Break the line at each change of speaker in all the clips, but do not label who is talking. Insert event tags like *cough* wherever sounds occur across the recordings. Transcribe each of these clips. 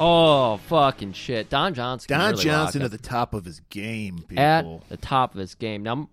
Oh fucking shit! Don Johnson. can
Don
really
Johnson
rock
at
it.
the top of his game, people.
at the top of his game. Now, m-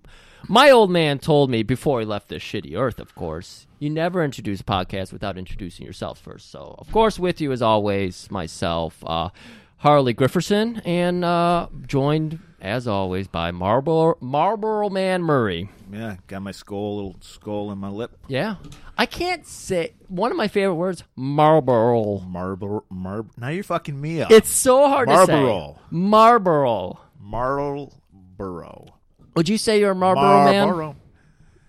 my old man told me before he left this shitty earth, of course, you never introduce podcasts without introducing yourself first. So, of course, with you as always, myself, uh, Harley Grifferson, and uh, joined as always by Marlboro, Marlboro Man Murray.
yeah, got my skull, little skull in my lip.
Yeah, I can't say one of my favorite words, Marlboro.
Marble, marble. Now you're fucking me up.
It's so hard to
Marlboro.
say. Marlboro.
Marlboro.
Would you say you're a Marlboro, man?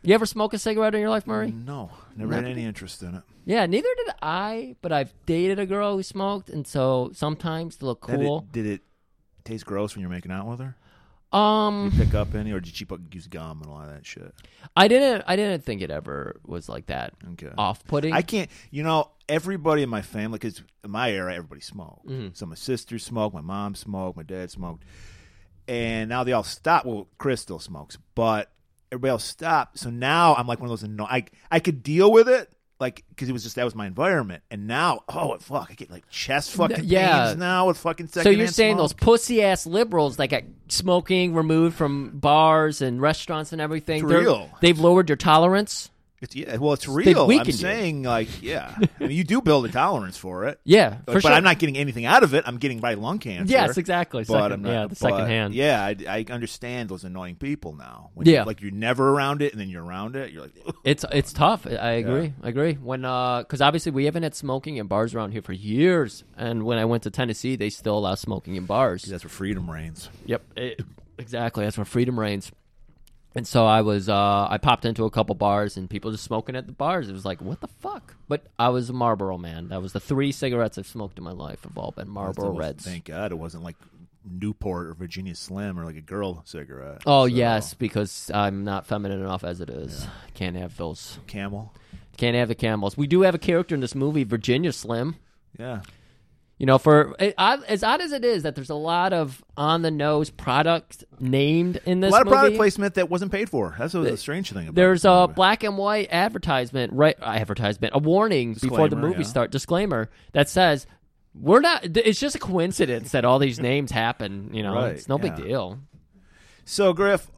You ever smoke a cigarette in your life, Murray?
No, never had any interest in it.
Yeah, neither did I, but I've dated a girl who smoked, and so sometimes to look
That it-
cool.
Did it, taste gross when you're making out with her?
Um,
Pick up any, or did she put, use gum and all that shit?
I didn't, I didn't think it ever was like that.
Okay.
Off-putting.
I can't. You know, everybody in my family, because in my era, everybody smoked.
Mm-hmm.
So my sister smoked, my mom smoked, my dad smoked, and now they all stop. Well, Chris still smokes, but everybody else stopped. So now I'm like one of those. Anno- I I could deal with it, like because it was just that was my environment. And now, oh fuck, I get like chest fucking
yeah.
pains now with fucking
so
second.
you're saying those pussy ass liberals that got smoking removed from bars and restaurants and everything?
It's
they're-
real.
They've lowered your tolerance.
It's, yeah, well, it's real. I'm
weakened you.
saying, like, yeah, I mean,
*laughs*
you do build a tolerance for it.
Yeah, for
but
sure.
I'm not getting anything out of it. I'm getting by lung cancer.
Yes, exactly.
But
Second-
I'm not,
yeah, the
but,
second hand.
Yeah, I, I understand those annoying people now. When
Yeah.
you, like you're never around it, and then you're around it. You're like,
It's it's tough. I- I agree. I agree. When because obviously we haven't had smoking in bars around here for years, and when I went to Tennessee, they still allow smoking in bars.
that's where freedom reigns.
Yep, it- exactly. That's where freedom reigns. And so I was, uh, I popped into a couple bars and people just smoking at the bars. It was like, what the fuck? But I was a Marlboro man. That was the three cigarettes I've smoked in my life have all been
That's
Marlboro
almost-
Reds.
Thank God it wasn't like Newport or Virginia Slim or like a girl cigarette.
Oh
So, uh,
yes, because I'm not feminine enough as it is. Can't have those.
Camel.
Can't have the camels. We do have a character in this movie, Virginia Slim.
Yeah,
You know, for it, odd- as odd as it is that there's a lot of on the nose product named in
a
this
lot of product Mm-hmm.
movie.
placement that wasn't paid for. That's what the strange thing about.
There's
this
a
movie.
black and white advertisement, right? Advertisement, a warning before the
Disclaimer,
movie
yeah.
start disclaimer that says we're not. th- It's just a coincidence that all these names happen. You know,
Right,
it's no big
yeah.
deal.
So Griff,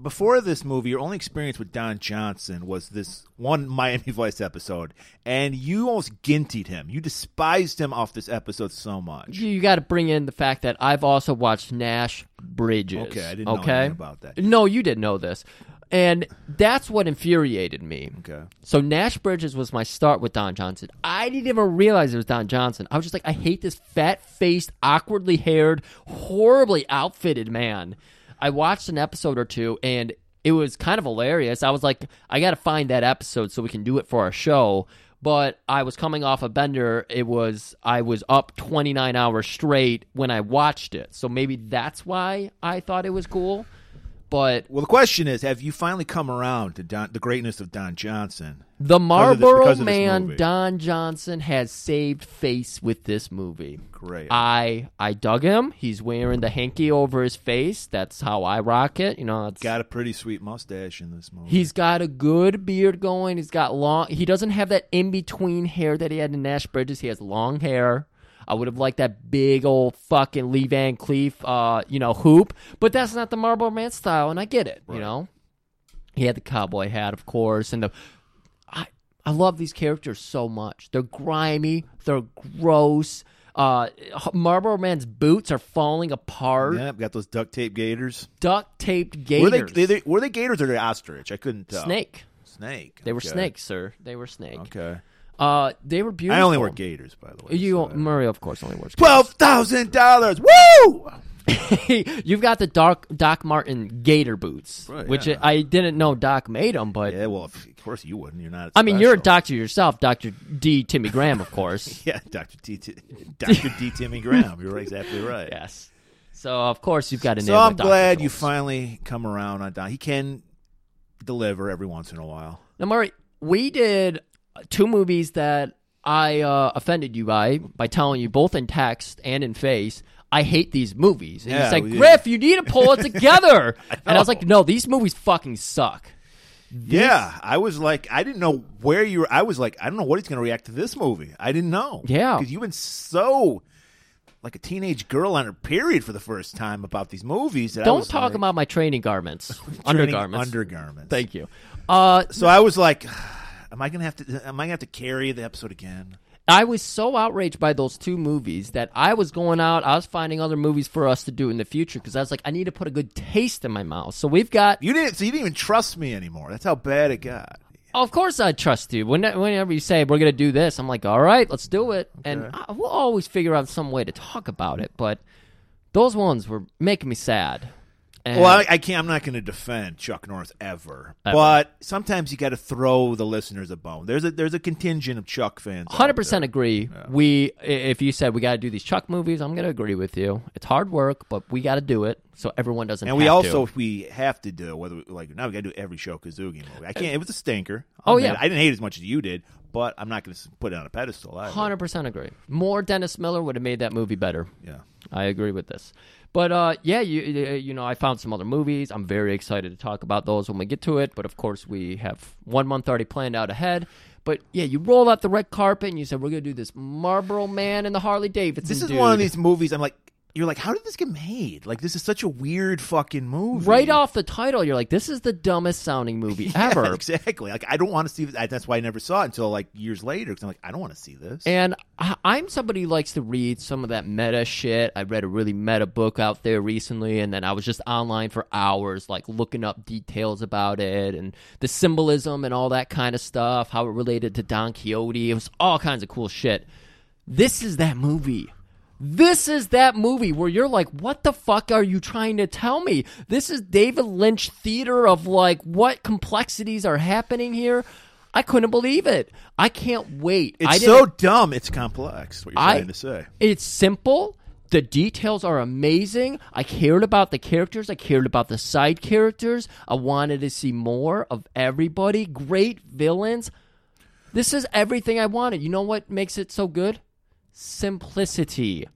before this movie, your only experience with Don Johnson was this one Miami *laughs* Vice episode, and you almost gintied him. You despised him off this episode so much.
You, got to bring in the fact that I've also watched Nash Bridges.
Okay, I didn't know
okay?
anything about that.
No, you didn't know this, and that's what infuriated me.
Okay.
So Nash Bridges was my start with Don Johnson. I didn't even realize it was Don Johnson. I was just like, I hate this fat-faced, awkwardly haired, horribly outfitted man. I watched an episode or two, and it was kind of hilarious. I was like, I got to find that episode so we can do it for our show. But I was coming off a bender. It was I was up 29 hours straight when I watched it. So maybe that's why I thought it was cool. But
Well, the question is, have you finally come around to Don, the greatness of Don Johnson?
The
of this-
Marlboro
because of this
Man
movie.
Don Johnson has saved face with this movie.
Great.
I I dug him. He's wearing the hanky over his face. That's how I rock it. You know, it's,
Got a pretty sweet mustache in this movie.
he's got a good beard going. He's got long. He doesn't have that in between hair that he had in Nash Bridges. He has long hair. I would have liked that big old fucking Lee Van Cleef, uh, you know, hoop. But that's not the Marlboro Man style, and I get it. You know, he had the cowboy hat, of course, and the. I I love these characters so much. They're grimy. They're gross. Uh, Marlboro Man's boots are falling apart.
Yeah, got those duct tape gators.
Duct taped
Were
gators.
they, they, they were they gators or they ostrich? I couldn't tell.
snake.
Snake.
They were
okay.
snakes, sir. They were snake.
Okay.
Uh, they were beautiful.
I only wear gators, by the way.
You Murray, of course, only
*laughs*
wears.
twelve thousand dollars. Woo!
*laughs* You've got the Doc Doc Martin Gator boots,
Right,
which
yeah.
I didn't know Doc made them, but
Yeah, well, of course you wouldn't. You're not.
I mean, you're a
special.
doctor yourself, Doctor D. Timmy Graham, of
*laughs*
course.
Yeah, Doctor D. T- Doctor D. Timmy Graham.
*laughs*
You're exactly right.
yes. So of course you've got an.
So I'm glad you finally come around on Don. He can deliver every once in a while.
Now, Murray, we did two movies that I uh, offended you by by telling you both in text and in face. I hate these movies. And you
Yeah,
said,
we did.
Griff, you need to
*laughs*
pull it together. and I was like, no, these movies fucking suck.
Yeah, I was like, I didn't know where you were. I was like, I don't know what he's going to react to this movie. I didn't know.
Yeah.
Because you've been so like a teenage girl on her period for the first time about these movies. that I
Don't
was
talk
like,
about my training garments,
*laughs* training
undergarments.
Undergarments.
Thank you. Uh,
So I was like, *sighs* am I going to have to, am I going to have to carry the episode again?
I was so outraged by those two movies that I was going out. I was finding other movies for us to do in the future because I was like, I need to put a good taste in my mouth. So we've got
You didn't, so you didn't even trust me anymore. That's how bad it got.
Of course, I trust you. When- Whenever you say we're gonna do this, I'm like, all right, let's do it, and I, we'll always figure out some way to talk about it. But those ones were making me sad. And
Well, I, I can't. I'm not going to defend Chuck Norris ever, but sometimes you got to throw the listeners a bone. There's a there's a contingent of Chuck fans. out
hundred percent agree. We, i- if you said we got to do these Chuck movies, I'm gonna agree with you. It's hard work, but we got to do it. So everyone doesn't.
And we
have to.
also we have to do whether we- like now we got to do every Shokazugi movie. I can't. It was a stinker.
Oh,
I'll admit
yeah.
it. I didn't hate it as much as you did, but I'm not going to put it on a pedestal. Either.
hundred percent agree. More Dennis Miller would have made that movie better.
Yeah.
I agree with this. But uh, yeah, you you you know, I found some other movies. I'm very excited to talk about those when we get to it. But of course, we have one month already planned out ahead. But yeah, you roll out the red carpet and you said we're gonna do this Marlboro Man and the Harley Davidson.
This is
dude."
one of these movies. I'm like, you're like, how did this get made? Like, this is such a weird fucking movie.
Right off the title, you're like, "This is the dumbest sounding
*laughs*
movie ever."
Yeah, exactly. Like, I don't want to see. This. I, that's why I never saw it until like years later. Because I'm like, I don't want to see this.
And I- I'm somebody who likes to read some of that meta shit. I read a really meta book out there recently, and then I was just online for hours, like looking up details about it and the symbolism and all that kind of stuff, how it related to Don Quixote. It was all kinds of cool shit. This is that movie. This is that movie where you're like, what the fuck are you trying to tell me? This is David Lynch theater of like, what complexities are happening here? I couldn't believe it. I can't wait. I
It's
didn't-
so dumb. It's complex. What you're
I-
trying to say?
It's simple. The details are amazing. I cared about the characters. I cared about the side characters. I wanted to see more of everybody. Great villains. This is everything I wanted. You know what makes it so good? Simplicity.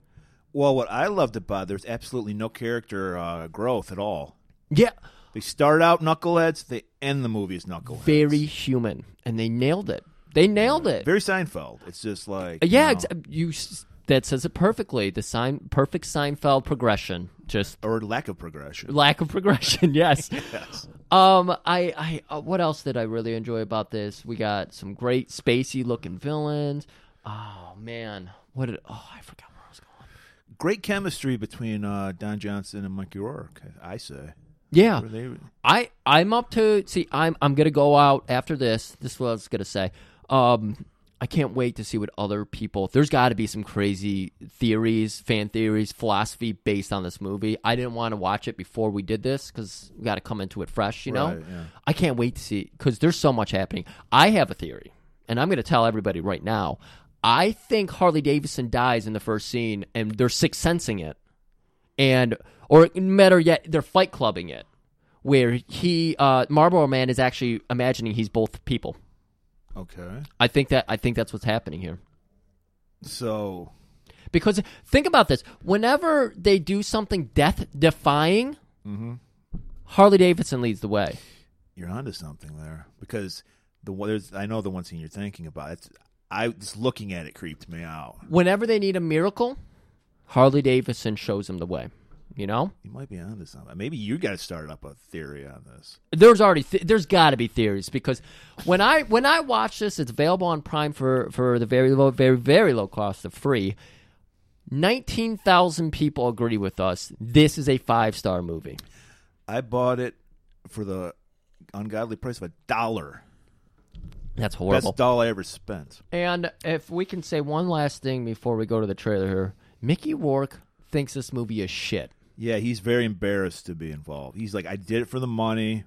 Well, what I loved about there's absolutely no character uh, growth at all.
Yeah.
They start out knuckleheads. They end the movie as knuckleheads.
Very human. And they nailed it. They nailed it.
Very Seinfeld. It's just like
Uh, yeah,
you know,
ex- you s- that says it perfectly. The sign perfect Seinfeld progression. Just
or lack of progression.
lack of progression. *laughs* Yes.
*laughs* Yes.
Um, I, I, uh, what else did I really enjoy about this? We got some great spacey looking villains. Oh man, what? Did, oh, I forgot where I was going.
Great chemistry between uh, Don Johnson and Mike Rourke. I say.
Yeah,
Were they-
I, I'm up to see. I'm, I'm gonna go out after this. This is what I was gonna say. Um, I can't wait to see what other people. There's got to be some crazy theories, fan theories, philosophy based on this movie. I didn't want to watch it before we did this because we got to come into it fresh. You know,
Right, yeah.
I can't wait to see because there's so much happening. I have a theory, and I'm going to tell everybody right now. I think Harley Davidson dies in the first scene, and they're sixth sensing it, and or better yet, they're fight clubbing it, where he uh, Marlboro Man is actually imagining he's both people.
Okay.
I think that I think that's what's happening here.
So
Because think about this: whenever they do something death-defying, Harley Davidson leads the way.
you're onto something there because the one- there's I know the one scene you're thinking about. It's I just looking at it creeped me out.
Whenever they need a miracle, Harley Davidson shows them the way. You know,
You might be onto something. Maybe you guys started up a theory on this.
there's already th- there's got to be theories because when I when I watch this, it's available on Prime for for the very low, very very low cost of free. Nineteen thousand people agree with us. This is a five star movie.
I bought it for the ungodly price of a dollar.
That's
Best
horrible.
dollar I ever spent.
And if we can say one last thing before we go to the trailer here, Mickey Rourke thinks this movie is shit.
Yeah, he's very embarrassed to be involved. He's like, I did it for the money.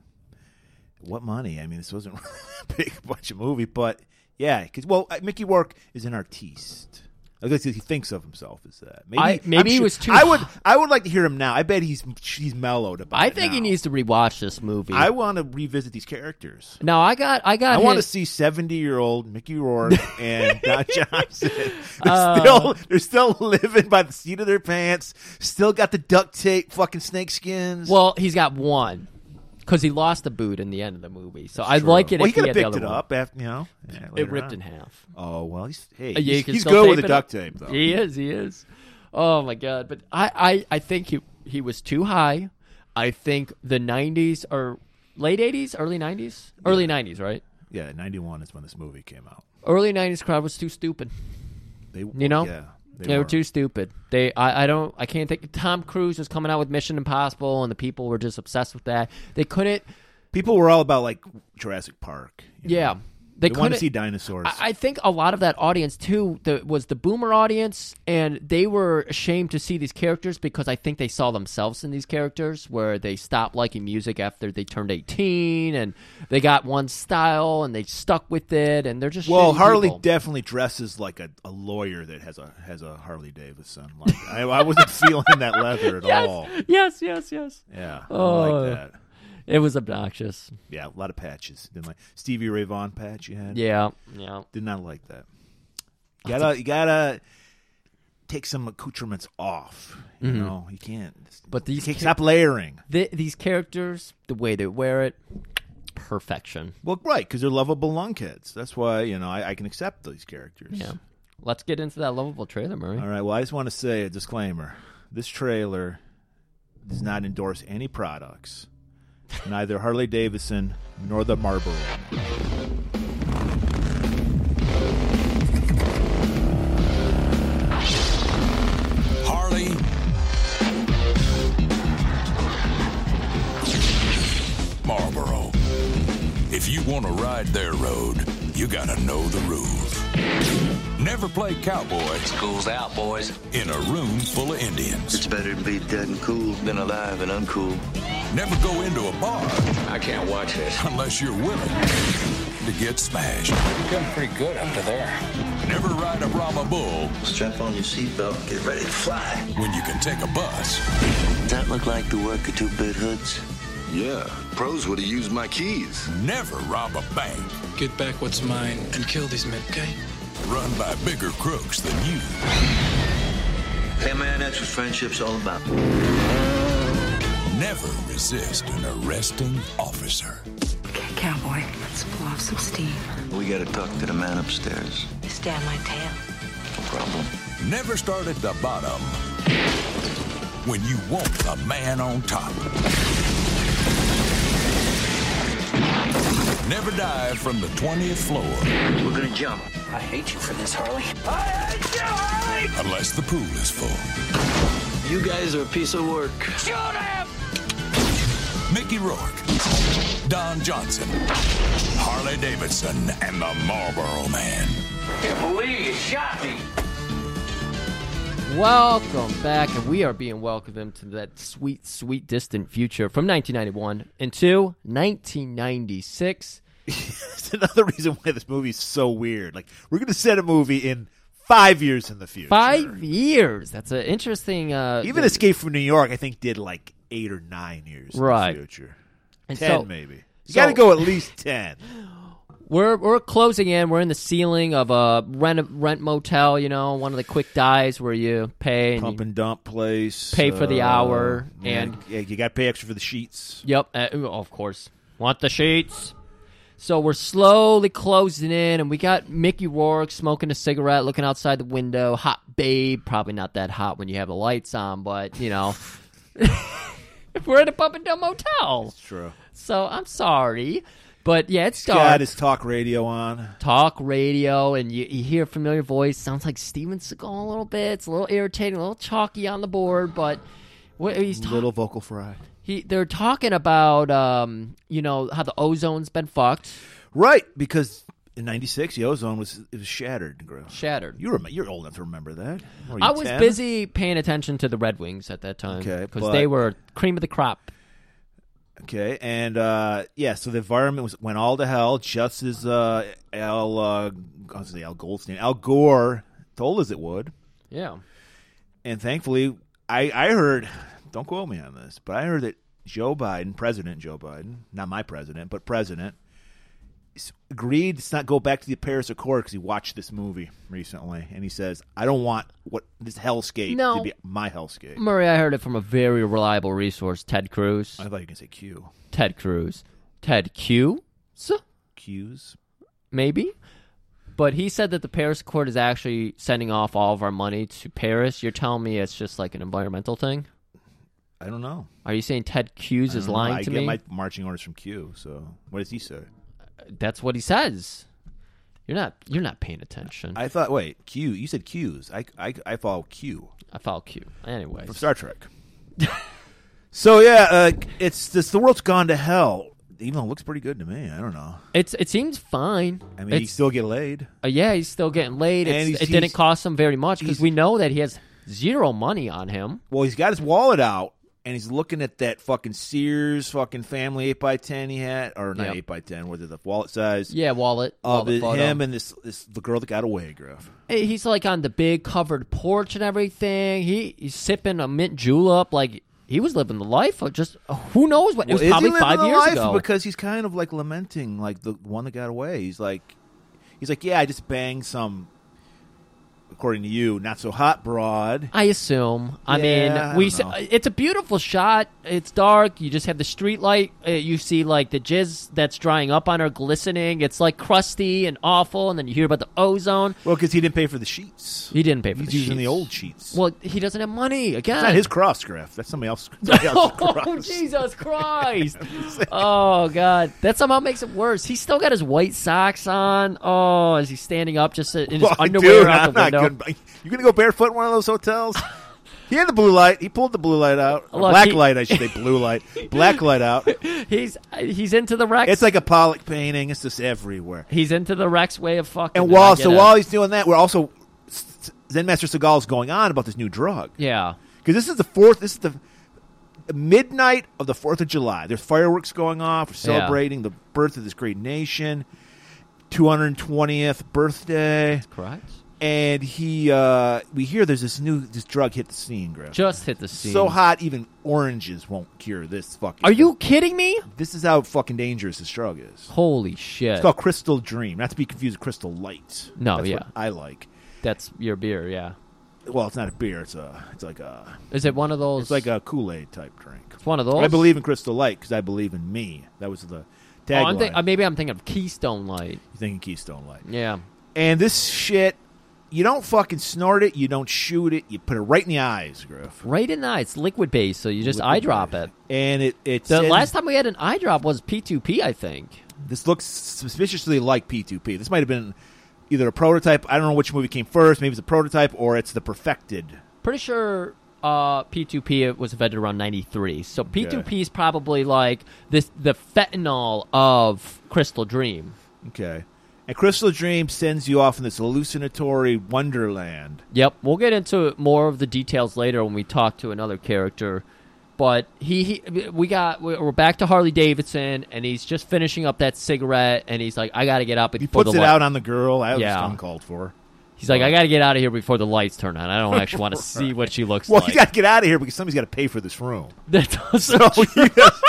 What money? I mean, this wasn't *laughs* a big bunch of movie, but yeah, because well, uh, Mickey Rourke is an artiste. I guess he thinks of himself as that. Maybe,
I- maybe
I'm
he was too-
I would, I would like to hear him now. I bet he's he's mellowed about.
I
it
think he
now.
needs to rewatch this movie.
I want to revisit these characters.
now I got I got
I want to
hit-
see seventy-year-old
*laughs*
Mickey Rourke and Don Johnson. They're
Um,
still they're still *laughs* living by the seat of their pants. Still got the duct tape, fucking snake skins.
Well, he's got one because he lost the boot in the end of the movie. So I'd like it
Well,
if
he
he had
could have
the
picked
other
it
one.
up after you know. yeah,
It
later
ripped
on.
in half. Uh,
Oh well, he's hey,
Yeah, you
he's,
can
he's
still
good
tape
with the
it up.
duct tape though.
He is. He is. Oh my god! But I, I, I think he he was too high. I think the '90s or late '80s, early '90s, early '90s, right?
Yeah, ninety-one is when this movie came out.
Early '90s crowd was too stupid.
They
You know?
yeah,
They, were. too stupid. They, I, I don't, I can't think. Tom Cruise was coming out with Mission Impossible, and the people were just obsessed with that. They couldn't.
People were all about like Jurassic Park. you know?
Yeah,
they,
they, couldn't
wanted to see dinosaurs.
I I think a lot of that audience too the, was the boomer audience, and they were ashamed to see these characters because I think they saw themselves in these characters, where they stopped liking music after they turned eighteen, and they got one style and they stuck with it, and they're just
Well,
shitty
Harley
people.
definitely dresses like a, a lawyer that has a has a Harley Davidson. Like, I,
*laughs*
I wasn't feeling that leather at all.
yes, yes, yes.
Yeah, I
Oh.
like that.
It was obnoxious.
Yeah, a lot of patches. Didn't like Stevie Ray Vaughan patch you had.
Yeah, yeah.
did not like that. You gotta you gotta take some accoutrements off. You know, you can't.
Mm-hmm. But these
you can't
ca-
stop layering.
Th- these characters, the way they wear it, perfection.
Well, right, because they're lovable lunkheads. That's why you know I, I can accept these characters.
Yeah. Let's get into that lovable trailer, Murray.
All right. Well, I just want to say a disclaimer: this trailer does not endorse any products, neither Harley Davidson nor the Marlboro. *laughs* Man.
Harley. Marlboro. If you want to ride their road, you got to know the rules. Never play cowboy
School's out, boys.
in a room full of Indians.
It's better to be dead and cool than alive and uncool.
Never go into a bar
I can't watch this.
unless you're willing to get smashed.
Doing pretty good up to there.
Never ride a Brahma bull
Strap on your seatbelt. Get ready to fly.
when you can take a bus.
Does that look like the work of two bit hoods?
Yeah, pros would have used my keys.
Never rob a bank
Get back what's mine and kill these men, okay?
run by bigger crooks than you.
Hey, man, that's what friendship's all about.
Never resist an arresting officer.
Okay, cowboy, let's blow off some steam.
We gotta talk to the man upstairs.
Stab my tail.
No problem.
Never start at the bottom when you want the man on top. Never dive from the 20th floor
We're gonna jump.
I hate you for this, Harley.
unless the pool is full.
You guys are a piece of work.
Mickey Rourke, Don Johnson, Harley Davidson, and the Marlboro Man.
Can't believe you shot me.
Welcome back, and we are being welcomed into that sweet, sweet, distant future from 1991 into 1996.
It's another reason why this movie is so weird. Like we're gonna set a movie in five years in the future.
Five years. That's an interesting. Uh,
Even Escape from New York, I think, did like eight or nine years
Right.
in the future.
and
Ten
so
maybe. You
so-
got to go at
*laughs*
least ten.
We're we're closing in. We're in the ceiling of a rent rent motel. You know, one of the quick dives where you pay and you-
Pump and dump place. uh,
Pay for the hour,
yeah,
and-
yeah, you got to pay extra for the sheets.
Yep, uh, of course. Want the sheets? So we're slowly closing in, and we got Mickey Rourke smoking a cigarette, looking outside the window. Hot babe, probably not that hot when you have the lights on, but you know, *laughs* if we're at a Pump and Dump Motel.
True.
So I'm sorry, but yeah, it's
Got
dark.
his talk radio on.
Talk radio, and you, you hear a familiar voice. Sounds like Steven Seagal a little bit. It's a little irritating, a little chalky on the board, but what he's talking
Little vocal fry.
he, they're talking about um, you know how the ozone's been fucked,
Right, because in '96 the ozone was it was shattered. Gro.
shattered.
You rem- you're old enough to remember that. What are you,
I was
10?
busy paying attention to the Red Wings at that time
Okay,
because
but-
they were cream of the crop.
Okay, and uh, yeah, so the environment was went all to hell just as uh, Al uh, I was gonna say Al Goldstein, Al Gore told us it would,
Yeah,
and thankfully I I heard, don't quote me on this, but I heard that Joe Biden, President Joe Biden, not my president, but president, s- agreed to not go back to the Paris Accord because he watched this movie recently, and he says I don't want what this hellscape
No.
to be my hellscape.
Murray, I heard it from a very reliable resource, Ted Cruz.
I thought you were gonna say Q
Ted Cruz, Ted Q,
Q's.
maybe. But he said that the Paris Accord is actually sending off all of our money to Paris. You're telling me it's just like an environmental thing?
I don't know.
Are you saying Ted Cruz is
I don't know.
lying
Um, I
to
get
me?
my marching orders from Q. So what does he say?
That's what he says. You're not you're not paying attention. I,
I thought. Wait, Q. You said Q's. I I, I follow Q
follow Q. Anyway.
from
*laughs*
Star Trek. so yeah, uh, it's this. The world's gone to hell. Even though it looks pretty good to me. I don't know.
It's it seems fine.
I mean, he
It's-
still get laid.
uh, yeah, he's still getting laid. It's,
And he's-
it didn't
he's-
cost him very much because
he's-
we know that he has zero money on him.
Well, he's got his wallet out. And he's looking at that fucking Sears fucking family eight x ten he had, or not
Yep.
eight x ten, whether the wallet size
Yeah, wallet.
of
wallet
it-
photo.
him and this this the girl that got away, Griff.
Hey, He's like on the big covered porch and everything. He he's sipping a mint julep. Like he was living the life. Of just who knows what.
Well,
it was probably
is he living
five
the
years
life?
ago.
because he's kind of like lamenting like the one that got away. He's like, he's like, yeah, I just banged some, according to you, not so hot broad.
I assume. I mean,
Yeah, I
we.
don't know.
s- uh, It's a beautiful shot. It's dark. You just have the street light. Uh, you see like the jizz that's drying up on her glistening. It's like crusty and awful. And then you hear about the ozone.
Well, because he didn't pay for the sheets.
He didn't pay for
he's
the
using the
sheets.
old sheets.
Well, he doesn't have money again.
it's not his cross, Griff. That's somebody *laughs* else. somebody else's
*laughs* oh
cross.
Jesus
*laughs*
Christ! oh God, that somehow makes it worse. He's still got his white socks on. Oh, is he standing up just in his
Well,
underwear
dude,
out
I'm
the
not
window?
good. You gonna go barefoot in one of those *laughs* hotels? He had the blue light. He pulled the blue light out. Or
Look,
black
he-
light, I should say. Blue light. black light out. *laughs*
He's uh, he's into the Rex.
It's like a Pollock painting. It's just everywhere.
he's into the Rex way of fucking.
And
I
while
get
so
it.
while he's doing that, we're also S- S- Zen Master Seagal's going on about this new drug
yeah,
because this is the fourth. This is the midnight of the Fourth of July. There's fireworks going off. We're
Yeah.
celebrating the birth of this great nation, 220th birthday,
correct.
and he uh, we hear there's this new this drug hit the scene, Griff.
Just hit the scene.
so hot, even oranges won't cure this fucking.
Are you kidding me?
This is how fucking dangerous this drug is.
Holy shit!
It's called Crystal Dream, not to be confused with Crystal Light.
No,
That's
yeah.
what I like.
That's your beer. Yeah.
well, it's not a beer. It's a it's like a
Is it one of those?
it's like a Kool Aid type drink.
It's one of those.
I believe in Crystal Light because I believe in me. That was the
Oh,
tagline.
I'm thi- uh, maybe I'm thinking of Keystone Light.
You're thinking Keystone Light.
Yeah.
And this shit, you don't fucking snort it. You don't shoot it. You put it right in the eyes, Griff.
Right in the eye. It's liquid based, so you just eye drop it.
And it it
The
says-
last time we had an eye drop was P2P, I think.
this looks suspiciously like P2P. This might have been either a prototype. I don't know which movie came first. Maybe it's a prototype or it's the perfected.
Pretty sure uh, P2P was invented around 93. So P2P is probably like this the fentanyl of Crystal Dream.
Okay. And Crystal Dream sends you off in this hallucinatory wonderland.
Yep, we'll get into more of the details later when we talk to another character. But he, he we got we're back to Harley Davidson, and he's just finishing up that cigarette, and he's like, "I got to get out
He
before
puts
the
it
light-
out on the girl. That
Yeah.
was uncalled for.
He's like, "I got to get out of here before the lights turn on. I don't
*laughs*
actually want to see what she looks
Well,
like." *laughs*
you got to get out of here because somebody's got to pay for this *laughs* room.
That's also
*laughs* So Oh, he just,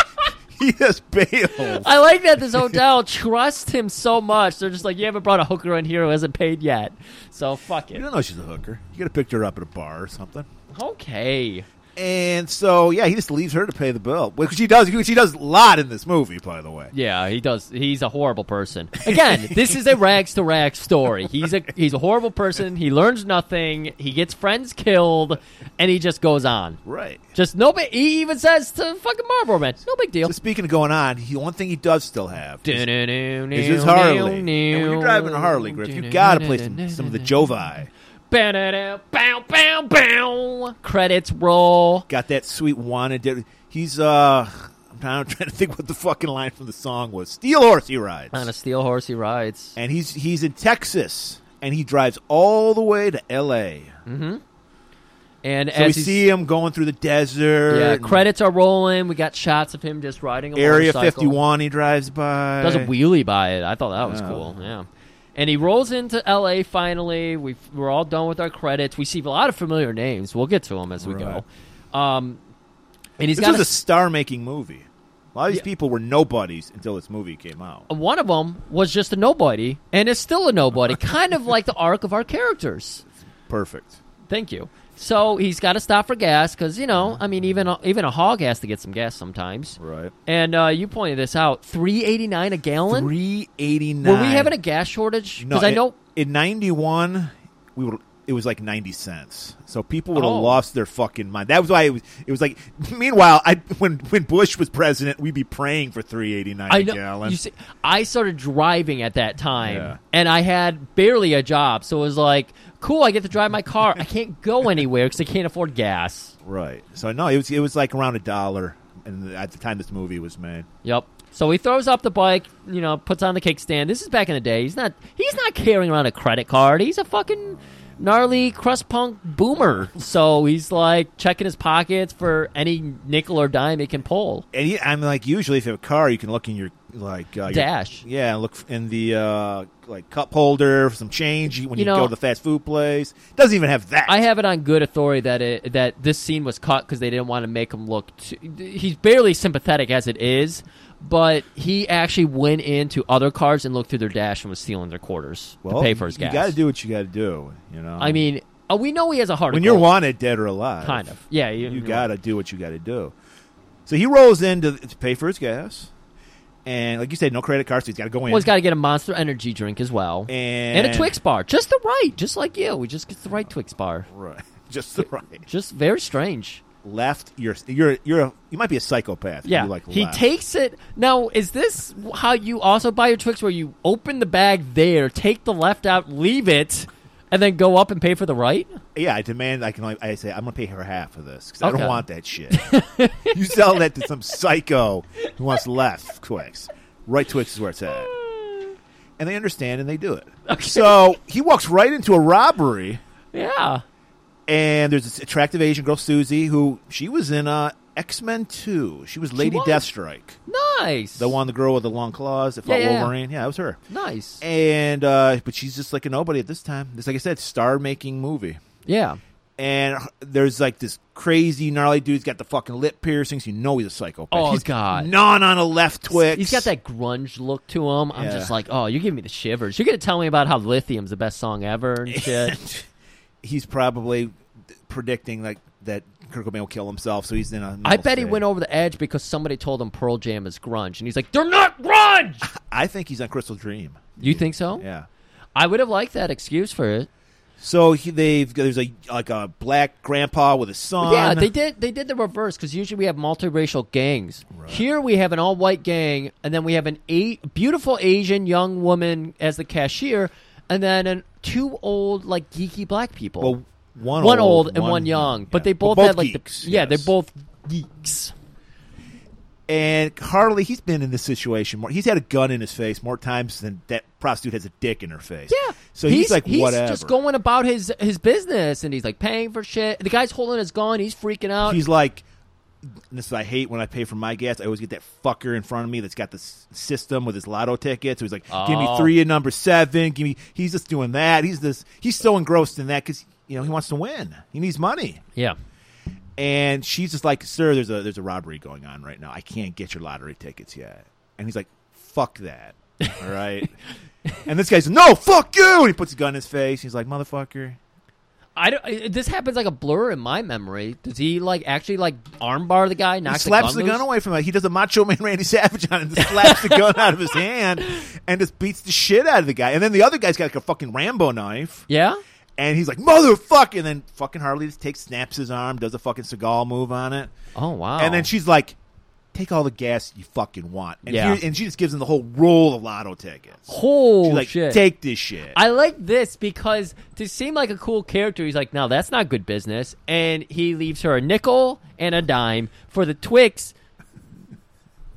he just bails.
*laughs* I like that this hotel trusts him so much. They're just like, you haven't brought a hooker in here who hasn't paid yet. So fuck
*laughs* You
it.
don't know she's a hooker. You got to pick her up at a bar or something.
Okay.
And so, yeah, he just leaves her to pay the bill, which she does. Which he does a lot in this movie, by the way.
Yeah, he does. He's a horrible person.
*laughs*
Again, this is a rags to rags story. He's a he's a horrible person. He learns nothing. He gets friends killed, and he just goes on.
Right.
Just no big. He even says to fucking Marlboro Man, "No big deal."
So speaking of going on, he one thing he does still have is,
*laughs*
is
This
his Harley. And when you're driving a Harley, Griff, you got to play
*laughs*
some, some of the Jovi.
Bow, bow, bow. Credits roll.
Got that sweet wanted. He's uh, I'm trying trying to *laughs* think what the fucking line from the song was. Steel horse he rides,
On a steel horse, he rides.
and he's he's in Texas, and he drives all the way to L.A.
And
So we
as he's-
see him going through the desert.
yeah,
and
credits are rolling. We got shots of him just riding a
Area
motorcycle.
51. He drives by.
does a wheelie by it. I thought that was
Oh.
cool. Yeah. And he rolls into L.A. finally. We've, we're all done with our credits. We see a lot of familiar names. We'll get to them as we go. Um, and he's
This
got
was
a
a
s-
star-making movie. A lot of these
Yeah.
people were nobodies until this movie came out.
one of them was just a nobody, and is still a
*laughs*
nobody, kind of like the arc of our characters.
Perfect.
Thank you. So he's got to stop for gas because you know, I mean, even a, even a hog has to get some gas sometimes.
Right.
And uh, you pointed this out: three eighty nine a gallon.
Three eighty nine.
Were we having a gas shortage?
No,
Because I
in-
know
in ninety one, we were. It was like ninety cents, so people would have
Oh.
lost their fucking mind. That was why it was. It was like. Meanwhile, I when when Bush was president, we'd be praying for three eighty nine
I
a
know.
gallon.
You see, I started driving at that time,
Yeah.
and I had barely a job, so it was like, cool. I get to drive my car. I can't go anywhere because I can't afford gas.
right. So no, it was it was like around a dollar, and at the time this movie was made.
Yep. So he throws up the bike, you know, puts on the kickstand. This is back in the day. He's not. He's not carrying around a credit card. He's a fucking gnarly crust punk boomer. So he's like checking his pockets for any nickel or dime he can pull.
And he, I'm like, usually if you have a car, you can look in your like uh, your-
Dash.
yeah, look f- in the uh, like cup holder for some change when
You
you,
know-
go to the fast food place. Doesn't even have that.
I have it on good authority that it, that this scene was cut because they didn't want to make him look. Too, he's barely sympathetic as it is, but he actually went into other cars and looked through their dash and was stealing their quarters to pay for his
you
gas.
got to do what you got to do. You know,
I mean, oh, we know he has a heart.
when
of
you're
gold,
wanted, dead or alive,
kind of. Yeah,
you,
you
got to do what you got to do. So he rolls in to, to pay for his gas, and like you said, no credit card, so he's got to go in.
Well, he's got to get a Monster Energy drink as well,
And-
a Twix bar, just the right, just like you. We just gets the right Twix bar.
*laughs* right, just the right.
Just very strange.
Left, you're you're you're a, you might be a psychopath. if
Yeah,
you like
he
left.
takes it. Now, is this how you also buy your Twix, where you open the bag there, take the left out, leave it, and then go up and pay for the right?
Yeah, I demand. I can. Only, I say I'm going to pay her half of this because I
Okay.
don't want
*laughs*
that shit. you sell that to some psycho who wants left Twix. Right Twix is where
*sighs*
it's at, and they understand and they do it. So he walks right into a robbery,
Yeah,
and there's this attractive Asian girl Susie who she was in uh, X Men Two. She was Lady
was?
Deathstrike,
nice.
the one, the girl with the long claws that
Yeah,
fought
yeah, yeah.
Wolverine. Yeah, that was her.
nice.
And uh, but she's just like a nobody at this time. It's like I said, star making movie
Yeah,
and there's like this crazy gnarly dude's got the fucking lip piercings. You know he's a psychopath.
Oh,
he's
God.
gnawing on a left twix.
he's got that grunge look to him. I'm
Yeah.
just like, oh, you're giving me the shivers. You're gonna tell me about how Lithium's the best song ever
*laughs*
and shit.
He's probably predicting like that Kurt Cobain will kill himself, so he's in a.
I bet he went over the edge because somebody told him Pearl Jam is grunge, and he's like, "They're not
*laughs*
grunge."
I think he's on Crystal Dream.
You think so?
Yeah.
I would have liked that excuse for it.
So he, they've there's a like a black grandpa with a son.
Yeah, they did. They did the reverse because usually we have multiracial gangs. Here we have an all-white gang, and then we have an eight beautiful Asian young woman as the cashier, and then an two old like geeky black people.
Well, one,
one old, and one young, but
yeah.
they both,
Well,
had like
geeks,
the yeah,
yes.
they're both geeks.
And Harley, he's been in this situation more. He's had a gun in his face more times than that prostitute has a dick in her face.
Yeah.
So he's, like, whatever.
just going about his his business, and he's like paying for shit. The guy's holding his gun. He's freaking out.
He's like, this is what I hate when I pay for my gas. I always get that fucker in front of me that's got this system with his lotto tickets. So he's like, give me
Oh.
three and number seven. Give me. He's just doing that. He's this. He's so engrossed in that because you know he wants to win. He needs money.
yeah.
And she's just like, sir, there's a there's a robbery going on right now. I can't get your lottery tickets yet. And he's like, fuck that. All right. and this guy's no, fuck you. And he puts a gun in his face. He's like, motherfucker.
I don't. I- This happens like a blur in my memory. Does he like actually like armbar the guy?
He
Knocks
slaps the
loose?
gun away from him. He does a Macho Man Randy Savage on it, and just slaps the gun out of his hand, and just beats the shit out of the guy. And then the other guy's got like a fucking Rambo knife,
Yeah.
and he's like motherfucker. And then fucking Harley just takes, snaps his arm, does a fucking Seagal move on it,
Oh wow.
and then she's like, "Take all the gas you fucking want." And,
Yeah.
here- and she just gives him the whole roll of lotto tickets.
Holy
she's like,
shit.
"Take this shit."
I like this because to seem like a cool character, he's like, no, that's not good business. And he leaves her a nickel and a dime for the Twix,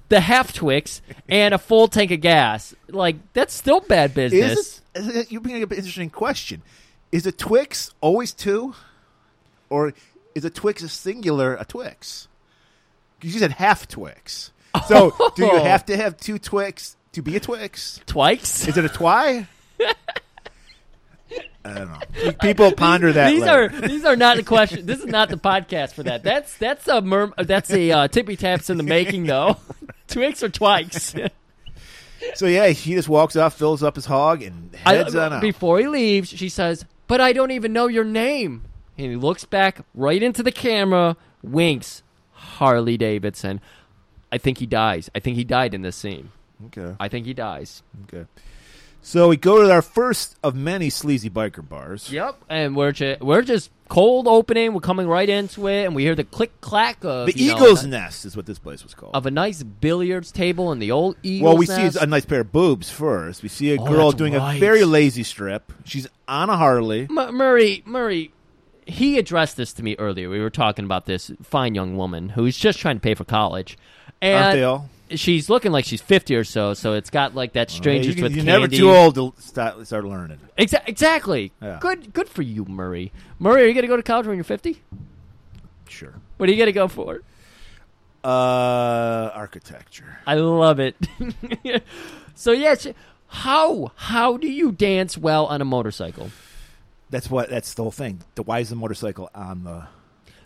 the half Twix, and a full tank of gas. Like, that's still bad business.
Is it, is it- you bring up an interesting question. Is a Twix always two, or is a Twix a singular a Twix? 'Cause You said half Twix. So do
Oh.
you have to have two Twix to be a Twix?
*laughs* Twikes?
Is it a twi? I don't know. People ponder that.
These
later.
are these are not the question. This is not the podcast for that. That's that's a murm- that's a uh, tippy taps in the making though. *laughs* Twix or Twikes.
so yeah, he just walks off, fills up his hog, and
I-
heads on out.
Before he leaves, she says, "But I don't even know your name." And he looks back right into the camera, winks. Harley Davidson. I think he dies. I think he died in this scene.
okay.
I think he dies.
okay. So we go to our first of many sleazy biker bars.
Yep. And we're ju- we're just cold opening. We're coming right into it, and we hear the click clack of
The
you know,
Eagle's Nest is what this place was called.
of a nice billiards table in the old Eagles.
Well, we
nest.
see a nice pair of boobs first. We see a
Oh,
girl
that's
doing
right.
a very lazy strip. She's on a Harley.
M- Murray, Murray, he addressed this to me earlier. We were talking about this fine young woman who's just trying to pay for college, and
Aren't they all?
she's looking like she's fifty or so. So it's got like that strangers
Hey, you,
with
are
candy.
never too old to start, start learning.
Exa- exactly.
Yeah.
Good, good for you, Murray. Murray, are you gonna go to college when you're fifty?
Sure.
What are you gonna go for?
Uh, architecture.
I love it. *laughs* so yeah, she- how how do you dance well on a motorcycle?
That's what. That's the whole thing. The, why is the motorcycle on the?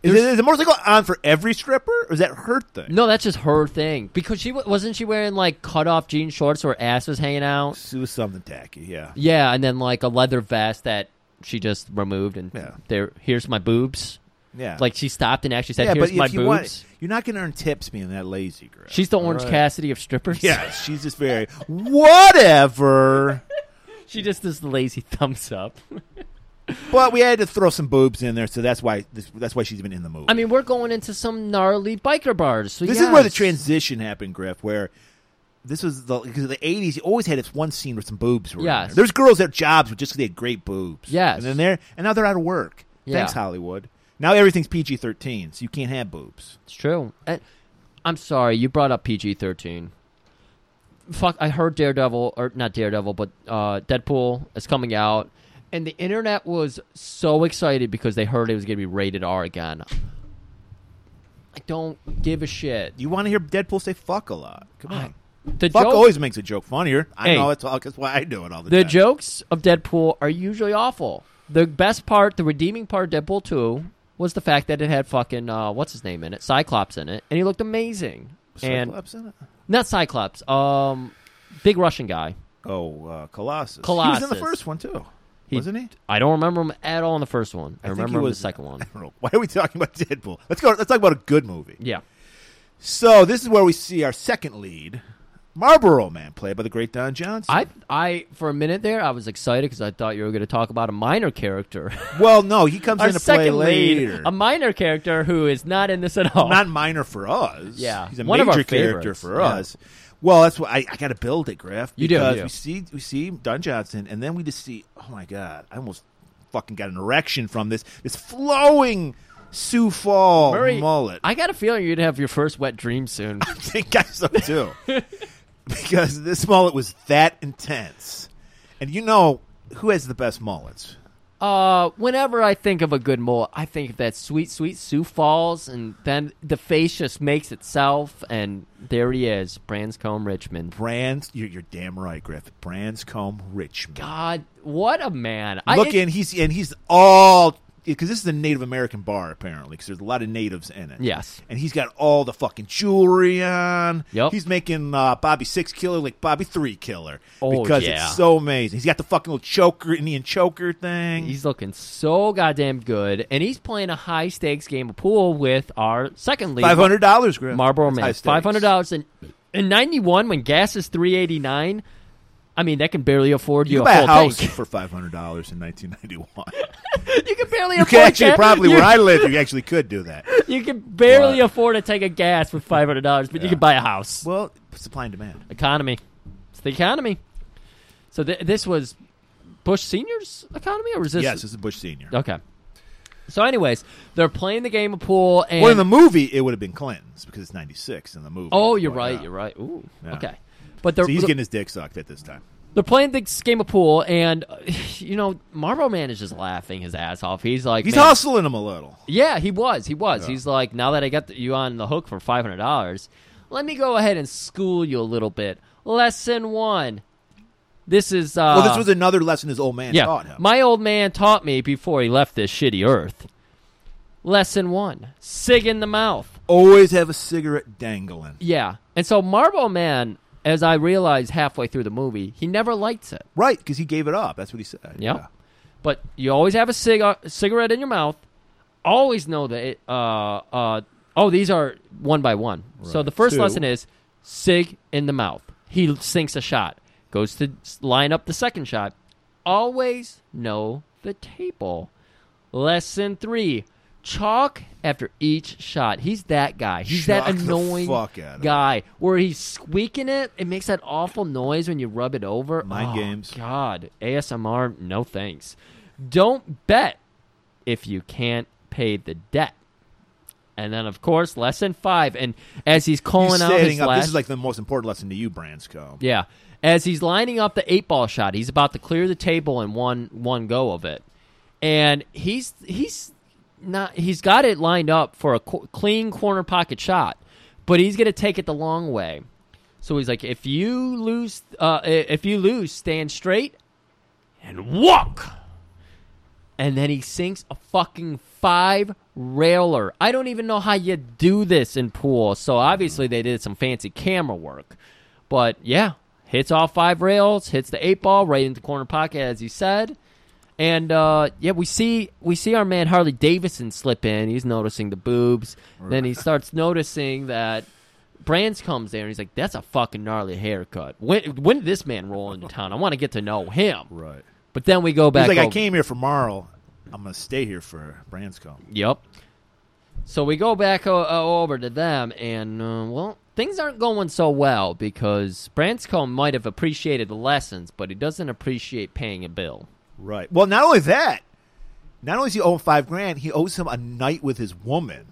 Is, it, is the motorcycle on for every stripper? Or is that her thing?
No, that's just her thing because she wa- wasn't she wearing like cut off jean shorts where her ass was hanging out.
It was something tacky. Yeah.
Yeah, and then like a leather vest that she just removed, and
Yeah.
there, here's my boobs.
Yeah.
Like she stopped and actually said,
yeah,
"Here's
but
my
if you
boobs."
want, you're not going to earn tips being that lazy, girl.
She's the Orange
All right.
Cassidy of strippers.
*laughs* Yeah, she's just very whatever.
*laughs* she just does the lazy thumbs up.
But we had to throw some boobs in there, so that's why this, that's why she's been in the movie.
I mean, we're going into some gnarly biker bars. So
this is where the
yes.
transition happened, Griff. Where this was the because the eighties, you always had this one scene with some boobs. Were in
Yes.
there. there's girls that jobs with just 'cause they had great boobs.
Yes.
and then they're and now they're out of work.
Yeah.
Thanks Hollywood. Now everything's PG thirteen, so you can't have boobs.
It's true. And I'm sorry, you brought up PG thirteen. Fuck, I heard Daredevil or not Daredevil, but uh, Deadpool is coming out, and the internet was so excited because they heard it was going to be rated R again. I don't give a shit.
You want to hear Deadpool say "fuck" a lot? Come on,
The
fuck
joke-
always makes a joke funnier. I
Hey.
know it's all that's why I do it all the,
The
time.
jokes of Deadpool are usually awful. The best part, the redeeming part of Deadpool 2 was the fact that it had fucking, uh, what's his name in it? Cyclops in it. And he looked amazing. And
Cyclops in it?
Not Cyclops. Um, Big Russian guy.
oh, uh, Colossus. He was in
Colossus.
the first one too,
He-
wasn't he?
I don't remember him at all in the first one. I,
think
remember
he
him in the
was-
second
*laughs*
one.
I don't know. Why are we talking about Deadpool? Let's go. Let's talk about a good movie.
Yeah.
So this is where we see our second lead, Marlboro Man, played by the great Don Johnson.
I, I, for a minute there, I was excited because I thought you were going to talk about a minor character. *laughs*
well, no, he comes
Our
into play
second lead,
later.
a minor character who is not in this at all.
Not minor for us.
Yeah.
he's a
One of
major
our
character
favorites.
for
Yeah.
us. Well, that's why I, I got to build it, Griff.
You do, you
because
do.
We see we see Don Johnson, and then we just see. Oh my God! I almost fucking got an erection from this this flowing Sioux Fall
Murray,
mullet. *laughs*
I got a feeling you'd have your first wet dream soon.
think I so
*laughs*
too. because this mullet was that intense. And you know who has the best mullets?
Uh, whenever I think of a good mole, I think of that sweet, sweet Sioux Falls, and then the face just makes itself, and there he is, Branscombe Richmond.
Brands, you're, you're damn right, Griff. Branscombe Richmond.
God, what a man! I,
Look
it-
in, he's and he's all because this is a Native American bar apparently because there's a lot of natives in it.
Yes.
and he's got all the fucking jewelry on.
Yep.
he's making uh, Bobby Six Killer like Bobby Three Killer
Oh,
because
yeah.
it's so amazing. He's got the fucking little choker Indian choker thing.
He's looking so goddamn good, and he's playing a high stakes game of pool with our second lead,
Five hundred dollars, Griff.
Marlboro Man.
That's high
Five hundred
stakes.
dollars in in ninety one when gas is three eighty nine. I mean, that can barely afford you,
You
a
can buy
full
a house
tank.
for five hundred dollars in nineteen ninety one.
*laughs* you can barely
You
afford
could actually
that. *laughs*
probably
you,
where I live, you actually could do that.
you can barely
What?
afford a tank of gas with five hundred dollars, but you can buy a house.
Well, supply and demand.
economy. It's the economy. So th- this was Bush Senior's economy, or was this?
yes, this is Bush Senior.
Okay. So, anyways, they're playing the game of pool, and
Well, in the movie, it would have been Clinton's because it's '96 in the movie.
oh, you're
Why
right,
not?
you're right. Ooh,
Yeah.
okay. But they're
So he's getting his dick sucked at this time.
they're playing this game of pool, and *sighs* uh, you know, Marlboro Man is just laughing his ass off. He's like,
He's
"Man, Uh,
hustling him a little.
Yeah, he was. He was. He's like, now that I got you on the hook for five hundred dollars, let me go ahead and school you a little bit. Lesson one. This is uh,
Well, this was another lesson his old man
yeah.
taught him.
My old man taught me before he left this shitty earth. Lesson one: sig in the mouth.
Always have a cigarette dangling.
Yeah, and so Marble Man, as I realized halfway through the movie, he never likes it.
Right, because he gave it up. That's what he said.
Yep. But you always have a cig- uh, cigarette in your mouth. Always know that. It, uh, uh, oh, these are one by one. So the first
Two.
lesson is cig in the mouth. He sinks a shot. Goes to s- line up the second shot. Always know the table. Lesson three: chalk after each shot. He's that guy. He's that
Chalk the
annoying
fuck out of it.
guy where he's squeaking it. It makes that awful noise when you rub it over.
Mind
Oh,
games.
God, ASMR, no thanks. Don't bet if you can't pay the debt. And then, of course, lesson five. And as he's
He's
calling out his
setting up.
last,
This is like the most important lesson to you, Bransco.
yeah, as he's lining up the eight ball shot, he's about to clear the table in one one go of it, and he's he's not he's got it lined up for a co- clean corner pocket shot, but he's gonna take it the long way. So he's like, if you lose, uh, i- if you lose, stand straight and walk. And then he sinks a fucking five railer. I don't even know how you do this in pool. So obviously they did some fancy camera work. But yeah, hits all five rails, hits the eight ball right into the corner pocket as he said. And uh, yeah, we see we see our man Harley Davidson slip in. He's noticing the boobs. Then he starts noticing that Brands comes there and he's like, "That's a fucking gnarly haircut." When when did this man roll into town? I want to get to know him.
Right.
But then we go back.
He's like, I
over-
came here for Marl. I'm gonna stay here for Bransco.
Yep. So we go back o- o- over to them, and uh, well, things aren't going so well because Branscombe might have appreciated the lessons, but he doesn't appreciate paying a bill.
Right. Well, not only that, not only is he owed five grand, he owes him a night with his woman.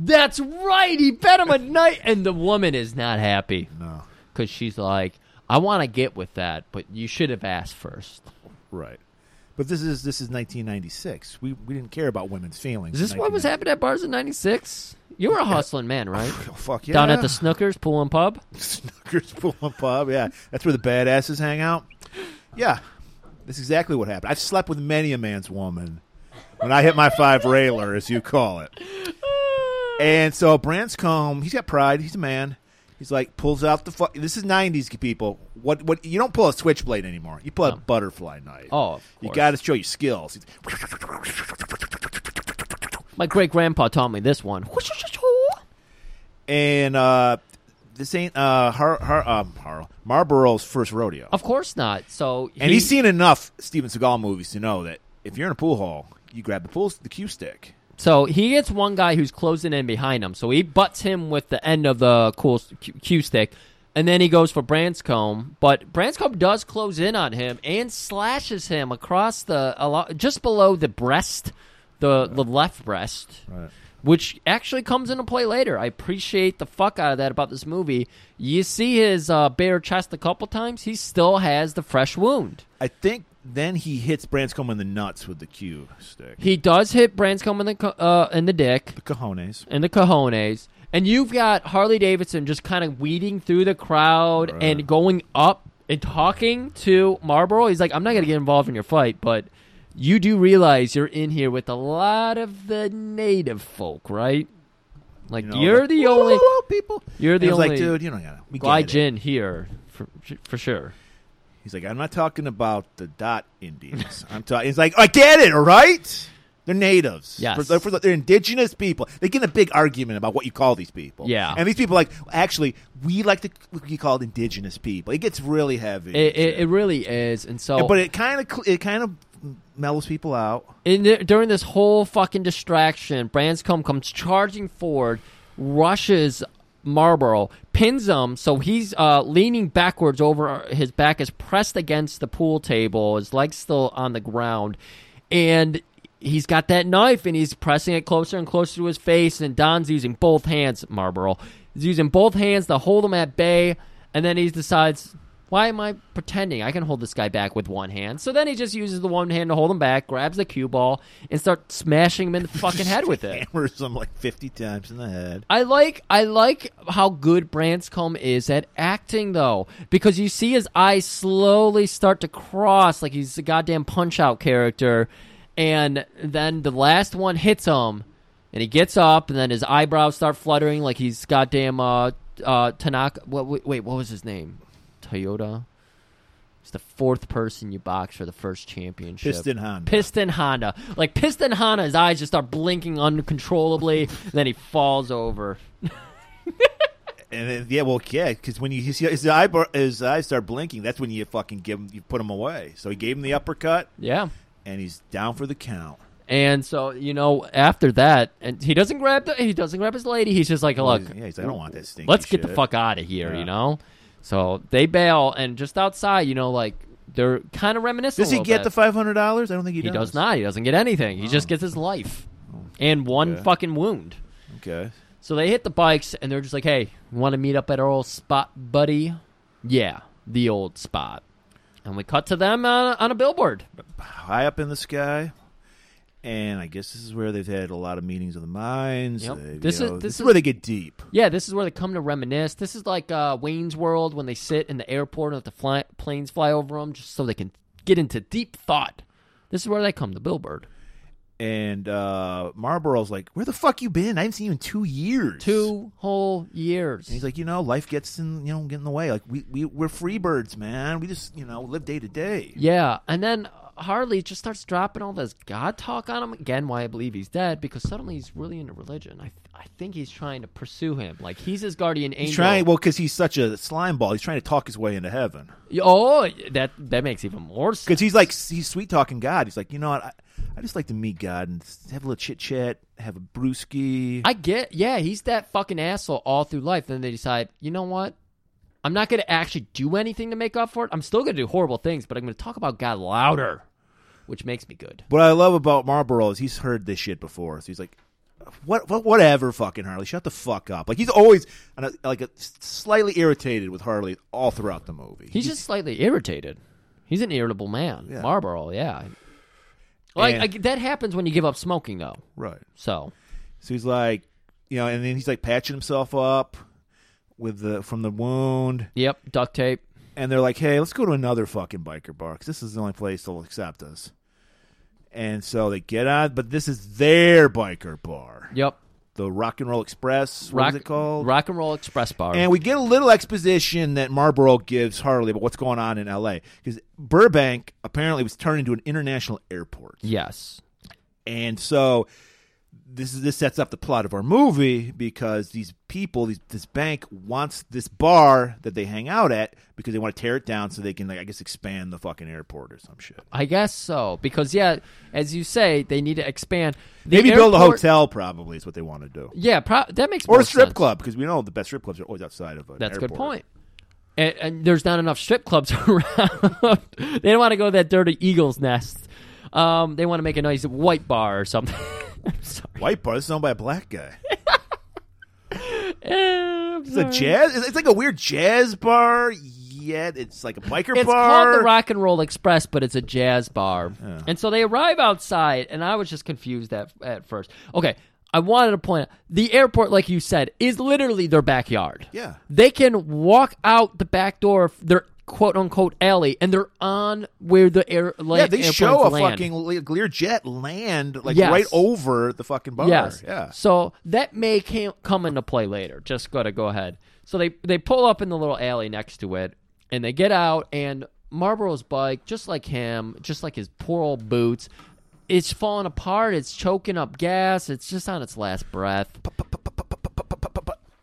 That's right. He bet him a night, and the woman is not happy. No, because she's like, "I want to get with that, but you should have asked first.
Right. But this is this is 1996. We we didn't care about women's feelings.
Is this
in
what was
1990.
happening at bars in '96? You were a hustling man, *laughs* right?
Oh, fuck yeah.
Down at
*laughs*
the Snookers Pool and Pub.
Snookers Pool and Pub. Yeah, that's where the badasses hang out. Yeah, that's exactly what happened. I've slept with many a man's woman when I hit my five railer, as you call it. And so Branscombe, he's got pride. He's a man. He's like pulls out the. Fu- this is '90s people. What what you don't pull a switchblade anymore. You pull a butterfly knife.
Oh, of
you
course.
got to show your skills. He's-
My great grandpa taught me this one.
And uh, this ain't uh, Har- Har- um, Har- Marlboro's first rodeo.
Of course not. So
And
Oh, he-
he's seen enough Steven Seagal movies to know that if you're in a pool hall, you grab the pool the cue stick.
So he gets one guy who's closing in behind him. So he butts him with the end of the cool Q, Q stick, and then he goes for Branscombe. But Branscombe does close in on him and slashes him across the alo- just below the breast, the the left breast, which actually comes into play later. I appreciate the fuck out of that about this movie. You see his uh, bare chest a couple times. He still has the fresh wound.
I think then he hits Branscombe in the nuts with the cue stick.
He does hit Branscombe in the co- uh, in the dick.
the cojones.
and the cojones. And you've got Harley Davidson just kind of weeding through the crowd and going up and talking to Marlboro. He's like, I'm not going to get involved in your fight, but You do realize you're in here with a lot of the native folk, right? Like
You
you
know,
are
like,
the
*laughs*
only
"Whoa, people.
you're the
And I was
only-
like, dude, you don't gotta. We get it.
Gaijin here for for sure.
He's like, I'm not talking about the dot Indians. I'm talking. He's like, I get it, all right. They're natives.
Yes.
For- they're- for the- they're indigenous people. They get in a big argument about what you call these people.
Yeah.
And these people are like, actually, we like to be called indigenous people. It gets really heavy.
It, it, it really is, and so
but it kind of it kind of mellows people out. *laughs*
in the, during this whole fucking distraction, Branscombe comes charging forward, rushes Marlboro, pins him, so he's uh, leaning backwards over his back is pressed against the pool table, his legs still on the ground, and he's got that knife and he's pressing it closer and closer to his face, and Don's using both hands, Marlboro, he's using both hands to hold him at bay, and then he decides why am I pretending I can hold this guy back with one hand? So then he just uses the one hand to hold him back, grabs the cue ball, and starts smashing him in the fucking head with it.
Hammers them like 50 times in the head.
I like I like how good Branscombe is at acting though, because you see his eyes slowly start to cross like he's a goddamn punch out character, and then the last one hits him, and he gets up, and then his eyebrows start fluttering like he's goddamn uh uh Tanaka. What wait what was his name? Toyota. It's the fourth person you box for the first championship.
Piston Honda.
Piston Honda. Like Piston Honda, his eyes just start blinking uncontrollably. *laughs* then he falls over.
And then, yeah, well, yeah, because when you see his, eyebrow, his eyes start blinking, that's when you fucking give him, you put him away. So he gave him the uppercut,
Yeah.
and he's down for the count.
And so you know, after that, and he doesn't grab the he doesn't grab his lady. He's just like, look,
yeah, he's like, I don't want that stinky
let's get the
shit."
fuck out of here,
Yeah.
you know. So they bail, and just outside, you know, like they're kind of reminiscent.
Does
a
he
little
get
bit.
the five hundred dollars? I don't think he
He
does. Oh.
does not. He doesn't get anything. He just gets his life and one
Okay.
fucking wound.
Okay.
So they hit the bikes and they're just like, "Hey, want to meet up at our old spot, buddy?" Yeah, the old spot. And we cut to them on, on a billboard.
High up in the sky, and I guess this is where they've had a lot of meetings of the minds.
Yep.
They- you
This is-
know,
this
this is
is-
where they get deep.
Yeah, this is where they come to reminisce. This is like uh, Wayne's World when they sit in the airport and let the fly, planes fly over them, just so they can get into deep thought. This is where they come to billboard.
And uh, Marlboro's like, "Where the fuck you been? I haven't seen you in two years."
Two whole years.
And he's like, you know, life gets in, you know, get in the way. Like we we we're free birds, man. We just you know live day to day.
Yeah, and then Harley just starts dropping all this God talk on him again. Why I believe he's dead because suddenly he's really into religion. I I think he's trying to pursue him. Like he's his guardian angel.
He's trying well because he's such a slime ball. He's trying to talk his way into heaven
Oh, that that makes even more sense.
because he's like he's sweet talking God. He's like, you know what? I, I just like to meet God and have a little chit chat, have a brewski.
I get, yeah, he's that fucking asshole all through life. Then they decide, you know what? I'm not going to actually do anything to make up for it. I'm still going to do horrible things, but I'm going to talk about God louder, which makes me good.
What I love about Marlboro is he's heard this shit before. So he's like, what, what whatever, fucking Harley, shut the fuck up. Like he's always and I- like uh, slightly irritated with Harley all throughout the movie.
He's just slightly irritated. He's an irritable man.
Yeah.
Marlboro, yeah. Like
And-
I, that happens when you give up smoking, though.
right.
So
So he's like, you know, and then he's like patching himself up with the from the wound,
yep, duct tape.
and they're like, hey, let's go to another fucking biker bar 'cause this is the only place they'll accept us. And so they get on, but this is their biker bar,
Yep,
the Rock and Roll Express. What
rock
is it called?
Rock and Roll Express Bar.
And we get a little exposition that Marlboro gives Harley about what's going on in L.A. because Burbank apparently was turned into an international airport,
yes,
and so this is this sets up the plot of our movie because these people, these, this bank wants this bar that they hang out at because they want to tear it down so they can, like, I guess, expand the fucking airport or some shit.
I guess so. Because yeah, as you say, they need to expand. The
Maybe build a
airport-
hotel, probably is what they want to do,
Yeah, pro- that makes
or
more
a strip
sense.
club because we know the best strip clubs are always outside of an
That's a
airport.
good point. And, and there's not enough strip clubs *laughs* around. they don't want to go to that dirty eagle's nest. Um, they want to make a nice white bar or something. *laughs* I'm sorry.
White bar. This is owned by a black guy.
Eh, I'm
It's a
sorry.
jazz. It's like a weird jazz bar. Yet it's like a biker
It's
bar.
called the Rock and Roll Express, but it's a jazz bar. And so they arrive outside, and I was just confused at, at first. Okay, I wanted to point out the airport, like you said, is literally their backyard.
Yeah.
They can walk out the back door. They're quote unquote alley, and they're on where the air land.
yeah, they show a
airplanes land.
fucking Le- Learjet land like
Yes.
right over the fucking bar.
Yes.
Yeah.
So that may came, come into play later. Just gotta go ahead. So they they pull up in the little alley next to it, and they get out, and Marlboro's bike, just like him, just like his poor old boots, it's falling apart. It's choking up gas. It's just on its last breath.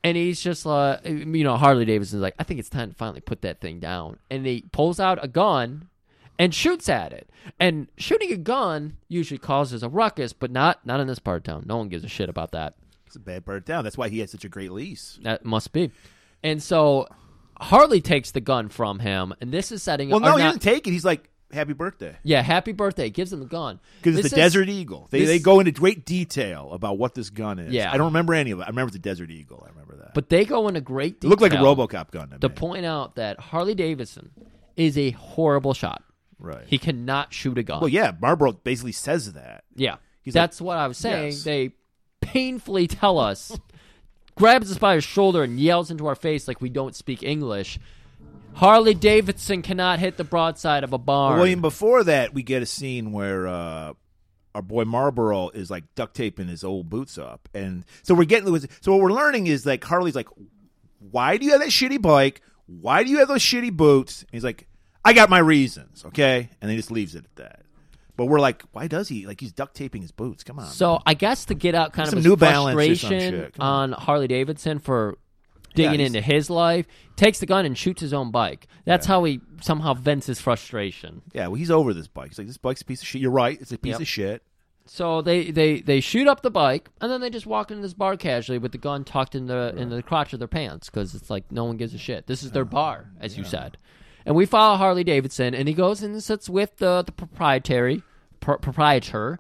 And he's just like, you know, Harley Davidson's like, I think it's time to finally put that thing down. And he pulls out a gun and shoots at it. And shooting a gun usually causes a ruckus, but not not in this part of town. No one gives a shit about that.
It's a bad part of town. That's why he had such a great lease.
That must be. And so Harley takes the gun from him, and this is setting
Well,
or
no, he
not-
didn't take it. He's like, "Happy birthday,"
Yeah, happy birthday. Gives him the gun
because
This
it's a
is-
Desert Eagle. They
this-
they go into great detail about what this gun is.
Yeah.
I don't remember any of it. I remember the Desert Eagle. I remember that.
But they go into great
it
detail.
looked like a RoboCop gun. To
to
me.
point out that Harley Davidson is a horrible shot.
Right.
He cannot shoot a gun.
Well, yeah, Marlboro basically says that.
Yeah.
He's
That's what I was saying.
Yes.
They painfully tell us, *laughs* grabs us by his shoulder and yells into our face like we don't speak English. Harley Davidson cannot hit the broadside of a barn.
Well, even before that, we get a scene where uh, our boy Marlboro is like duct taping his old boots up, and so we're getting. So what we're learning is like Harley's like, "Why do you have that shitty bike? Why do you have those shitty boots?" And he's like, "I got my reasons, okay," and he just leaves it at that. But we're like, "Why does he? Like he's duct taping his boots? Come on."
so I guess to get out kind
Some
of his
New Balance or some
frustration
shit. Come
on Harley Davidson for digging
he's-
into his life, takes the gun and shoots his own bike. That's how he somehow vents his frustration.
yeah, well, he's over this bike. He's like, "This bike's a piece of shit." You're right; it's a piece
Yep.
of shit.
So they, they, they shoot up the bike and then they just walk into this bar casually with the gun tucked in the in the crotch of their pants because it's like no one gives a shit. This is their bar, as you said. And we follow Harley Davidson and he goes and sits with the the proprietary pr- proprietor,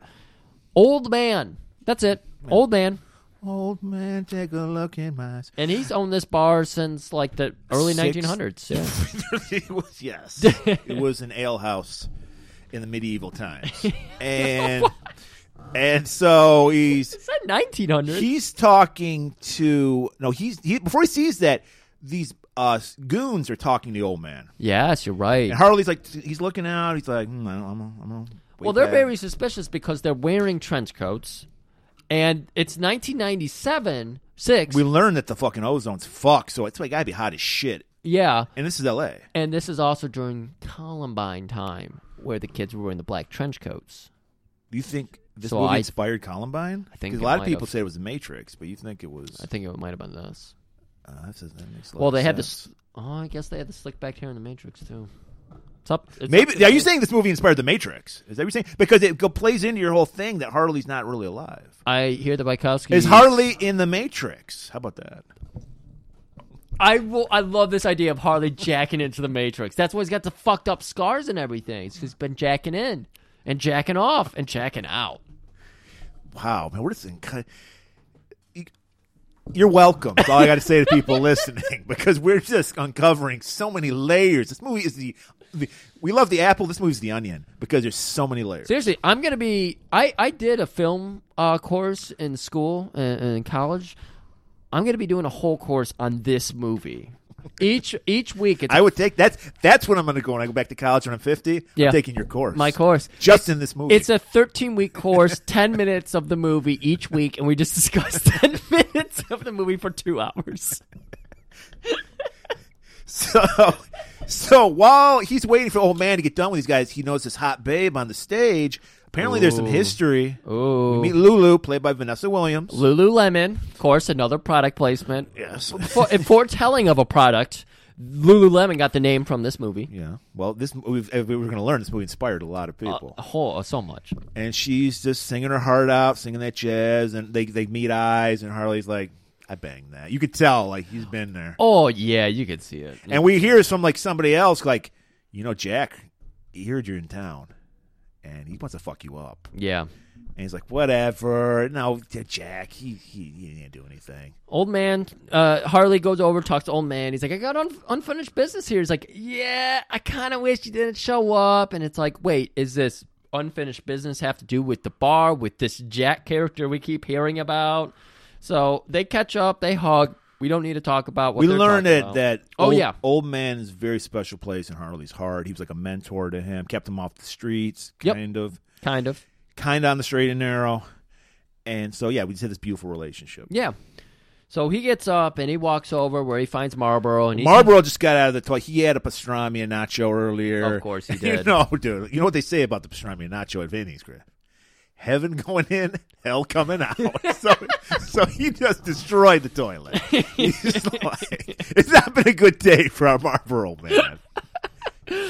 old man. That's it, old man.
Old man, take a look in my eyes.
And he's owned this bar since like the early
Six-
1900s. Yeah.
it
*laughs*
was yes. it was an ale house in the medieval
*laughs*
times. And and so he's
Is that 1900?
he's talking to no, he's he before he sees that these uh goons are talking to the old man.
yes, you're right.
And Harley's like he's looking out, he's like, hmm, I don't, I'm gonna- I'm gonna wait
Well, they're
back."
very suspicious because they're wearing trench coats, and it's 1997 six.
We learned that the fucking ozone's fucked, so it's like gotta be hot as shit.
yeah,
And this is LA.
and this is also during Columbine time, where the kids were wearing the black trench coats.
You think this
So
movie
I-
inspired Columbine?
I think
'Cause
it
a lot
might
of people
have.
say it was the Matrix, but you think it was.
I think it might have been this.
Uh, that's, that makes a lot
Well,
of
they had
sense.
this. Oh, I guess they had the slick back hair in the Matrix too. It's up. it's up
Maybe
to
are you
date.
saying this movie inspired The Matrix? Is that what you're saying? Because it go, plays into your whole thing that Harley's not really alive.
I hear the Bykowski
Is Harley in The Matrix? How about that?
I will, I love this idea of Harley jacking into the Matrix. That's why he's got the fucked up scars and everything. It's 'cause he's been jacking in and jacking off and jacking out.
Wow, man, what is in kind You're welcome. That's all I got to say to people *laughs* listening because we're just uncovering so many layers. This movie is the, the we love the apple. This movie's the onion because there's so many layers.
Seriously, I'm gonna be. I I did a film uh, course in school and in college. I'm gonna be doing a whole course on this movie. Each each week, it's
I would take that's that's what I'm going to go when I go back to college when I'm 50.
Yeah.
I'm taking your course,
my course.
just in this movie.
It's a 13 week course, *laughs* 10 minutes of the movie each week, and we just discuss *laughs* 10 minutes of the movie for two hours.
So, so while he's waiting for old man to get done with these guys, he knows this hot babe on the stage. Apparently, there's some history.
Ooh.
We meet Lulu, played by Vanessa Williams.
Lululemon, of course, another product placement.
yes.
For, a foretelling of a product, Lululemon got the name from this movie.
yeah. Well, this we've, uh, we were going to learn this movie inspired a lot of people,
Oh, so much.
and she's just singing her heart out, singing that jazz, and they they meet eyes, and Harley's like, "I banged that." You could tell, like he's been there.
Oh yeah, you could see it.
And we hear from like somebody else, like, you know, Jack, he heard you're in town, and he wants to fuck you up.
yeah,
And he's like, whatever. No, Jack, he, he, he didn't do anything.
old man uh, Harley goes over, talks to old man. He's like, "I got un- unfinished business here." He's like, "Yeah, I kind of wish you didn't show up." And it's like, wait, is this unfinished business have to do with the bar with this Jack character we keep hearing about? So they catch up, they hug. We don't need to talk about what
we
they're
learned
talking
that
about.
that
Oh,
old,
yeah.
old man is a very special place in Harley's heart. He was like a mentor to him, kept him off the streets,
Yep.
kind of,
kind of.
kind of on the straight and narrow. And so yeah, we just had this beautiful relationship.
Yeah. So he gets up and he walks over where he finds Marlboro and he's
Marlboro just got out of the toy. He had a pastrami and nacho earlier.
Of course he
*laughs* you
did.
know, dude. You know what they say about the pastrami and nacho at Vinny's, Griff? Heaven going in, hell
*laughs*
coming out. so, so he just destroyed the toilet.
*laughs*
He's just like, it's not been a good day for our Marlboro
*laughs*
man.
*laughs*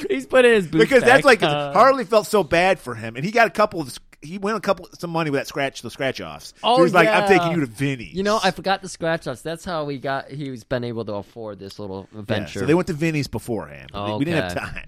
he's putting his boots
because that's
back.
like
Uh,
Harley felt so bad for him, and he got a couple of he won a couple some money with that scratch the scratch offs.
Oh,
he was like, "I'm
yeah.
taking you to Vinny's."
You know, I forgot the scratch offs. That's how we got. He's been able to afford this little
Yeah,
venture.
So they went to Vinny's beforehand. but
Oh,
they- We didn't have
Okay.
time.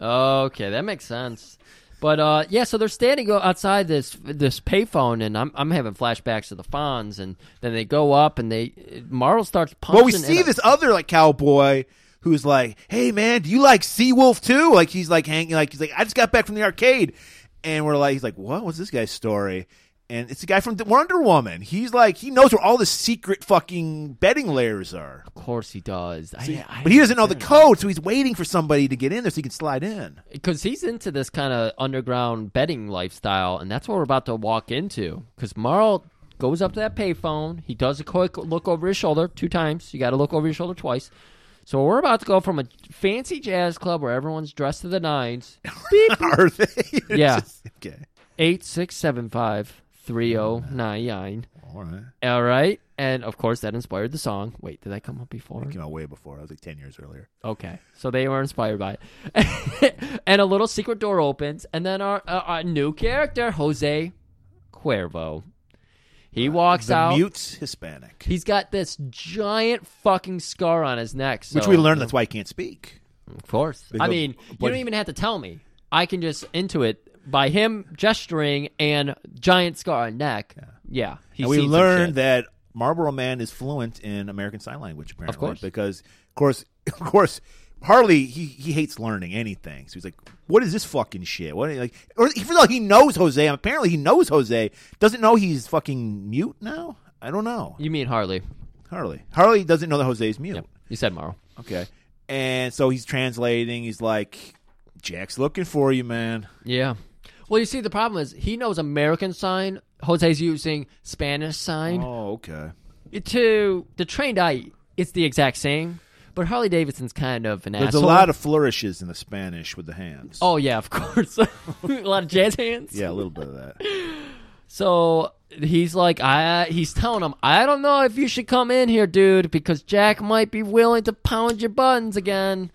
Okay, that makes sense. But uh, yeah, so they're standing o- outside this this payphone, and I'm I'm having flashbacks to the Fonz, and then they go up, and they Marl starts punching.
Well, we see
in a-
this other like cowboy who's like, "Hey man, do you like Seawolf too?" Like he's like hanging, like he's like, "I just got back from the arcade," and we're like, "He's like, what was this guy's story?" And it's the guy from the Wonder Woman. He's like, he knows where all the secret fucking bedding layers are,
Of course, he does. I- I,
but he doesn't know the code, so he's waiting for somebody to get in there so he can slide in.
because he's into this kind of underground betting lifestyle, and that's what we're about to walk into. Because Marl goes up to that payphone, he does a quick look over his shoulder two times. You got to look over your shoulder twice. So we're about to go from a fancy jazz club where everyone's dressed to the nines.
*laughs* Are they? It's
Yeah.
just- okay.
Eight six seven five three zero nine nine.
All right.
All right, and of course that inspired the song. Wait, did that come up before?
Came out way before. I was like ten years earlier.
Okay, so they were inspired by it. *laughs* and a little secret door opens, and then our, uh, our new character, Jose Cuervo, he walks
Uh, The
out.
mute Hispanic,
He's got this giant fucking scar on his neck, so,
which we learned that's why he can't speak.
Of course, I
go-
mean, you
but-
don't even have to tell me. I can just intuit by him gesturing and giant scar on neck. Yeah, he's
and we
seen some
learned
shit.
that Marlboro Man is fluent in American Sign Language, apparently,
course.
because of course, *laughs* of course, Harley he, he hates learning anything. So he's like, "What is this fucking shit?" What like, or even though he knows Jose, apparently he knows Jose, doesn't know he's fucking mute now. I don't know.
you mean Harley.
Harley Harley doesn't know that Jose's mute.
You said Marl.
Okay, and so he's translating. He's like, "Jack's looking for
*laughs*
you, man."
Yeah. Well, you see, the problem is he knows American sign. Jose's using Spanish sign.
Oh, okay.
To the trained eye, it's the exact same. But Harley Davidson's kind of an
There's
asshole.
a lot of flourishes in the Spanish with the hands.
Oh yeah, of course. *laughs* a lot of jazz hands.
yeah, a little bit of that.
So he's like, I. He's telling him, I don't know if you should come in here, dude, because Jack might be willing to pound your buttons again.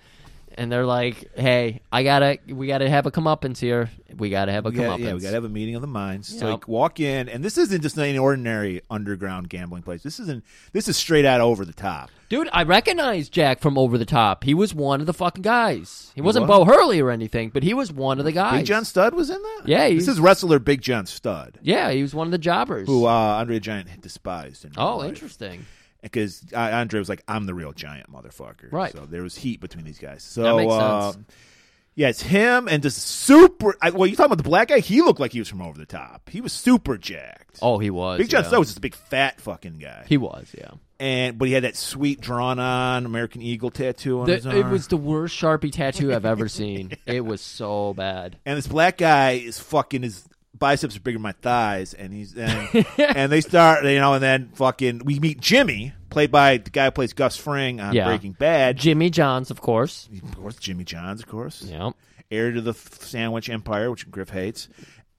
And they're like, Hey, I gotta, we gotta have a comeuppance here. We gotta have a
We got,
comeuppance.
yeah, we gotta have a meeting of the minds. So
Yep.
like walk in, and this isn't just any ordinary underground gambling place. This isn't. This is straight out over the top.
Dude, I recognize Jack from Over the Top. He was one of the fucking guys. He wasn't
was?
Bo Hurley or anything, but he was one of the guys.
Big John Studd was in that.
Yeah,
this
he's-
is wrestler Big John Studd,
Yeah, he was one of the jobbers.
who uh, Andre the Giant despised. In
oh, interesting.
Because uh, Andre was like, "I'm the real giant, motherfucker."
Right.
So there was heat between these guys. So
That makes
uh,
sense.
yeah, it's him and just super. I, well, you talking about the black guy? He looked like he was from over the top. He was super jacked.
Oh, he was.
Big John
yeah.
Studd was just a big fat fucking guy.
He was, yeah.
and but he had that sweet drawn on American Eagle tattoo on
The-
his arm.
it was the worst Sharpie tattoo I've
*laughs*
ever seen. It was so bad.
and this black guy is fucking his biceps are bigger than my thighs, and he's
*laughs*
and, and they start you know, and then fucking we meet Jimmy, played by the guy who plays Gus Fring on
Yeah.
Breaking Bad.
Jimmy Johns, of course.
of course, Jimmy Johns, of course,
Yeah.
heir to the f- sandwich empire, which Griff hates.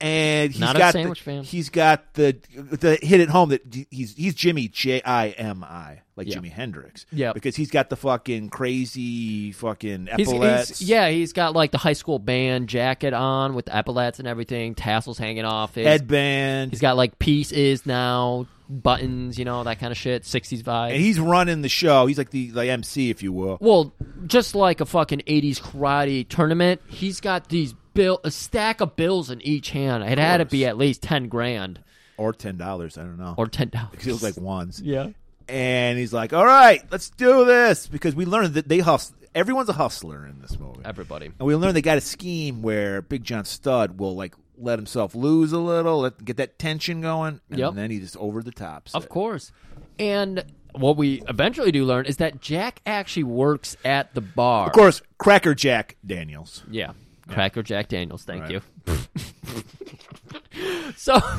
And he's
Not a
got
sandwich
the,
fan.
He's got the the hit at home that d- he's he's Jimmy J I M I like
Yeah.
Jimi Hendrix.
Yep.
because he's got the fucking crazy fucking
He's,
epaulets.
he's yeah, he's got like the high school band jacket on with the epaulets and everything, tassels hanging off. His,
headband.
He's got like peace is now buttons, you know that kind of shit. Sixties vibe.
and he's running the show. He's like the, the MC, if you will.
Well, just like a fucking 80s karate tournament, he's got these bill a stack of bills in each hand. It had to be at least 10 grand
Or ten dollars, I don't know.
or 10
it feels like ones.
yeah.
And he's like, All right, let's do this because we learned that they hustle everyone's a hustler in this movie.
Everybody.
And we learned they got a scheme where Big John Stud will like let himself lose a little, let, get that tension going, and
Yep.
then he just over the top.
Of course. And what we eventually do learn is that Jack actually works at the bar.
Of course, Cracker Jack Daniels.
Yeah. Cracker Jack Daniels, thank you. *laughs* so *laughs*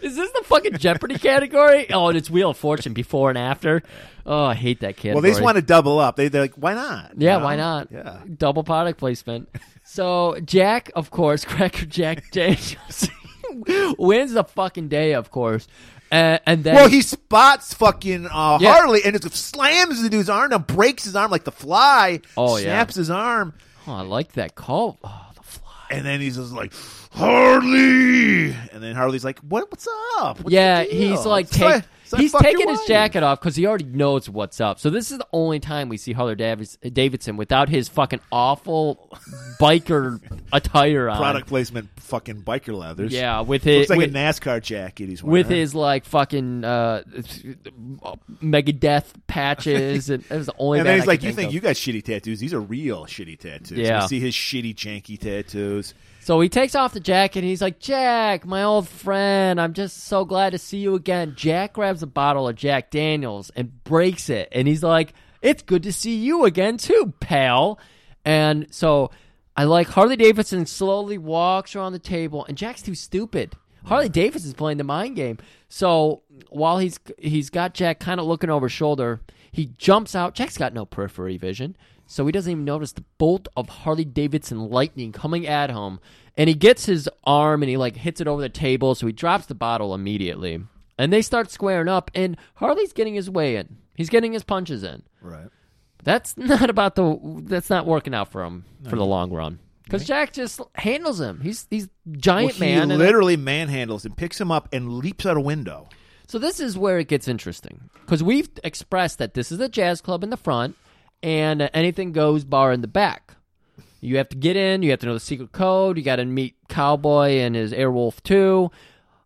Is this the fucking Jeopardy category? Oh, and it's Wheel of Fortune before and after. Oh, I hate that category.
Well, they just want to double up. They, they're like, why not?
Yeah,
You know?
why not?
Yeah.
Double product placement. So Jack, of course, *laughs* Cracker Jack Daniels wins the fucking day, of course. Uh, and then
Well, he spots fucking uh,
Yeah.
Harley and just slams the dude's arm and breaks his arm like the fly.
Oh, yeah.
snaps his arm,
Oh, I like that call. Oh, the fly.
and then he's just like Harley, and then Harley's like, "What? What's up? What's
yeah,
the deal?
he's like
So I-
take,
so I
he's
fucked your
taking his
wife."
jacket off because he already knows what's up. So this is the only time we see Harley Davis, Davidson without his fucking awful biker *laughs* attire on.
Product placement, fucking biker leathers.
Um, Yeah, with
looks
his
like
with,
a NASCAR jacket. He's wearing.
with his like fucking uh, Megadeth patches, and that was the only.
And
band
then
I
he's
could
like, "You think
of."
you got shitty tattoos? These are real shitty tattoos.
Yeah.
You see his shitty, janky tattoos.
So he takes off the jacket and he's like, Jack, my old friend, I'm just so glad to see you again. Jack grabs a bottle of Jack Daniels and breaks it. And he's like, It's good to see you again, too, pal. And so I like Harley Davidson slowly walks around the table, and Jack's too stupid. Harley Davidson's playing the mind game. So while he's he's got Jack kind of looking over his shoulder, he jumps out. Jack's got no periphery vision, so he doesn't even notice the bolt of Harley Davidson lightning coming at him. And he gets his arm and he like hits it over the table, so he drops the bottle immediately. And they start squaring up, and Harley's getting his way in. He's getting his punches in.
Right.
That's *laughs* not about the. That's not working out for him for the long run. Because Jack just handles him. He's he's giant
Well,
man.
He
and-
literally manhandles and picks him up and leaps out a window. *laughs*
So this is where it gets interesting because we've expressed that this is a jazz club in the front and a anything goes bar in the back. You have to get in. You have to know the secret code. You got to meet Cowboy and his Airwolf too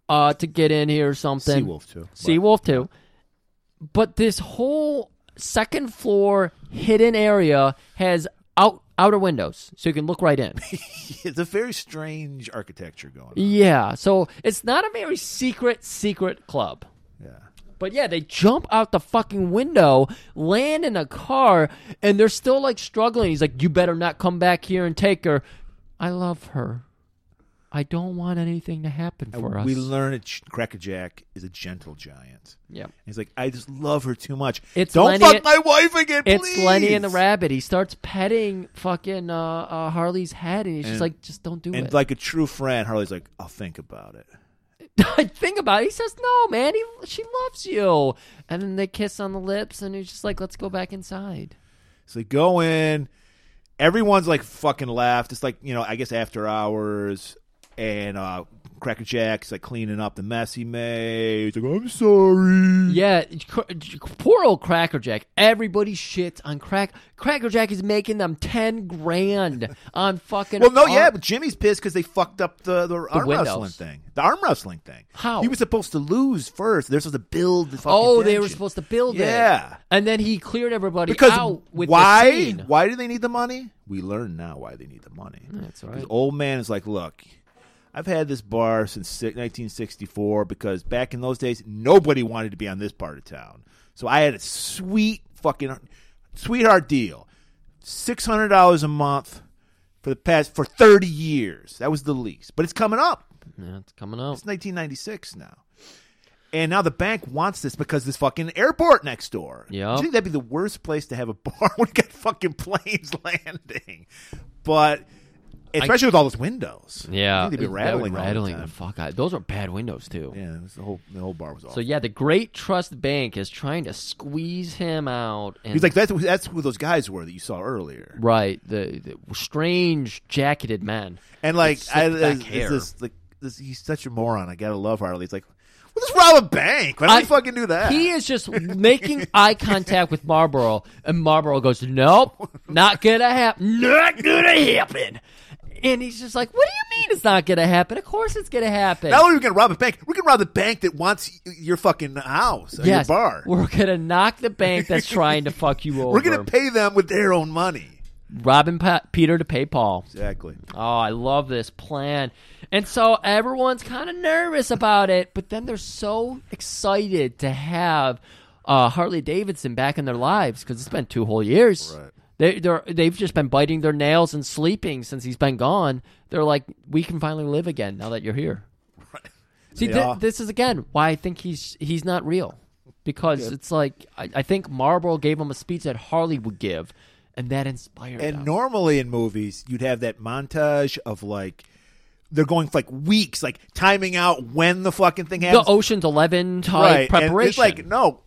uh, to get in here or something.
Seawolf, too.
Seawolf too. But this whole second floor hidden area has out outer windows, so you can look right in.
It's a very strange architecture going on.
yeah. So it's not a very secret secret club.
Yeah.
But yeah, they jump out the fucking window, land in a car, and they're still like struggling. He's like, "You better not come back here and take her. I love her. I don't want anything to happen for us."
We learn that Ch- Cracker Jack is a gentle giant.
Yep.
He's like, I just love her too much.
It's
Don't
Lenny-
fuck my wife again,
It's
please.
Lenny and the Rabbit. He starts petting fucking uh, uh, Harley's head, and he's just
And-
like, "Just don't do
And
it."
like a true friend, Harley's like, I'll think about it.
*laughs* think about it. He says, "No, man. He, she loves you." And then they kiss on the lips, and he's just like, "Let's go back inside."
So they go in. Everyone's like fucking left. It's like, you know, I guess after hours. And uh, Cracker Jack's like cleaning up the mess he made. He's like, I'm sorry.
Yeah, cr- poor old Cracker Jack. Everybody shits on Crack. Cracker Jack is making them ten grand on fucking.
Well, no,
art.
yeah, but Jimmy's pissed because they fucked up the, the, arm
windows.
wrestling thing. The arm wrestling thing.
How?
He was supposed to lose first. They're supposed to build the fucking
Oh, they were
tension.
supposed to build it.
Yeah.
and then he cleared everybody
Because
out with
why?
The scene.
Why do they need the money? We learn now why they need the money.
That's right.
'Cause old man is like, look, I've had this bar since si- 1964 because back in those days, nobody wanted to be on this part of town. So I had a sweet fucking sweetheart deal. $600 a month for the past, for 30 years. That was the lease. But it's coming up.
Yeah, it's coming out.
It's 1996 now. And now the bank wants this because this fucking airport next door.
Yeah.
Do you think that'd be the worst place to have a bar *laughs* when you got fucking planes *laughs* landing? But especially with all those windows.
Yeah,
I think they'd be
were
rattling, all the
rattling
time.
the fuck out. Those are bad windows too.
yeah, it was the whole the whole bar was off.
So yeah, the Great Trust Bank is trying to squeeze him out. And
He's like that's who- that's who those guys were that you saw earlier.
right, the, the strange jacketed man.
And like
Slick
I,
back
is
hair.
this like this, he's such a moron. I gotta love Harley. He's like, well, just rob a bank. Why don't
I-
you fucking do that?
He is just making eye contact with Marlboro, and Marlboro goes, "Nope, not gonna happen. Not gonna happen." And he's just like, "What do you mean it's not gonna happen? Of course it's gonna happen."
Not only are we gonna rob a bank, we're gonna rob the bank that wants y- your fucking house, or
Yes,
your bar.
We're gonna knock the bank that's trying to fuck you over.
*laughs* We're going to pay them with their own money.
Robin pa- Peter to pay Paul.
Exactly.
Oh, I love this plan. And so everyone's kind of nervous about it, but then they're so excited to have uh, Harley Davidson back in their lives because it's been two whole years.
Right.
They they're, they've just been biting their nails and sleeping since he's been gone. They're like, we can finally live again now that you're here. See,
They
thi-
are.
this is again why I think he's he's not real because it's like I, I think Marlboro gave him a speech that Harley would give, and that inspired
*laughs* And
him.
normally in movies, you'd have that montage of like they're going for like weeks, like timing out when the fucking thing
the
happens.
Ocean's Eleven type
and
preparation.
it's like no,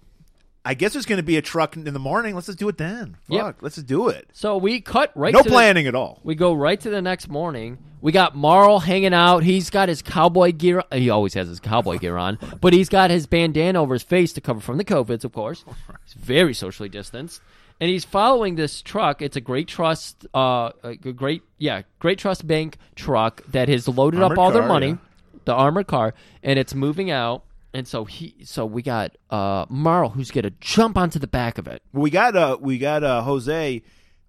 I guess there's going to be a truck in the morning. Let's just do it then. Fuck,
Yep.
let's just do it.
so we cut right.
no
to the-
planning at all.
We go right to the next morning. We got Marl hanging out. He's got his cowboy gear. He always has his cowboy gear on, but he's got his bandana over his face to cover from the covids, of course. He's very socially distanced, and he's following this truck. It's a great trust, uh, a g- great yeah, great trust bank truck that has loaded
Armored
up all their
car,
money,
yeah.
the armored car, and it's moving out. And so he, so we got uh, Marl who's gonna jump onto the back of it.
We got uh we got uh Jose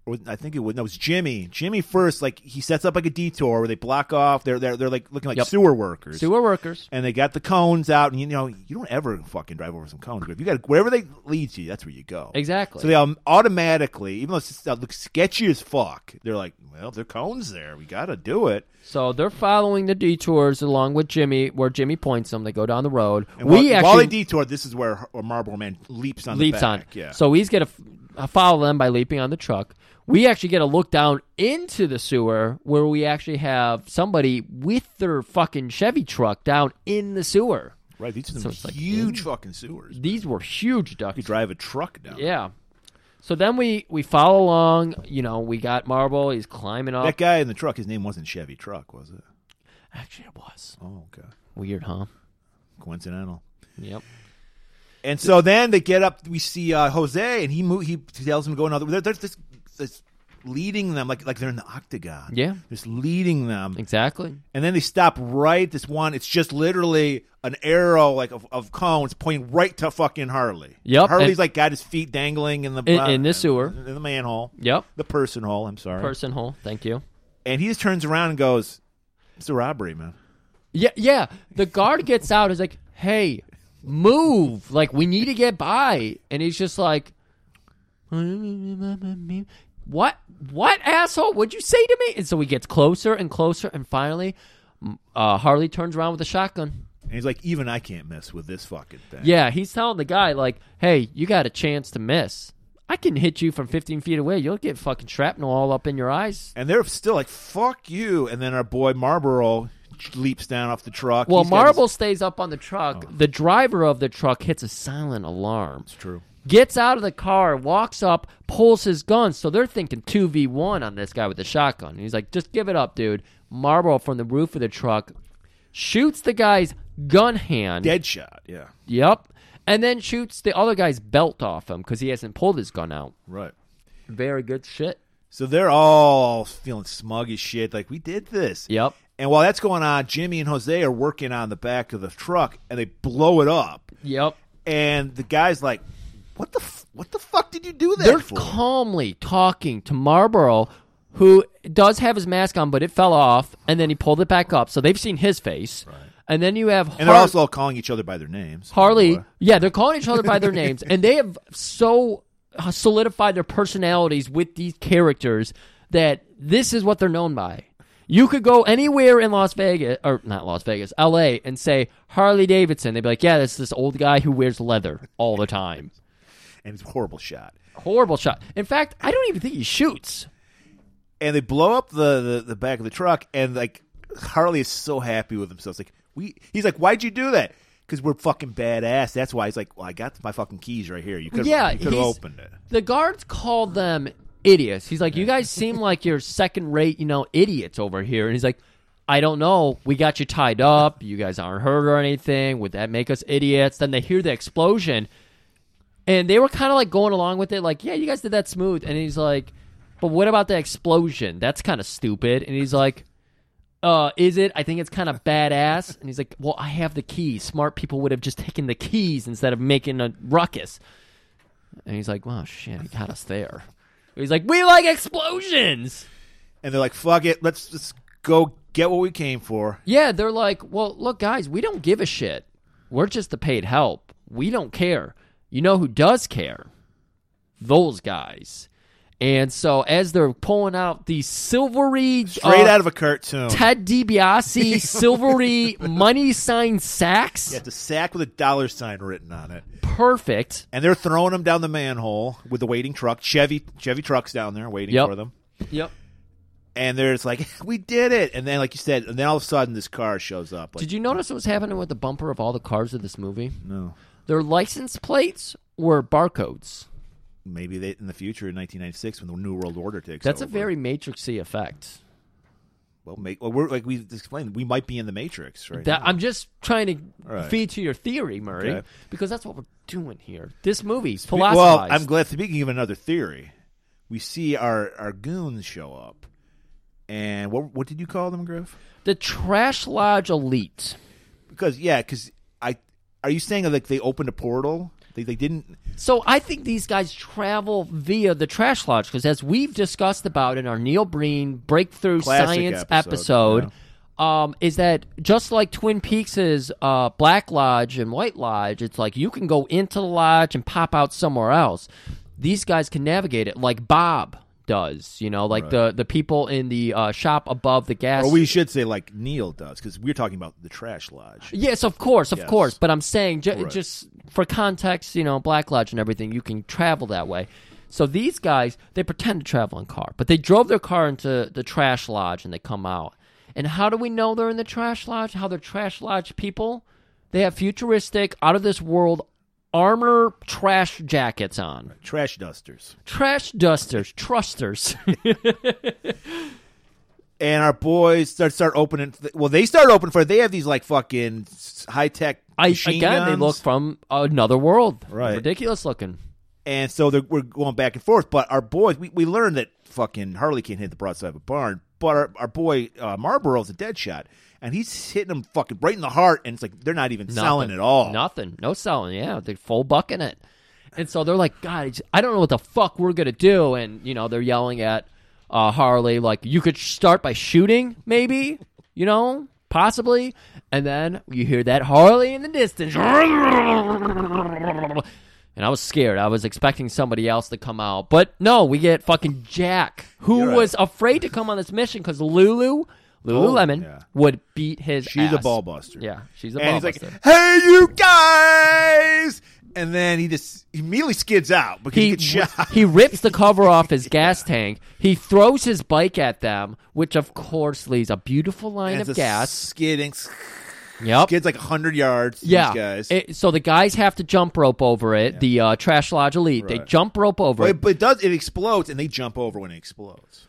or I think it was no, it was Jimmy. Jimmy first, like he sets up like a detour where they block off. They're they're they're like looking like
Yep.
sewer workers.
Sewer workers.
and they got the cones out, and you know you don't ever fucking drive over some cones. But if you got wherever they lead you, that's where you go.
Exactly.
So they um, automatically, even though it's- it looks sketchy as fuck, they're like, well, if there are cones there. We got to do it.
So they're following the detours along with Jimmy, where Jimmy points them. They go down the road.
And
we
while,
actually
while they detour, this is where Har- Marlboro Man leaps on
leaps
the
on.
back. Yeah.
So he's gonna f- uh, follow them by leaping on the truck. We actually get a look down into the sewer where we actually have somebody with their fucking Chevy truck down in the sewer.
right, these are
So
some
it's like,
huge fucking sewers. You
These were huge ducks.
could drive a truck down.
Yeah. So then we we follow along. You know, we got Marble. He's climbing up.
That guy in the truck, his name wasn't Chevy Truck, was it?
Actually, it was
Oh, okay.
weird, huh?
Coincidental.
Yep.
And so then they get up. We see uh, Jose, and he move, he tells him to go another. They're, they're just, just leading them like like they're in the octagon.
Yeah.
just leading them,
Exactly.
and then they stop right. This one, it's just literally an arrow like of, of cones pointing right to fucking Harley.
Yep,
Harley's
and-
like got his feet dangling in the
In- in this sewer.
in, the manhole.
Yep.
the person hole. I'm sorry,
Person hole. Thank you.
and he just turns around and goes, "It's a robbery, man."
Yeah, yeah. The guard gets out. He's like, "Hey, move! Like we need to get by." And he's just like, "What? What asshole? What'd you say to me?" And so he gets closer and closer, and finally, m- uh, Harley turns around with a shotgun.
And he's like, "Even I can't mess with this fucking thing."
Yeah, he's telling the guy like, "Hey, you got a chance to miss. I can hit you from 15 feet away. You'll get fucking shrapnel all up in your eyes."
And they're still like, fuck you. And then our boy Marlboro leaps down off the truck.
Well,
He's got his-
Marble stays up on the truck. The driver of the truck hits a silent alarm.
It's true.
gets out of the car, walks up, pulls his gun. So they're thinking 2v1 on this guy with the shotgun. And he's like, just give it up, dude. Marlboro from the roof of the truck shoots the guy's gun hand.
Dead shot. Yeah.
Yep. And then shoots the other guy's belt off him because he hasn't pulled his gun out.
Right.
Very good shit.
So they're all feeling smug as shit. Like, we did this.
Yep.
And while that's going on, Jimmy and Jose are working on the back of the truck and they blow it up.
Yep.
And the guy's like, what the, f- what the fuck did you do that
They're
for?
calmly talking to Marlboro, who does have his mask on, but it fell off, and then he pulled it back up. So they've seen his face. And then you have
and they're
Har-
also all calling each other by their names.
Harley,
Boy.
yeah, they're calling each other by their names, and they have so uh, solidified their personalities with these characters that this is what they're known by. You could go anywhere in Las Vegas, or not Las Vegas, LA, and say Harley Davidson. They'd be like, yeah, that's this old guy who wears leather all the time.
And it's a horrible shot.
Horrible shot. In fact, I don't even think he shoots.
and they blow up the, the the back of the truck and like harley is so happy with himself It's like we he's like why'd you do that because we're fucking badass that's why he's like well i got my fucking keys right here you could
Yeah,
you could have
he's-
opened it
The guards called them idiots. He's like, you guys seem like you're second rate, you know, idiots over here. And he's like, I don't know. We got you tied up. You guys aren't hurt or anything. Would that make us idiots? Then they hear the explosion. And they were kind of like going along with it, like, yeah, you guys did that smooth. And he's like, but what about the explosion? That's kind of stupid. And he's like, uh, is it? I think it's kind of badass. And he's like, well, I have the keys. Smart people would have just taken the keys instead of making a ruckus. And he's like, wow, shit, he got us there. *laughs* He's like, we like explosions.
and they're like fuck it let's just go get what we came for
Yeah, they're like, well, look, guys, we don't give a shit. We're just the paid help. We don't care. You know who does care? Those guys. And so as they're pulling out the silvery
Straight
uh,
out of a cartoon.
Ted DiBiase
*laughs*
silvery money sign sacks,
yeah, it's a sack with a dollar sign written on it.
perfect.
And they're throwing them down the manhole with the waiting truck. Chevy Chevy trucks down there waiting
Yep.
for them.
Yep.
And they're just like, *laughs* we did it. And then, like you said, and then all of a sudden this car shows up. Like,
Did you notice what was happening with the bumper of all the cars of this movie?
no.
Their license plates were barcodes.
Maybe they, in the future, in 1996, when the New World Order takes
That's a
over.
very matrixy effect.
Well, make, well we're, like we explained, we might be in the Matrix right
That
now.
I'm just trying to
Right.
feed to your theory, Murray,
Okay.
because that's what we're doing here. This movie,
Spe-
philosophized.
Well, I'm glad. Speaking of another theory, we see our, our goons show up. And what what did you call them, Griff?
the Trash Lodge Elite.
Because, yeah, because I. Are you saying like they opened a portal? They, they didn't.
So I think these guys travel via the Trash Lodge because, as we've discussed about in our Neil Breen Breakthrough
Classic
Science
episode,
episode, um, is that just like Twin Peaks' uh, Black Lodge and White Lodge, it's like you can go into the lodge and pop out somewhere else. These guys can navigate it like Bob does, you know, like the the people in the uh, shop above the gas.
Or we should say like Neil does, because we're talking about the Trash Lodge.
Yes, of course, of
Yes.
course. But I'm saying ju-
Right.
just for context, you know, Black Lodge and everything, you can travel that way. So these guys, they pretend to travel in car, but they drove their car into the trash lodge and they come out. And how do we know they're in the trash lodge? How they're trash lodge people? They have futuristic, out of this world armor trash jackets on,
Trash Dusters.
trash dusters, trusters. *laughs*
And our boys start start opening. Well, they start opening for. They have these like fucking high tech.
I, again, they look from another world.
Right.
ridiculous looking.
and so they're, we're going back and forth. But our boys, we, we learned that fucking Harley can't hit the broadside of a barn. But our, our boy uh, Marlboro's a dead shot, and he's hitting him fucking right in the heart. And it's like they're not even selling
Nothing.
at all.
Nothing. No selling. Yeah, they full bucking it. And so they're like, God, it's- I don't know what the fuck we're gonna do. And you know, they're yelling at uh, Harley like, you could start by shooting, maybe. You know, possibly. And then you hear that Harley in the distance. And I was scared. I was expecting somebody else to come out. But no, we get fucking Jack, who
You're right. Oh,
was afraid to come on this mission because Lulu, Lululemon,
yeah.
would beat his
She's
ass.
a ball buster.
Yeah, she's a
and
ball
he's *laughs*
buster.
like, "Hey, you guys!" And then he just immediately skids out because
he
he, gets shot. *laughs*
he rips the cover off his gas tank. He throws his bike at them, which of course leaves a beautiful line
And it's
of
a
gas.
skidding.
Yep.
Skids like hundred yards.
yeah.
these guys.
It- so the guys have to jump rope over it. The uh, trash lodge elite they
Right.
jump rope over it.
but, it, but it does. It explodes, and they jump over when it explodes.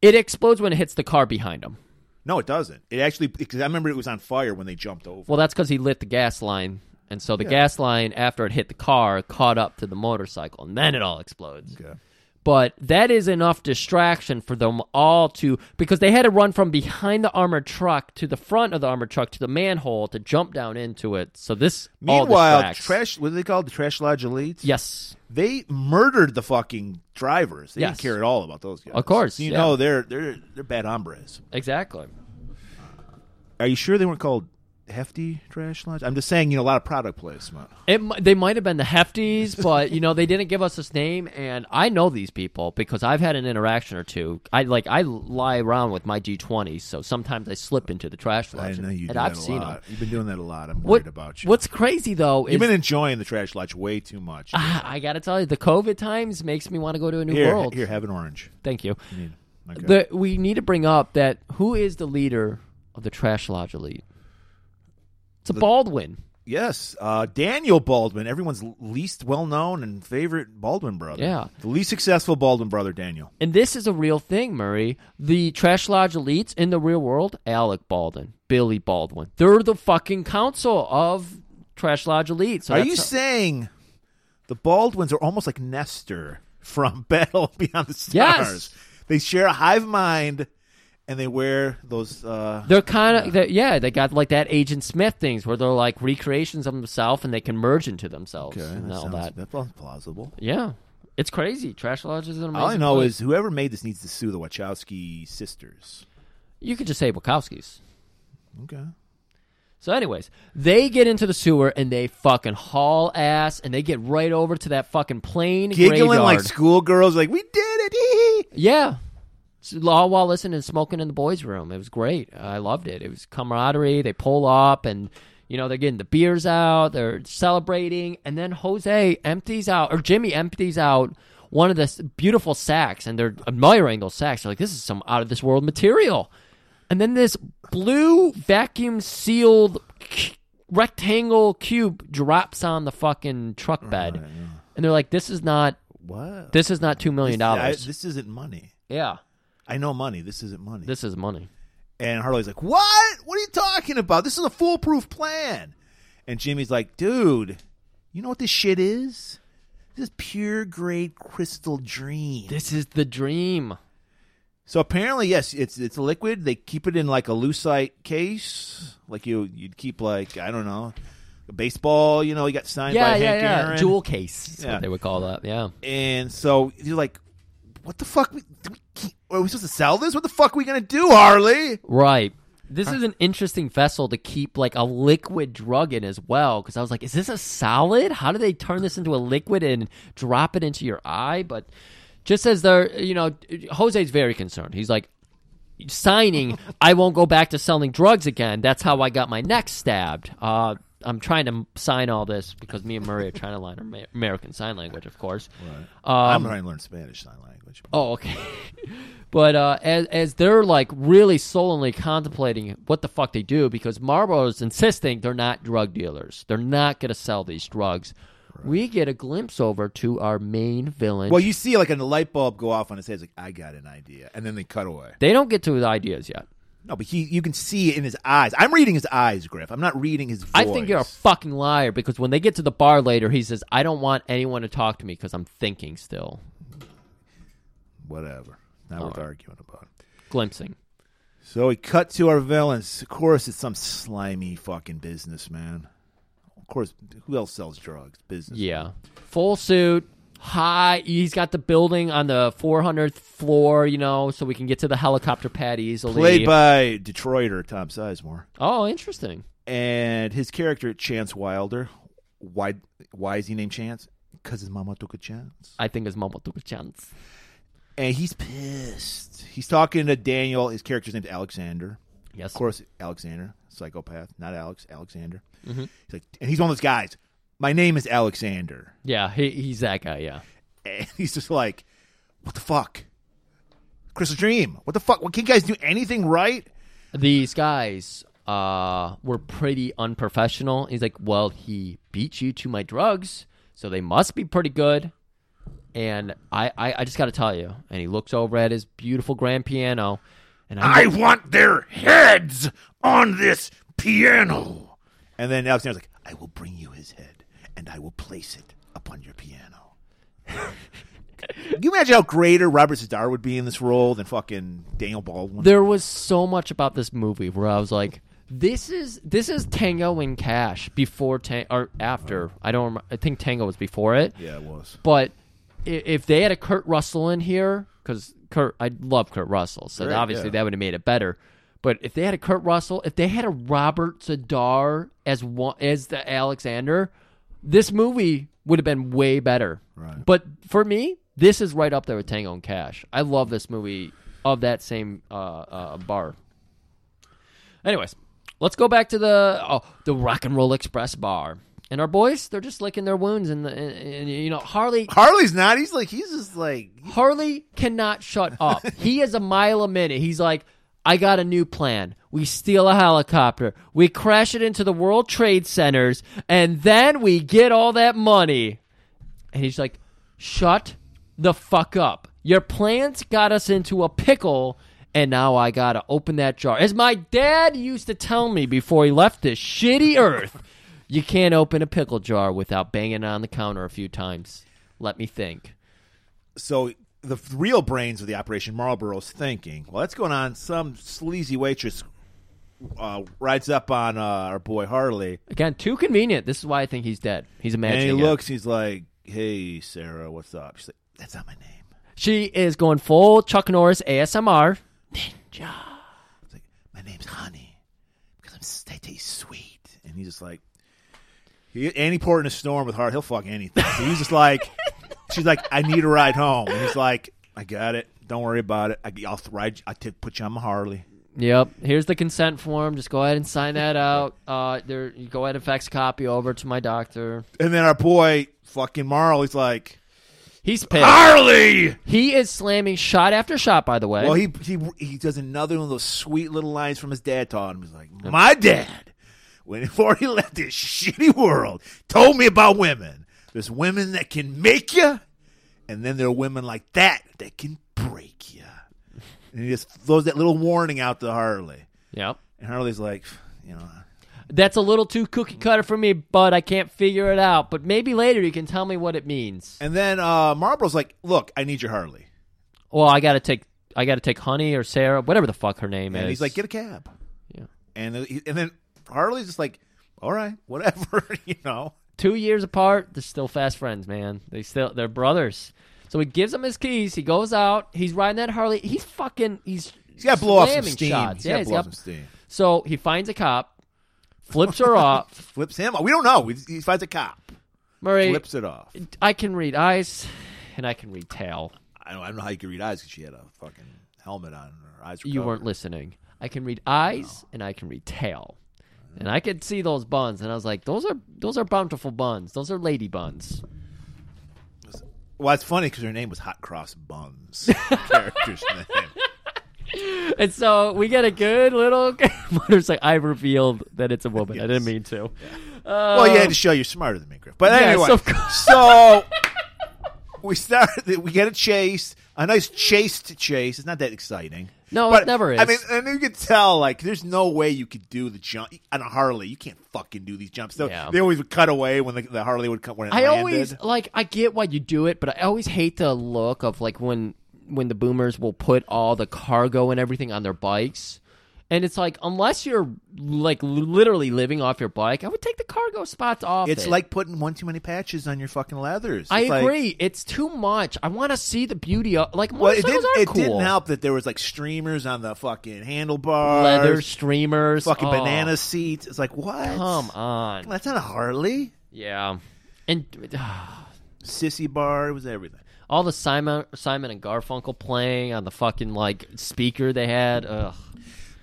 It explodes when it hits the car behind them.
No, it doesn't. It actually because I remember it was on fire when they jumped over.
Well, that's because he lit the gas line, and so the gas line after it hit the car caught up to the motorcycle, and then it all explodes. But that is enough distraction for them all to because they had to run from behind the armored truck to the front of the armored truck to the manhole to jump down into it. So this all
Meanwhile,
distracts.
trash. What do they call the trash lodge elites?
Yes,
they murdered the fucking drivers. They
Yes.
didn't care at all about those guys.
Of course,
you
yeah.
know they're they're they're bad hombres.
exactly.
Are you sure they weren't called hefty trash lodge? I'm just saying, you know, a lot of product placement.
It mi- they might have been the
*laughs*
hefties, but you know they didn't give us this name, and I know these people because I've had an interaction or two. I like I lie around with my G twenties, so sometimes I slip into the trash
I
lodge.
know
and
you. do
I've
that a
seen
lot.
them.
You've been doing that a lot. I'm
What,
worried about you.
What's crazy though is
You've been enjoying the trash lodge way too much.
Ah, I gotta tell you, the COVID times makes me want to go to a new
here,
world.
here, have an orange.
Thank you.
Okay.
The, we need to bring up that who is the leader of the trash lodge elite? It's a Baldwin.
Yes, uh, Daniel Baldwin, everyone's l- least well-known and favorite Baldwin brother.
Yeah.
the least successful Baldwin brother, Daniel.
And this is a real thing, Murray. The trash lodge elites in the real world, Alec Baldwin, Billy Baldwin. They're the fucking council of trash lodge elites. So
are
that's
you
how-
saying the Baldwins are almost like Nestor from *laughs* Battle Beyond the Stars?
Yes.
They share a hive mind, and they wear those. Uh,
They're kind of yeah. They got like that Agent Smith things where they're like recreations of themselves and they can merge into themselves and all
sounds,
that.
that sounds plausible.
Yeah, it's crazy. Trash Lodge is an amazing.
All I know
place.
is whoever made this needs to sue the Wachowski sisters.
you could just say Wachowskis.
Okay.
So, anyways, they get into the sewer and they fucking haul ass and they get right over to that fucking plane.
Giggling like
graveyard.
schoolgirls, like, we did it. *laughs* hee hee."
Yeah. S- All while listening and smoking in the boys' room. It was great. I loved it. It was camaraderie. They pull up and, you know, they're getting the beers out. They're celebrating. And then Jose empties out, or Jimmy empties out one of the s- beautiful sacks and they're admiring those sacks. They're like, this is some out of this world material. And then this blue vacuum sealed rectangle cube drops on the fucking truck bed. And they're like, this is not.
What?
This is not two million
I-
dollars.
this isn't money.
Yeah.
I know money. This isn't money.
This is money.
And Harley's like, "What? What are you talking about? This is a foolproof plan." And Jimmy's like, "Dude, you know what this shit is? This is pure grade crystal dream."
This is the dream.
so apparently, yes, it's it's a liquid. They keep it in like a lucite case, like you you'd keep like I don't know, a baseball. You know, you got signed by Hank Aaron.
Jewel case. That's
Yeah.
what they would call that. Yeah.
And so he's like, "What the fuck? We, do we keep, are we supposed to sell this? What the fuck are we gonna do, Harley?"
Right. This is an interesting vessel to keep like a liquid drug in as well. Because I was like, is this a solid? How do they turn this into a liquid and drop it into your eye? But just as they're, you know, Jose's very concerned. He's like,
*laughs*
signing, I won't go back to selling drugs again. That's how I got my neck stabbed. Uh, I'm trying to m- sign all this because me and Murray are trying to learn Amer- American Sign Language, of course.
I'm trying to learn Spanish sign language.
Oh, okay. *laughs* but uh, as as they're like really sullenly contemplating what the fuck they do, because Marlboro's insisting they're not drug dealers, they're not going to sell these drugs. We get a glimpse over to our main villain.
Well, you see, like, a light bulb go off on his head. It's like, I got an idea, and then they cut away.
they don't get to his ideas yet.
No, but he, you can see it in his eyes. I'm reading his eyes, Griff. I'm not reading his. Voice.
I think you're a fucking liar because when they get to the bar later, he says, "I don't want anyone to talk to me because I'm thinking still,
whatever. Not worth arguing about.
glimpsing."
So we cut to our villains. Of course, it's some slimy fucking businessman. Of course, who else sells drugs? Business.
Yeah. Full suit, high. He's got the building on the 400th floor, you know, so we can get to the helicopter pad easily.
Played by Detroiter Tom Sizemore
oh, interesting.
and his character Chance Wilder. Why? Why is he named Chance? Because his mama took a chance.
I think his mom will took a chance.
and he's pissed. He's talking to Daniel. His character's name's Alexander.
Yes.
Of course, Alexander, psychopath, not Alex, Alexander. He's like, and he's one of those guys. My name is Alexander,
Yeah, he, he's that guy, yeah.
and *laughs* he's just like, what the fuck? Crystal Dream, what the fuck? What can you guys do anything right?
These guys uh, were pretty unprofessional. He's like, well, he beat you to my drugs, so they must be pretty good. And I, I, I just got to tell you. And he looks over at his beautiful grand piano. And I'm
I want their heads on this piano. And then Alexander's like, I will bring you his head, and I will place it upon your piano. Can you imagine how greater Robert Zadar would be in this role than fucking Daniel Baldwin?
there was so much about this movie where I was like, this is this is Tango and Cash before Tango or after. I don't. Remember, I think Tango was before it.
yeah, it was.
But i- if they had a Kurt Russell in here, because Kurt, I love Kurt Russell, so
Great,
obviously
yeah.
that would have made it better. But if they had a Kurt Russell, if they had a Robert Zadar as one as the Alexander, this movie would have been way better. Right. But for me, this is right up there with Tango and Cash. I love this movie of that same uh, uh, bar. Anyways, let's go back to the oh, the Rock and Roll Express bar. And our boys, they're just licking their wounds, and, the, and, and you know Harley
Harley's not. He's like, he's just like,
Harley cannot shut up. he is a mile a minute. He's like, I got a new plan. We steal a helicopter, we crash it into the World Trade Centers, and then we get all that money. And he's like, Shut the fuck up. Your plans got us into a pickle, and now I gotta open that jar. As my dad used to tell me before he left this shitty earth, you can't open a pickle jar without banging it on the counter a few times. Let me think.
so the f- real brains of the operation Marlboro's thinking, well, that's going on. Some sleazy waitress uh, rides up on uh, our boy Harley,
Again, too convenient. This is why I think he's dead. He's
and
imagining.
he
it.
looks. He's like, hey, Sarah, what's up? She's like, that's not my name.
She is going full Chuck Norris ASMR.
It's like, my name's Honey because I'm, I taste sweet. and he's just like, he, and he poured in a storm with heart. He'll fuck anything. So he's just like, she's like, I need a ride home, and he's like, I got it. Don't worry about it. I, will ride. I t- put you on my Harley.
Yep. Here's the consent form. Just go ahead and sign that out. Uh, there. You go ahead and fax a copy over to my doctor.
And then our boy, fucking Marl, he's like,
He's pissed.
Ah! Harley.
He is slamming shot after shot. By the way.
Well, he he he does another one of those sweet little lines from his dad taught him. He's like, "My dad, when *laughs* before he left this shitty world, told me about women. There's women that can make you, and then there are women like that that can break you." And he just throws that little warning out to Harley,
yep.
and Harley's like, "You know,
That's a little too cookie cutter for me, but I can't figure it out. But maybe later you can tell me what it means.
And then uh, Marlboro's like, "Look, I need your Harley,"
Well, I gotta take I gotta take Honey or Sarah, whatever the fuck her name
and
is.
he's like, "Get a cab."
Yeah.
And then he- and then Harley's just like, "All right, whatever," *laughs* you know.
two years apart. They're still fast friends, man. They still they're brothers. So he gives him his keys. He goes out. He's riding that Harley. He's fucking. He's
He's got to blow off some
slamming
steam.
Shots.
He's got
yeah,
to
he's
blow off some
got-
steam.
So he finds a cop, flips her off.
*laughs* flips him. off. We don't know. He, he finds a cop,
Murray,
flips it off.
I can read eyes, and I can read tail.
I don't, I don't know how you could read eyes because she had a fucking helmet on. and Her eyes were
You
covered.
weren't listening. I can read eyes, and I can read tail, and I could see those buns. And I was like, those are those are bountiful buns. Those are lady buns.
Well, it's funny because her name was Hot Cross Buns. *laughs* the
*laughs*
character's name.
And so we get a good little *laughs* motorcycle. I revealed that it's a woman. I didn't mean to.
well, you had to show you're smarter than me, Griff. But
Um, Yes,
anyway,
of course.
so we start. We get a chase, a nice chase to chase. It's not that exciting.
No, it
But,
never
I
is.
mean, and you can tell like there's no way you could do the jump on a Harley. You can't fucking do these jumps. So
Yeah.
They always would cut away when the, the Harley would cut when it
I
landed.
always like. I get why you do it, but I always hate the look of like when when the boomers will put all the cargo and everything on their bikes. And it's like unless you're like literally living off your bike, I would take the cargo spots off.
It's
it.
like putting one too many patches on your fucking leathers.
I
It's like-
agree. it's too much. I want to see the beauty of like
well, it
motorcycles
didn't.
are
It
cool.
didn't help that there was like streamers on the fucking handlebars,
Leather streamers,
fucking
oh,
banana seats. It's like what?
Come on,
that's not a Harley.
yeah, and
Sissy bar it was everything.
all the Simon Simon and Garfunkel playing on the fucking like speaker they had. Ugh.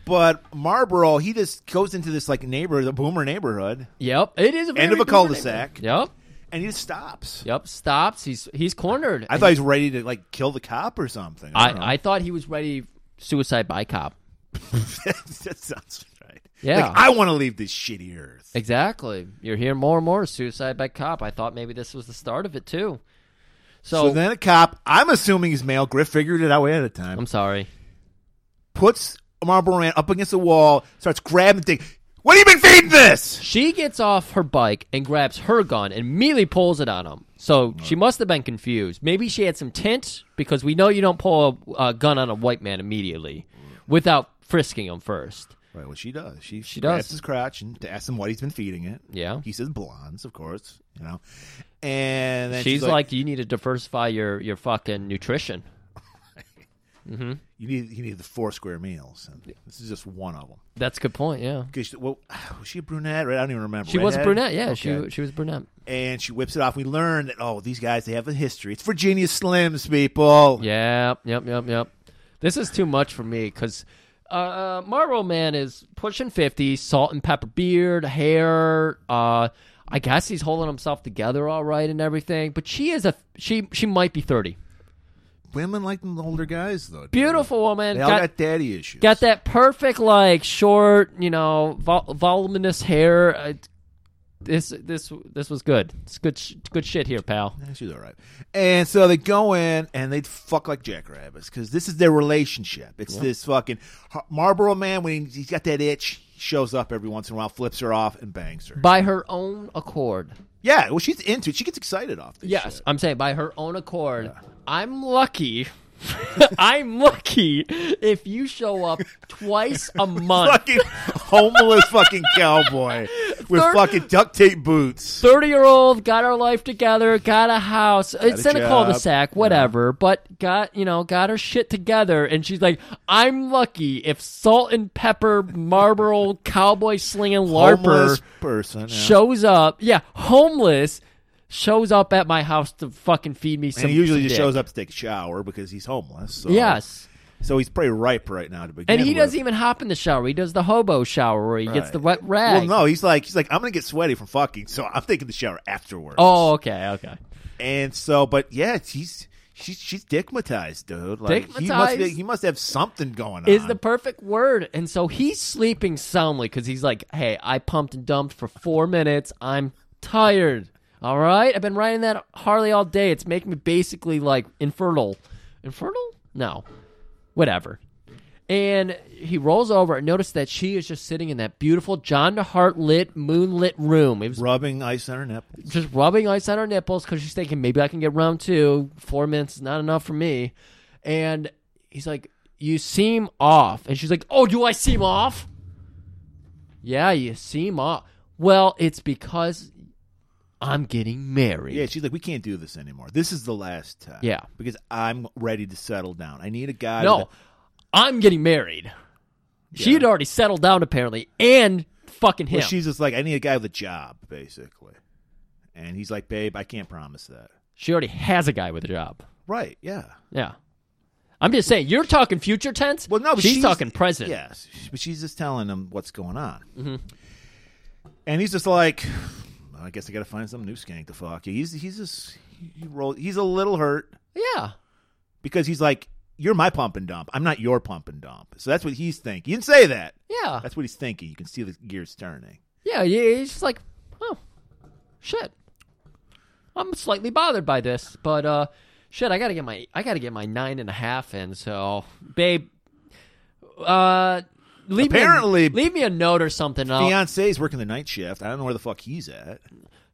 But Marlboro, he just goes into this like neighborhood, the boomer neighborhood,
Yep, it is a very
end of a
boomer
cul-de-sac,
neighborhood. Yep,
and he just stops.
yep. Stops. He's he's cornered.
I thought he was ready to like kill the cop or something. I, don't know.
I, I thought he was ready suicide by cop.
*laughs* that sounds right.
Yeah.
like, I want to leave this shitty earth.
Exactly. You're hearing more and more suicide by cop. I thought maybe this was the start of it too. So,
So then a cop, I'm assuming he's male. Griff figured it out way ahead of time.
I'm sorry.
puts Marlboro Man up against the wall, starts grabbing things. What have you been feeding this?
She gets off her bike and grabs her gun and immediately pulls it on him. So she must have been confused. Maybe she had some tint because we know you don't pull a, a gun on a white man immediately without frisking him first.
Right, well, she does. She,
She
grabs
does.
his crotch and to ask him what he's been feeding it.
Yeah.
He says blondes, of course, you know. And then
she's like, you need to diversify your, your fucking nutrition.
you need you need the four square meals. And this is just one of them.
That's a good point. Yeah,
'Cause she- well, *sighs* was she a brunette? Right, I don't even remember.
she was a
Redhead?
brunette. Yeah,
Okay.
she she was a brunette.
and she whips it off. We learn that oh, these guys they have a history. It's Virginia Slims, people.
Yep, yep, yep, yep. This is too much for me because uh, Marlboro Man is pushing 50, salt and pepper beard, hair. Uh, I guess he's holding himself together all right and everything. But she is a she. She might be 30.
Women like them older guys though. dude.
Beautiful woman.
They all got,
Got,
daddy issues.
got that perfect like short, you know, vol- voluminous hair. Uh, this this this was good. It's good sh- good shit here, pal.
Eh, She's all right. And so they go in and they'd fuck like jackrabbits because this is their relationship. It's this fucking Har- Marlboro man when he, he's got that itch. He shows up every once in a while, flips her off, and bangs her.
By her own accord.
Yeah, well, she's into it. She gets excited off this.
Yes,
shit.
I'm saying by her own accord. I'm lucky. *laughs* I'm lucky if
*laughs*
you show up twice a month. *laughs*
fucking homeless fucking cowboy. with fucking duct tape boots.
30 year old, got our life together, got a house. it's
a
in a
job.
cul de sac, whatever, but got, you know, got her shit together. And she's like, I'm lucky if salt and pepper, Marlboro, cowboy slinging LARPer
Homeless person. yeah.
shows up. Yeah, homeless shows up at my house to fucking feed me some.
and he usually
some
just
dick.
shows up to take a shower because he's homeless. So.
Yes.
So he's pretty ripe right now to begin
And he
with.
doesn't even hop in the shower. He does the hobo shower where he gets
Right.
the wet
Well,
rag.
no, he's like he's like I'm gonna get sweaty from fucking, so I'm taking the shower afterwards.
Oh, okay, okay.
and so, but yeah, she's she's she's dickmatized, dude. Like he must be,
Dickmatized?
he must have something going on.
Is the perfect word. And so he's sleeping soundly because he's like, hey, I pumped and dumped for four minutes. I'm tired. All right? I've been riding that Harley all day. It's making me basically like infertile. Infertile? No. Whatever. And he rolls over and notices that she is just sitting in that beautiful John DeHart lit, moonlit room. It was
rubbing ice on her nipple?
just rubbing ice on her nipples because she's thinking maybe I can get round two. Four minutes is not enough for me. And he's like, "You seem off," and she's like, "Oh, do I seem off?" Yeah, you seem off. Well, it's because I'm getting married.
Yeah, she's like, we can't do this anymore. This is the last time.
Yeah.
because I'm ready to settle down. I need a guy.
no,
with
I'm getting married. She had already settled down apparently, and fucking
a-
him.
well, she's just like, I need a guy with a job, basically. And he's like, babe, I can't promise that.
she already has a guy with a job.
Right? Yeah.
Yeah, I'm just saying. You're talking future tense.
Well, no, but
she's, talking present. Mm-hmm.
Yes, but she's just telling him what's going on, and he's just like, well, "I guess I got to find some new skank to fuck." He's he's just he roll, he's a little hurt
yeah.
because he's like, "You're my pump and dump. I'm not your pump and dump." So that's what he's thinking. He didn't say that.
Yeah.
That's what he's thinking. You can see the gears turning.
Yeah, yeah, he's just like, oh, shit. I'm slightly bothered by this, but uh, shit, I gotta get my I gotta get my nine and a half in. So, babe, uh, leave
Apparently-
me a, leave me a note or something. I'll-
Fiance's working the night shift. I don't know where the fuck he's at.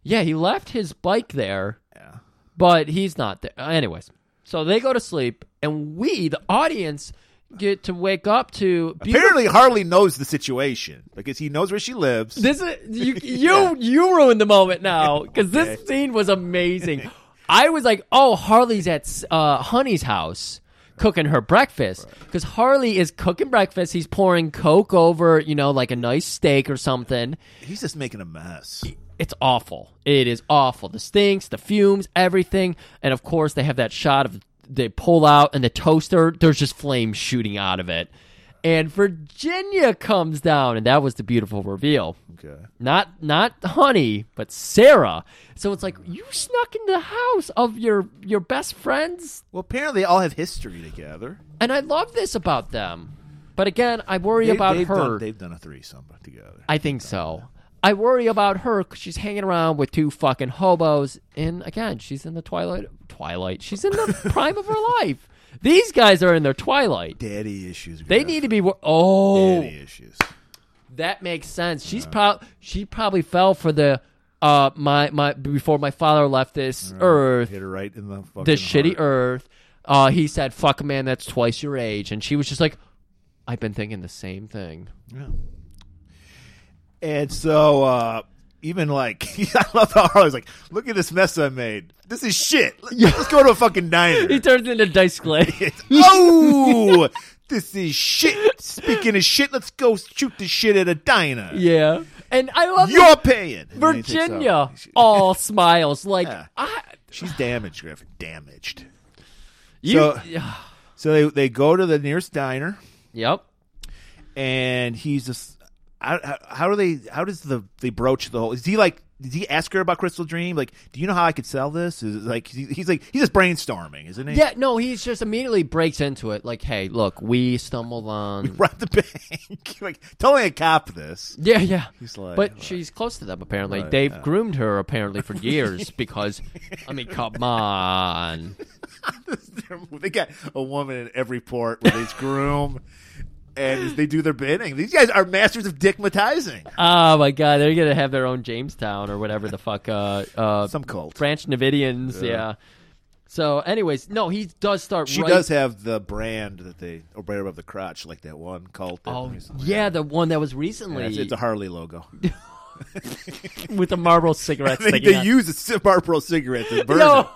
yeah, he left his bike there,
Yeah.
but he's not there. Uh, Anyways, so they go to sleep, and we, the audience, get to wake up to beautiful
Apparently, Harley knows the situation because he knows where she lives.
This is you you you ruined the moment now because this scene was amazing. I was like, oh, Harley's at uh, Honey's house cooking her breakfast because Harley is cooking breakfast. He's pouring Coke over, you know, like a nice steak or something.
he's just making a mess.
It's awful. It is awful. The stinks, the fumes, everything, and of course they have that shot of they pull out and the toaster. There's just flames shooting out of it. And Virginia comes down, and that was the beautiful reveal
Okay.
not not honey but sarah so it's like you snuck into the house of your your best friends
Well, apparently, they all have history together.
and i love this about them but again i worry
They-
about
they've
her
Done, they've done a threesome together.
i think so i worry about her because she's hanging around with two fucking hobos and again she's in the twilight twilight she's in
*laughs*
the prime of her life these guys are in their twilight
Daddy issues.
they
girl.
need to be wor- oh
daddy issues.
That makes sense. She's prob she probably fell for the uh my my before my father left this earth,
Hit her right in the fucking.
this shitty
heart.
earth. Uh he said, "Fuck a man that's twice your age." And she was just like, "I've been thinking the same thing."
And so, uh, even like, *laughs* I love how Harley's like, look at this mess I made. This is shit. Let, us go to a fucking
He *laughs*
diner.
turns into Dice Clay.
oh, this is shit. Speaking of shit, let's go shoot the shit at a diner.
*laughs* yeah. And I love that
You're paying. And then he takes
Virginia
off. She-
all smiles like
Yeah.
I
She's damaged, Griff. Damaged.
you *sighs*
So- So they, they go to the nearest diner.
Yep.
and he's just how, how, how do they how does the they broach the whole is he like did he ask her about crystal dream like do you know how i could sell this is it like he- he's like he's just brainstorming isn't he *laughs*
Yeah, no, he just immediately breaks into it like, "Hey, look, we stumbled on
rob the bank *laughs* like totally a cop this *laughs*
Yeah, yeah.
He's like-
but
like-
she's close to them apparently. They've groomed her apparently for
*laughs*
years because, I mean, come on.
they got a woman in every port with his groom and they do their bidding these guys are masters of dickmatizing
Oh my god, they're gonna have their own Jamestown or whatever the fuck. Uh, uh,
some cult
French Navidians, yeah. So, anyways, no, he does start.
she
right-
does have the brand that they or right above the crotch like that one cult that-
Oh, yeah, the one that was recently.
it's, it's a harley logo
*laughs* with the Marlboro
*laughs* I
cigarettes.
think
sticking
they
out.
use a c- Marlboro cigarette
*laughs*
to burn
No.
it.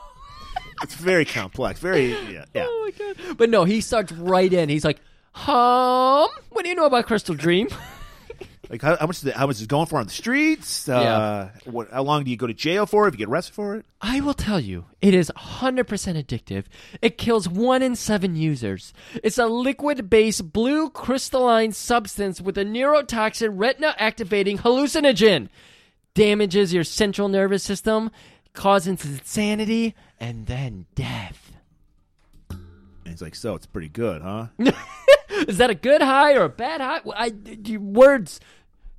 It's very complex. Very yeah. yeah.
Oh my god! But no, he starts right in. He's like, "Hum, what do you know about Crystal Dream?"
Like how, how much? Is it, how much is going for on the streets? Uh, what, how long do you go to jail for if you get arrested for it?
I will tell you, it is 100% addictive. It kills one in seven users. It's a liquid based blue crystalline substance with a neurotoxin retina activating hallucinogen. Damages your central nervous system, causes insanity, and then death.
And he's like, so it's pretty
*laughs*
good, huh?
Is that a good high or a bad high? Well, I, you, words.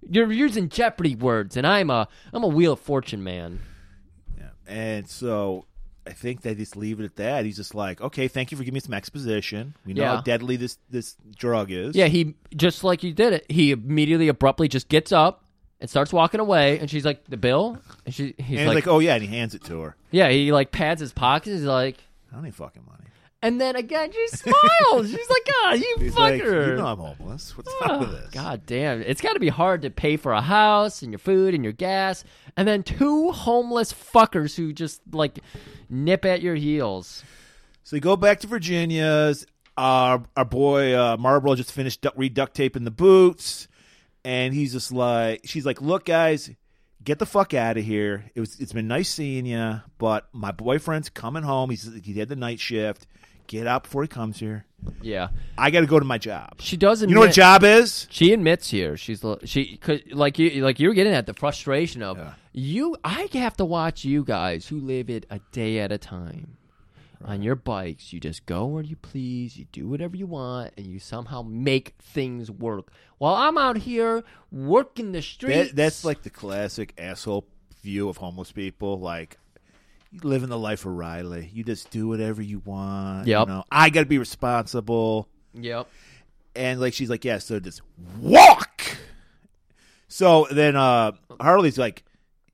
You're using Jeopardy words, and I'm a I'm a Wheel of Fortune man.
Yeah. And so I think they just leave it at that. He's just like, okay, thank you for giving me some exposition. We know
Yeah.
how deadly this this drug is.
Yeah, he just like you did it. He immediately abruptly just gets up and starts walking away, and she's like, "The bill?" And she he's
And he's
like,
like, oh yeah, and he hands it to her.
"Yeah." He like pads his pockets. He's like,
I don't need fucking money.
and then again
*laughs*
she smiles. she's like, "God, you
He's like,
fucker." Oh,
you know I'm homeless. What's up with this?
God damn, it's got to be hard to pay for a house and your food and your gas, and then two homeless fuckers who just like nip at your heels.
So they go back to Virginia's. Our our boy uh, Marlboro just finished duct, re-duct taping the boots, and he's just like, she's like, "Look, guys, get the fuck out of here. It was it's been nice seeing you, but my boyfriend's coming home. He's he had the night shift. Get out before he comes here.
Yeah,
I got to go to my job.
she doesn't.
You know what a job is?
She admits here she's l- she could like you like you were getting at the frustration of
Yeah.
you. I have to watch you guys who live it a day at a time on your bikes. You just go where you please, you do whatever you want, and you somehow make things work. While I'm out here working the streets,
That, that's like the classic asshole view of homeless people. Like you living the life of Riley. You just do whatever you want. You
Yep.
know, I got to be responsible.
yep.
and like she's like, yeah, so just walk. So then uh Harley's like,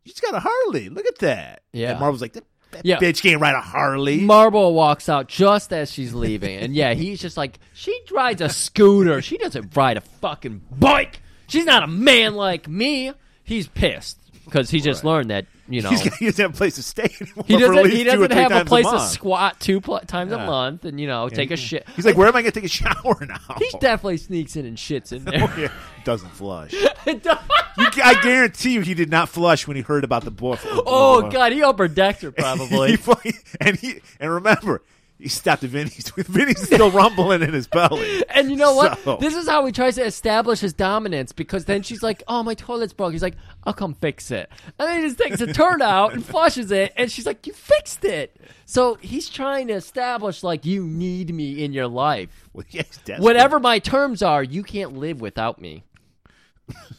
she's got a Harley. Look at that.
Yeah.
And Marvel's like, that, that
Yeah.
bitch can't ride a Harley. *laughs*
Marble walks out just as she's leaving, and yeah, he's just like she rides a scooter. She doesn't ride a fucking bike. She's not a man like me. He's pissed because he just learned that you know
He's got, he doesn't have a place to stay *laughs* anymore.
he
for at
doesn't
least
he
two or
doesn't
three
have a
times
place to
month.
squat two pl- times a
Yeah.
month and you know take a shit.
He's like, where am I going to take a shower
*laughs*
now? Oh,
he
*laughs*
definitely sneaks in and shits in there. *laughs*
Yeah, doesn't flush.
It does-
You, I guarantee you, he did not flush when he heard about the boy.
*laughs* oh god, he upper decked her
*laughs* he,
probably.
fu- and he and remember, he stopped at Vinny's. *laughs* Vinny's still rumbling in his belly.
*laughs* And you know what?
So-
This is how he tries to establish his dominance because then she's like, "Oh, my toilet's broke." He's like, "I'll come fix it," and then he just takes a turn out and flushes it, and she's like, "You fixed it." So he's trying to establish like, "You need me in your life.
Well, yeah, he's desperate.
Whatever my terms are, you can't live without me."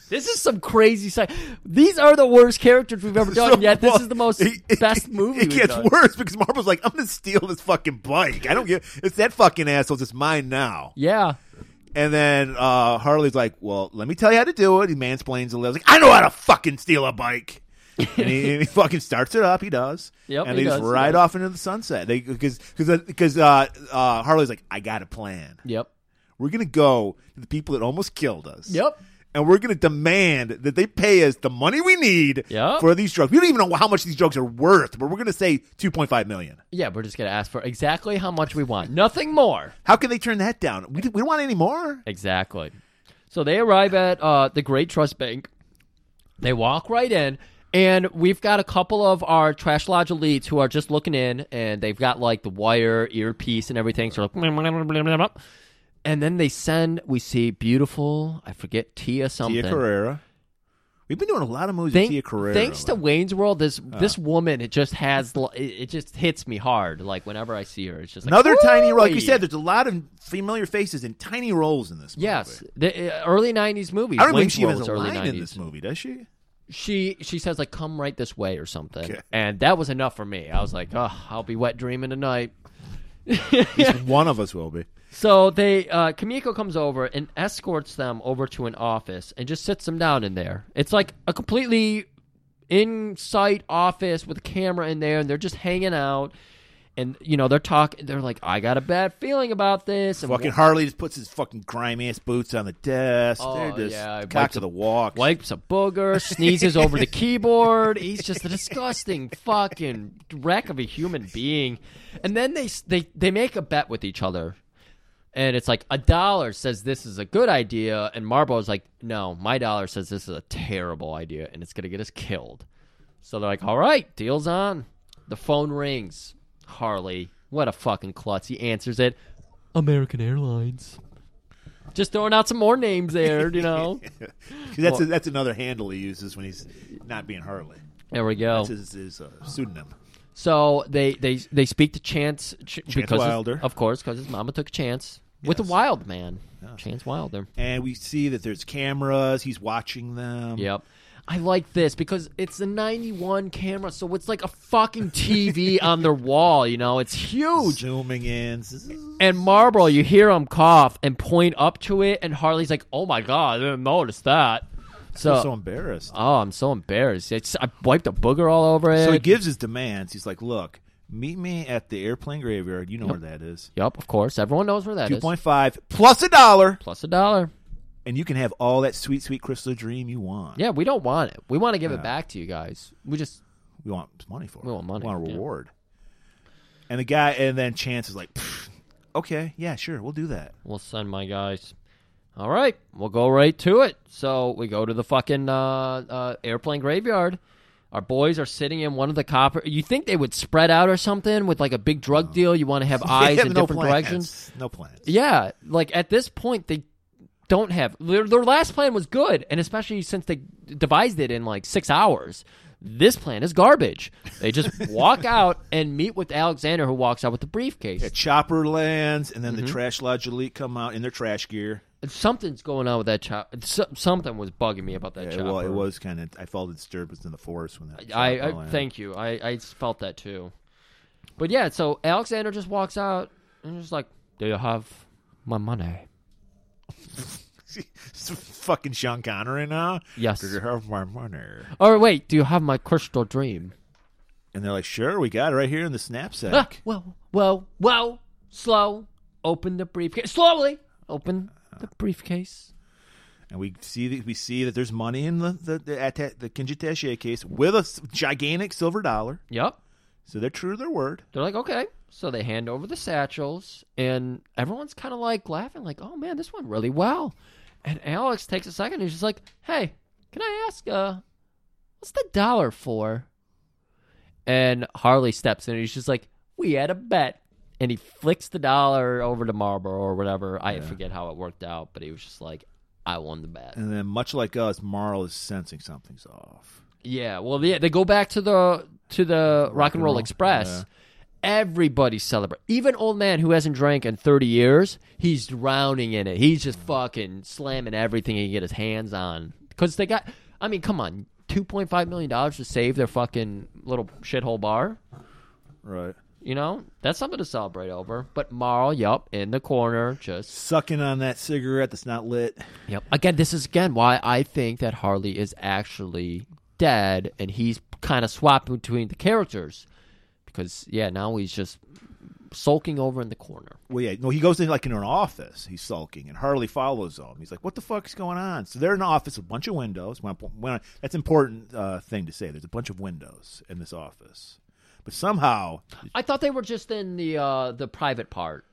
This is some crazy sci. These are the worst characters we've ever done.
*laughs* So,
yet this
well,
is the most
it- it-
best movie.
It
we've
gets
done.
worse because Marvel's like, I'm gonna steal this fucking bike. I don't give it's that fucking asshole's. It's mine now.
Yeah.
And then uh, Harley's like, Well, let me tell you how to do it. He mansplains a little. He's like, I know how to fucking steal a bike. and, he, and he fucking starts it up. He does.
*laughs* Yep,
and
he
they just
does, he
ride
does.
off into the sunset. They because because uh, uh, Harley's like, I got a plan.
Yep.
We're gonna go to the people that almost killed us.
Yep.
And we're gonna demand that they pay us the money we need
Yep.
for these drugs. We don't even know how much these drugs are worth, but we're gonna say two point five million.
Yeah, we're just gonna ask for exactly how much we want. Nothing more.
How can they turn that down? We, we don't want any more.
Exactly. So they arrive at uh, the Great Trust Bank. They walk right in, and we've got a couple of our Trash Lodge elites who are just looking in, and they've got like the wire earpiece and everything. So they're like, and then they send. We see beautiful. I forget Tia something.
Tia Carrera. We've been doing a lot of movies
Thank-
with Tia Carrera. Uh.
thanks to Wayne's World, this this woman it just has li- it it just hits me hard. Like whenever I see her, it's just like,
another tiny role. Like
"Ooh-wee."
you said, there's a lot of familiar faces and tiny roles in this. movie.
Yes, the uh, early '90s movies.
I don't think
Wayne's
she even has
World's
a
early
line
90s.
in this movie,
*laughs*
does she?
she she says like come right this way or something
Okay.
and that was enough for me i was like oh i'll be wet dreaming tonight
One of us will be.
so they uh kamiko comes over and escorts them over to an office and just sits them down in there it's like a completely in sight office with a camera in there and they're just hanging out and you know they're talking. They're like, I got a bad feeling about this. And
Fucking
wh-
Harley just puts his fucking grimy ass boots on the desk. They're
Oh,
just
yeah, he
cock
wipes
to
a-
the walk.
wipes a booger,
*laughs*
sneezes over the keyboard. He's just a disgusting fucking wreck of a human being. And then they they they make a bet with each other, and it's like a dollar says this is a good idea, and Marlboro's like, no, my dollar says this is a terrible idea, and it's gonna get us killed. So they're like, all right, deal's on. The phone rings. Harley, what a fucking klutz. He answers it. American Airlines. Just throwing out some more names there, you
*laughs*
know.
That's a, that's another handle he uses when he's not being Harley.
There we go.
That's his, his uh, pseudonym.
So they they they speak to Chance, ch- because his-
Wilder.
of course, because his mama took a chance with a
Yes.
wild man, Chance Wilder.
And we see that there's cameras. He's watching them.
Yep. I like this because it's a 91 camera, so it's like a fucking
*laughs*
TV on their wall, you know? It's huge.
Zooming in.
And Marlboro, you hear him cough and point up to it, and Harley's like, oh my God, I didn't notice that. So,
so embarrassed.
oh, I'm so embarrassed. It's, I wiped a booger all over it.
So he gives his demands. He's like, "Look, meet me at the airplane graveyard. You know where that is.
yep, of course. Everyone knows where that is.
Two point five plus a dollar,
Plus a dollar.
and you can have all that sweet, sweet crystal dream you want.
Yeah, we don't want it. We want to give it back to you guys. We just
we want money for. it.
We want money,
We want a
yeah.
reward." And the guy, and then Chance is like, "Pfft, "Okay, yeah, sure, we'll do that." *laughs*
we'll send my guys. All right, we'll go right to it. So we go to the fucking uh, uh, airplane graveyard. Our boys are sitting in one of the copper. You think they would spread out or something with like a big drug deal? You want to have eyes
*laughs* They have
in
no
different
plans.
directions?
No plans.
Yeah, like at this point they don't have their, their last plan was good, and especially since they devised it in like six hours. This plan is garbage. They
*laughs*
just walk out and meet with Alexander, who walks out with the briefcase.
Yeah, chopper lands, and then
Mm-hmm.
the Trash Lodge elite come out in their trash gear.
Something's going on with that chopper. Something was bugging me about that
Yeah,
chopper.
well, it was kind of. I felt disturbance in the forest when that.
I,
chopper
I
landed.
thank you. I, I felt that too. But yeah, so Alexander just walks out and just like, "Do you have my money?"
*laughs* It's fucking Sean Connery now.
Yes.
Did you have my money?
Or wait, do you have my crystal dream?
And they're like, sure, we got it right here in the knapsack.
Ah, whoa, whoa, whoa! Slow. Open the briefcase slowly. Open the briefcase.
And we see that we see that there's money in the the the, atta- the Kinji Tachier case with a s- gigantic silver dollar.
Yep.
So they're true to their word.
They're like, okay. So they hand over the satchels, and everyone's kind of like laughing, like, oh man, this went really well. And Alex takes a second. He's just like, hey, can I ask, uh, what's the dollar for? And Harley steps in. And he's just like, we had a bet. And he flicks the dollar over to Marlboro or whatever. I forget how it worked out, but he was just like, I won the bet.
And then, much like us, Marl is sensing something's off.
Yeah, well, yeah, they go back to the to the Rock and Roll, Express. Everybody celebrate. Even old man who hasn't drank in thirty years, he's drowning in it. He's just fucking slamming everything he can get his hands on because they got. I mean, come on, two point five million dollars to save their fucking little shithole bar.
Right.
You know, that's something to celebrate over. But Marl, yup, in the corner, just
Sucking on that cigarette that's not lit.
Yep. Again, this is again why I think that Harley is actually dead, and he's kind of swapped between the characters because yeah, now he's just sulking over in the corner.
Well, yeah, no, he goes in like in an office. He's sulking, and Harley follows him. He's like, "What the fuck's going on?" So they're in an office, a bunch of windows. When, when that's an important uh, thing to say. There's a bunch of windows in this office, but somehow
I thought they were just in the uh the private part.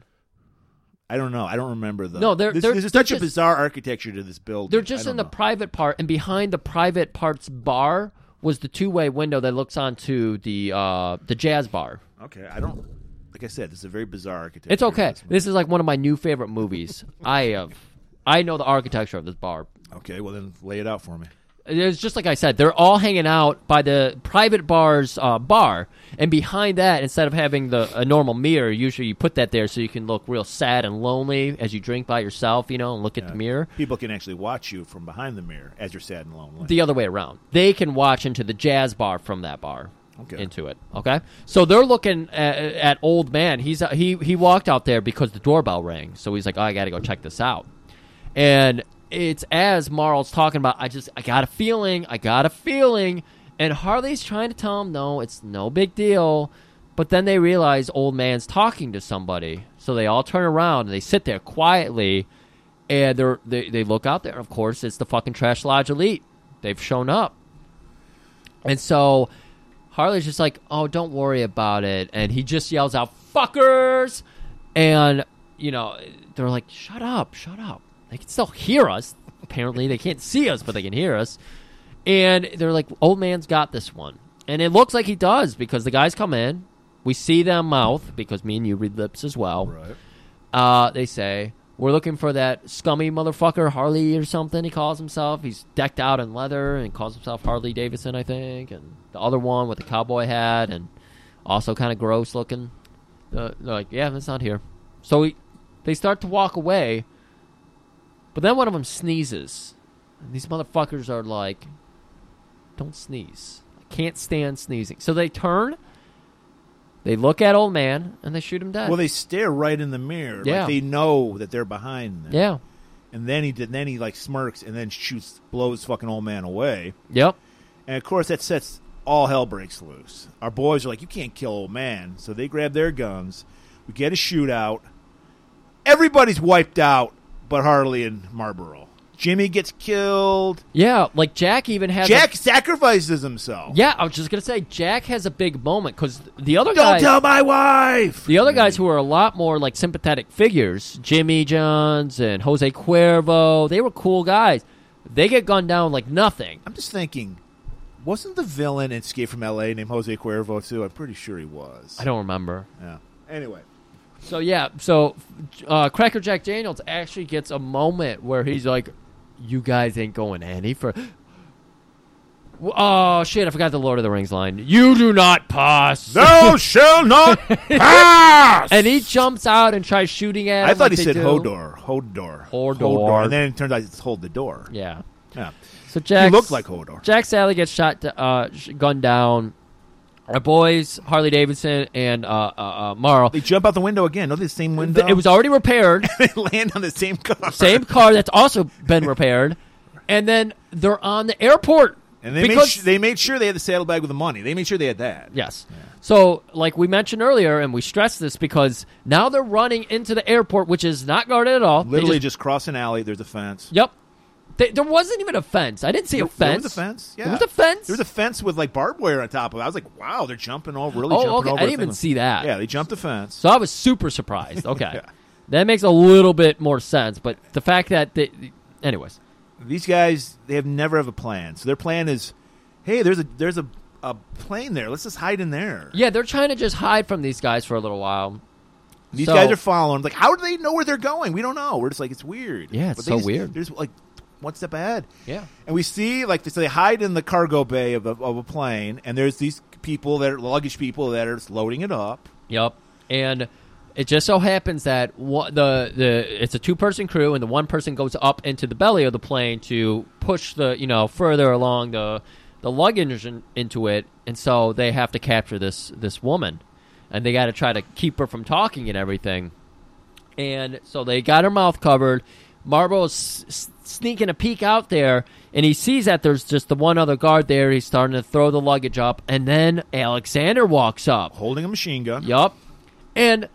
I don't know. I don't remember the.
No, they're-
this,
they're-
there's
they're
such
just-
a bizarre architecture to this building.
They're
I
just
don't
in the
know.
private part, and behind the private part's bar was the two way window that looks onto the uh the jazz bar.
okay, I don't. Like I said, this is a very bizarre architecture.
It's okay.
This-
This is like one of my new favorite movies. I have. I know the architecture of this bar
Okay, well then lay it out for me.
It's just like I said, they're all hanging out by the private bar's uh, bar, and behind that, instead of having the a normal mirror, usually you put that there so you can look real sad and lonely as you drink by yourself, you know, and look at the mirror.
People can actually watch you from behind the mirror as you're sad and lonely.
The other way around, they can watch into the jazz bar from that bar.
Okay.
Into it, okay. So they're looking at, at old man. He's uh, he he walked out there because the doorbell rang. So he's like, oh, I got to go check this out. And it's as Marl's talking about, I just, I got a feeling, I got a feeling. And Harley's trying to tell him, no, it's no big deal. But then they realize old man's talking to somebody, so they all turn around and they sit there quietly, and they're, they they look out there. Of course, it's the fucking Trash Lodge Elite. They've shown up, and so Harley's just like, "Oh, don't worry about it," and he just yells out, "Fuckers!" And you know, they're like, "Shut up, shut up." They can still hear us. Apparently, they can't see us, but they can hear us. And they're like, "Old man's got this one," and it looks like he does because the guys come in. We see them mouth because me and you read lips as well. Right. Uh, they say we're looking for that scummy motherfucker Harley or something. He calls himself. He's decked out in leather and calls himself Harley Davidson, I think. And the other one with the cowboy hat and also kind of gross looking. Uh, they're like, yeah, that's not here. So we, they start to walk away, but then one of them sneezes. And these motherfuckers are like, don't sneeze. I can't stand sneezing. So they turn, they look at old man, and they shoot him dead.
Well, they stare right in the mirror.
Yeah.
Like they know that they're behind them.
yeah.
And then he did, then he like smirks and then shoots, blows fucking old man away.
Yep.
And of course, that sets all hell breaks loose. Our boys are like, you can't kill old man. So they grab their guns. We get a shootout. Everybody's wiped out but Harley and Marlboro. Jimmy gets killed.
Yeah, like Jack even has a-
Jack sacrifices himself.
yeah, I was just gonna say Jack has a big moment because the other
Don't
guy,
tell my wife.
the other guys who are a lot more like sympathetic figures, Jimmy Johns and Jose Cuervo, they were cool guys. They get gunned down like nothing.
I'm just thinking, wasn't the villain in Escape from L.A. named Jose Cuervo too? I'm pretty sure he was.
I don't remember.
Yeah. Anyway,
So yeah, so uh, Cracker Jack Daniels actually gets a moment where he's like, "You guys ain't going any for." *gasps* Oh shit! I forgot the Lord of the Rings line. You do not pass.
thou
*laughs*
shall not pass.
And he jumps out and tries shooting at.
I
him
thought
like
he
they
said
do.
Hodor, Hodor,
Hodor.
and then it turns out it's hold the door.
Yeah.
Yeah.
So Jack
looked like Hodor.
Jack Sally gets shot, uh, sh- gunned down. Our boys, Harley Davidson and uh, uh, uh, Morrow.
They jump out the window again. No, the same window.
Th- It was already repaired.
*laughs* they land on the same car.
Same car that's also been repaired, and then they're on the airport.
And they made
because
su- they made sure they had the saddlebag with the money. They made sure they had that.
Yes. So, like we mentioned earlier, and we stressed this because now they're running into the airport, which is not guarded at all. They
Literally
just-
just, cross an alley. There's a fence.
yep. They, there wasn't even a fence. I didn't see a fence.
There was a fence. Yeah.
There was a fence.
There was a fence with like barbed wire on top of it. I was like, wow, they're jumping all really
Oh,
jumping
okay.
over.
I
a
didn't
thing.
even see that.
Yeah, they jumped the fence.
So I was super surprised. Okay.
Yeah.
That makes a little bit more sense, but the fact that they, anyways.
These guys, they have never have a plan. So their plan is, hey, there's a there's a, a plane there. Let's just hide in there.
Yeah, they're trying to just hide from these guys for a little while.
These
So-
guys are following. Like, how do they know where they're going? We don't know. We're just like, it's weird.
Yeah, it's
they
so
just-
weird.
There's like one step ahead.
Yeah.
And we see like so they hide in the cargo bay of a, of a plane, and there's these people that are luggage people that are just loading it up.
Yep. And it just so happens that one, the the it's a two person crew, and the one person goes up into the belly of the plane to push the you know further along the the luggage in, into it, and so they have to capture this this woman, and they got to try to keep her from talking and everything. And so they got her mouth covered. Marlboro's s- s- sneaking a peek out there, and he sees that there's just the one other guard there. He's starting to throw the luggage up, and then Alexander walks up.
Holding a machine gun.
Yup. And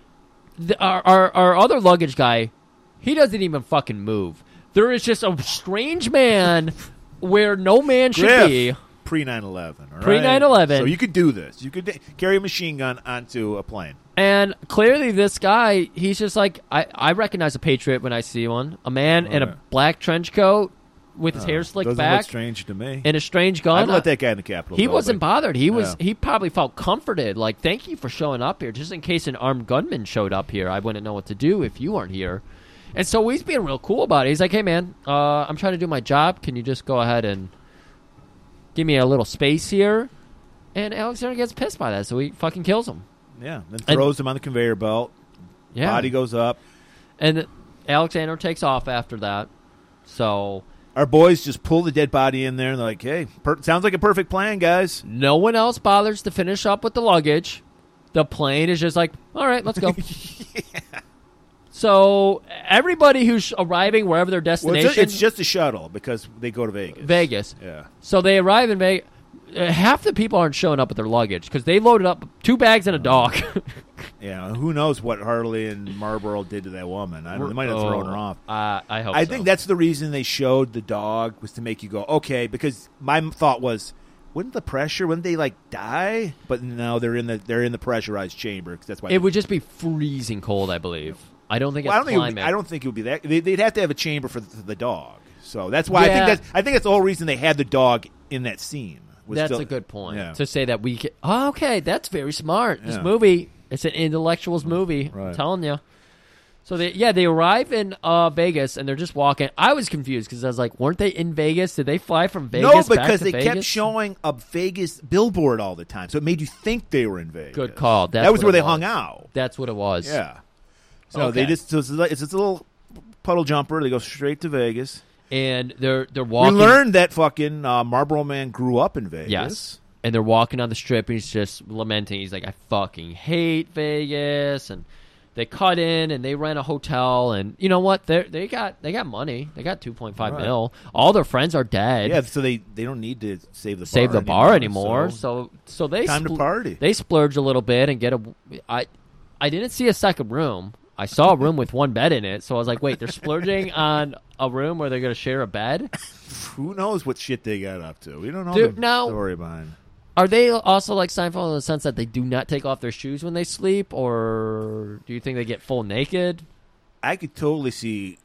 the, our, our our other luggage guy, he doesn't even fucking move. There is just a strange man where no man should be.
Pre 9 11.
Pre- 9/11.
So you could do this. You could da- carry a machine gun onto a plane.
And clearly, this guy, he's just like I, I recognize a patriot when I see one. A man in a black trench coat with his hair slicked
Uh, Doesn't
back
look strange to me.
and a strange gun.
I'd let that guy in the Capitol.
he
though,
wasn't
but-
bothered. He was.
Yeah.
He probably felt comforted. Like, thank you for showing up here. Just in case an armed gunman showed up here, I wouldn't know what to do if you weren't here. And so he's being real cool about it. He's like, "Hey, man, uh, I'm trying to do my job. Can you just go ahead and give me a little space here?" And Alexander gets pissed by that, so he fucking kills him.
Yeah. Then throws him on the conveyor belt.
Yeah,
Body goes up.
and Alexander takes off after that. So
Our boys just pull the dead body in there and they're like, hey, per- sounds like a perfect plan, guys.
no one else bothers to finish up with the luggage. The plane is just like, all right, let's
*laughs*
go. So everybody who's arriving wherever their
Well,
destination,
it's, ju- it's just a shuttle because they go to Vegas.
Vegas.
Yeah.
So they arrive in Vegas. uh, half the people aren't showing up with their luggage because they loaded up two bags and
Oh.
a dog.
Yeah, who knows what Harley and Marlboro did to that woman? I, they might have thrown
*laughs*
her off.
Uh, I hope.
I
so.
think that's the reason they showed the dog was to make you go, okay, because my m- thought was, wouldn't the pressure, wouldn't they like die? But no, they're in the they're in the pressurized chamber 'cause that's why.
it would just be freezing cold. I believe. I don't think
Well, I
it's
don't think it would be-
climate.
I don't think it would be that. They, they'd have to have a chamber for the, the dog. So that's why I
Yeah.
think that's I think that's the whole reason they had the dog in that scene. was
That's
to-
a good point
Yeah.
to say that we. Can, oh, okay, that's very smart. This
Yeah.
movie, it's an intellectuals movie. I'm
Right.
telling you. So they yeah they arrive in uh, Vegas and they're just walking. I was confused because I was like, weren't they in Vegas? Did they fly from Vegas?
no,
back
because
to
they kept
Vegas?
showing a Vegas billboard all the time, so it made you think they were in Vegas.
Good call. That's
that was
what it
where they
was.
hung out.
That's what it was.
Yeah. So they
Okay.
just so it's, like- it's this little puddle jumper. They go straight to Vegas.
and they're they're walking.
We learned that fucking uh, Marlboro Man grew up in Vegas.
Yes. And they're walking on the strip, and he's just lamenting. He's like, "I fucking hate Vegas." And they cut in, and they rent a hotel, and you know what? They they got they got money. They got two point five
Right.
mil. All their friends are dead.
Yeah. So they they don't need to save the
Save
bar
the bar
anymore.
anymore. So so, they
Time to party.
They splurge a little bit and get a. I I didn't see a second room. I saw a room with one bed in it, so I was like, "Wait, they're
*laughs*
splurging on a room where they're going to share a bed."
who knows what shit they got up to? We don't know
Dude,
the
now-
story behind.
Are they also like Seinfeld in the sense that they do not take off their shoes when they sleep, or do you think they get full naked?
I could totally see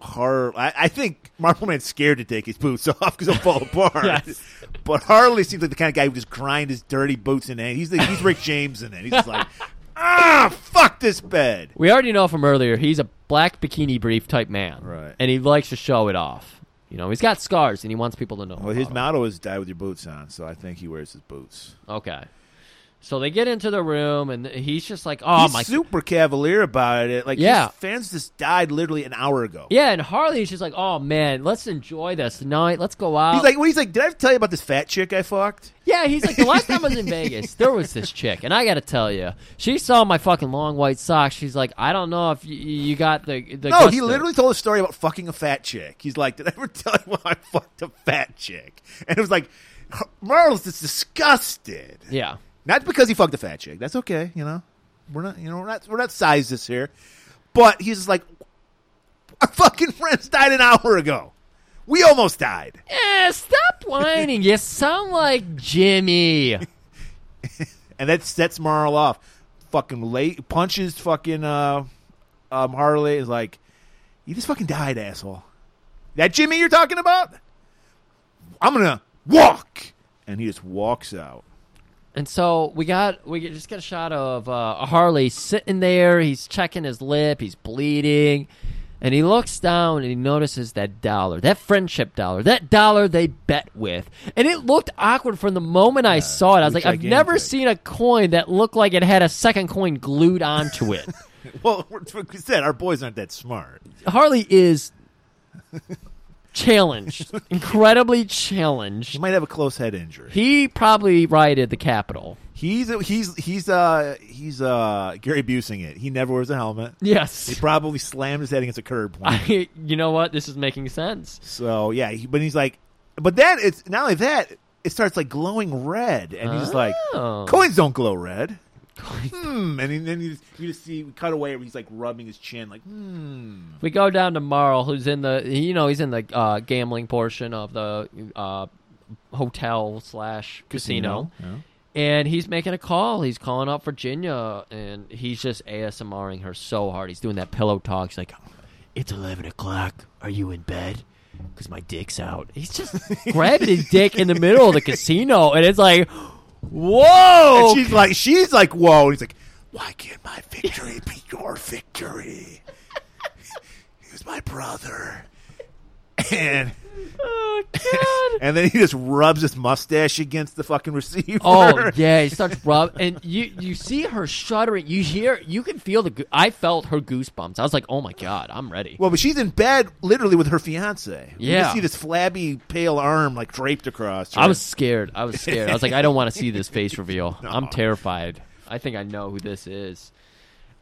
Har. I, I think Marlboro Man's scared to take his boots *laughs* off because he'll fall apart.
Yes.
But Harley seems like the kind of guy who just grind his dirty boots in it. He's the, he's Rick James in it. He's just like, *laughs* ah, fuck this bed.
We already know from earlier he's a black bikini brief type man,
Right.
And he likes to show it off. You know, he's got scars and he wants people to know.
Well,
about
his
them.
motto is "Die with your boots on," so I think he wears his boots.
okay. So they get into the room and he's just like, "Oh
he's
my."
super cavalier about it. Like,
Yeah.
his fans just died literally an hour ago.
yeah, and Harley's just like, "Oh man, let's enjoy this night. Let's go out."
He's like, well, he's like, did I tell you about this fat chick I fucked?
Yeah, he's like, the last time I was in Vegas, there was this chick, and I got to tell you, she saw my fucking long white socks. She's like, I don't know if you, you got the the.
No, he
gusto."
literally told a story about fucking a fat chick. He's like, did I ever *laughs* tell you why I fucked a fat chick? And it was like, Marl's just disgusted.
Yeah,
Not because he fucked a fat chick. That's okay, you know. We're not, you know, we're not, we're not sizes here. But he's just like, our fucking friends died an hour ago. We almost died.
eh, stop whining. you sound like Jimmy.
and that sets Marl off. Fucking late punches fucking uh, um, Harley is like, you just fucking died, asshole. That Jimmy you're talking about? I'm gonna walk, and he just walks out.
And so we got we get- just got a shot of uh, Harley sitting there. He's checking his lip. He's bleeding, and he looks down and he notices that dollar, that friendship dollar, that dollar they bet with. And it looked awkward from the moment I saw it. I was like,
looked
I've never
gigantic.
seen a coin that looked like it had a second coin glued onto it.
Well, *laughs* we're- like we said, our boys aren't that smart.
Harley is challenged, incredibly
He
challenged.
might have a close head injury.
He probably rioted the Capitol.
He's he's he's uh he's uh Gary Busing it. He never wears a helmet.
Yes.
He probably slammed his head against a curb. one
I, *laughs* you know what? This is making sense.
So yeah, he, but he's like, but then it's not only that it starts like glowing red, and he's like,
Oh.
coins don't glow red. Hmm. And then you just, you just see we cut away where he's like rubbing his chin, like hmm.
We go down to Marl, who's in the you know he's in the uh, gambling portion of the uh, hotel slash casino, and he's making a call. He's calling out Virginia, and he's just ASMRing her so hard. He's doing that pillow talk. He's like, "It's eleven o'clock. Are you in bed? Because my dick's out." He's just grabbing his dick in the middle of the casino, and it's like, "Whoa!"
and she's like, she's like, whoa. And he's like, why can't my *laughs* victory be your *laughs* victory? he was my brother, and
*laughs* oh God.
and then he just rubs his mustache against the fucking *laughs* receiver.
Oh yeah, he starts rub, and you you see her shuddering. You hear, you can feel the. goo- I felt her goosebumps. I was like, oh my god, I'm ready.
Well, but she's in bed literally with her fiance. You
Yeah.
just see this flabby, pale arm like draped across. Her.
I was scared. I was scared. I was like, I don't want to see this face reveal. I'm terrified. I think I know who this is.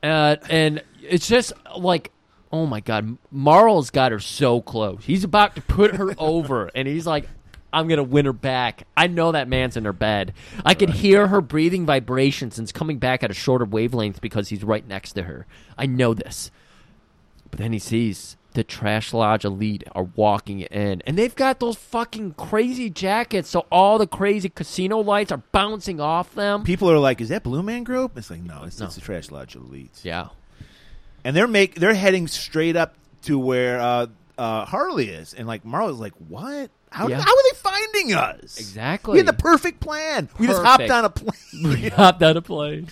Uh, and it's just like, oh my god, Marl's got her so close. He's about to put her over, and he's like, I'm gonna win her back. I know that man's in her bed. I could hear her breathing vibrations and it's coming back at a shorter wavelength because he's right next to her. I know this. But then he sees the Trash Lodge Elite are walking in, and they've got those fucking crazy jackets, so all the crazy casino lights are bouncing off them.
People are like, "Is that Blue Man Group?" It's like, no, it's, it's the Trash Lodge Elites.
*laughs* Yeah.
and they're make they're heading straight up to where uh, uh, Harley is, and like Marlo's like, "What? How,
Yeah.
how are they finding us?
Exactly.
We had the perfect plan. We just hopped
Perfect.
on a plane." *laughs*
We hopped on a plane.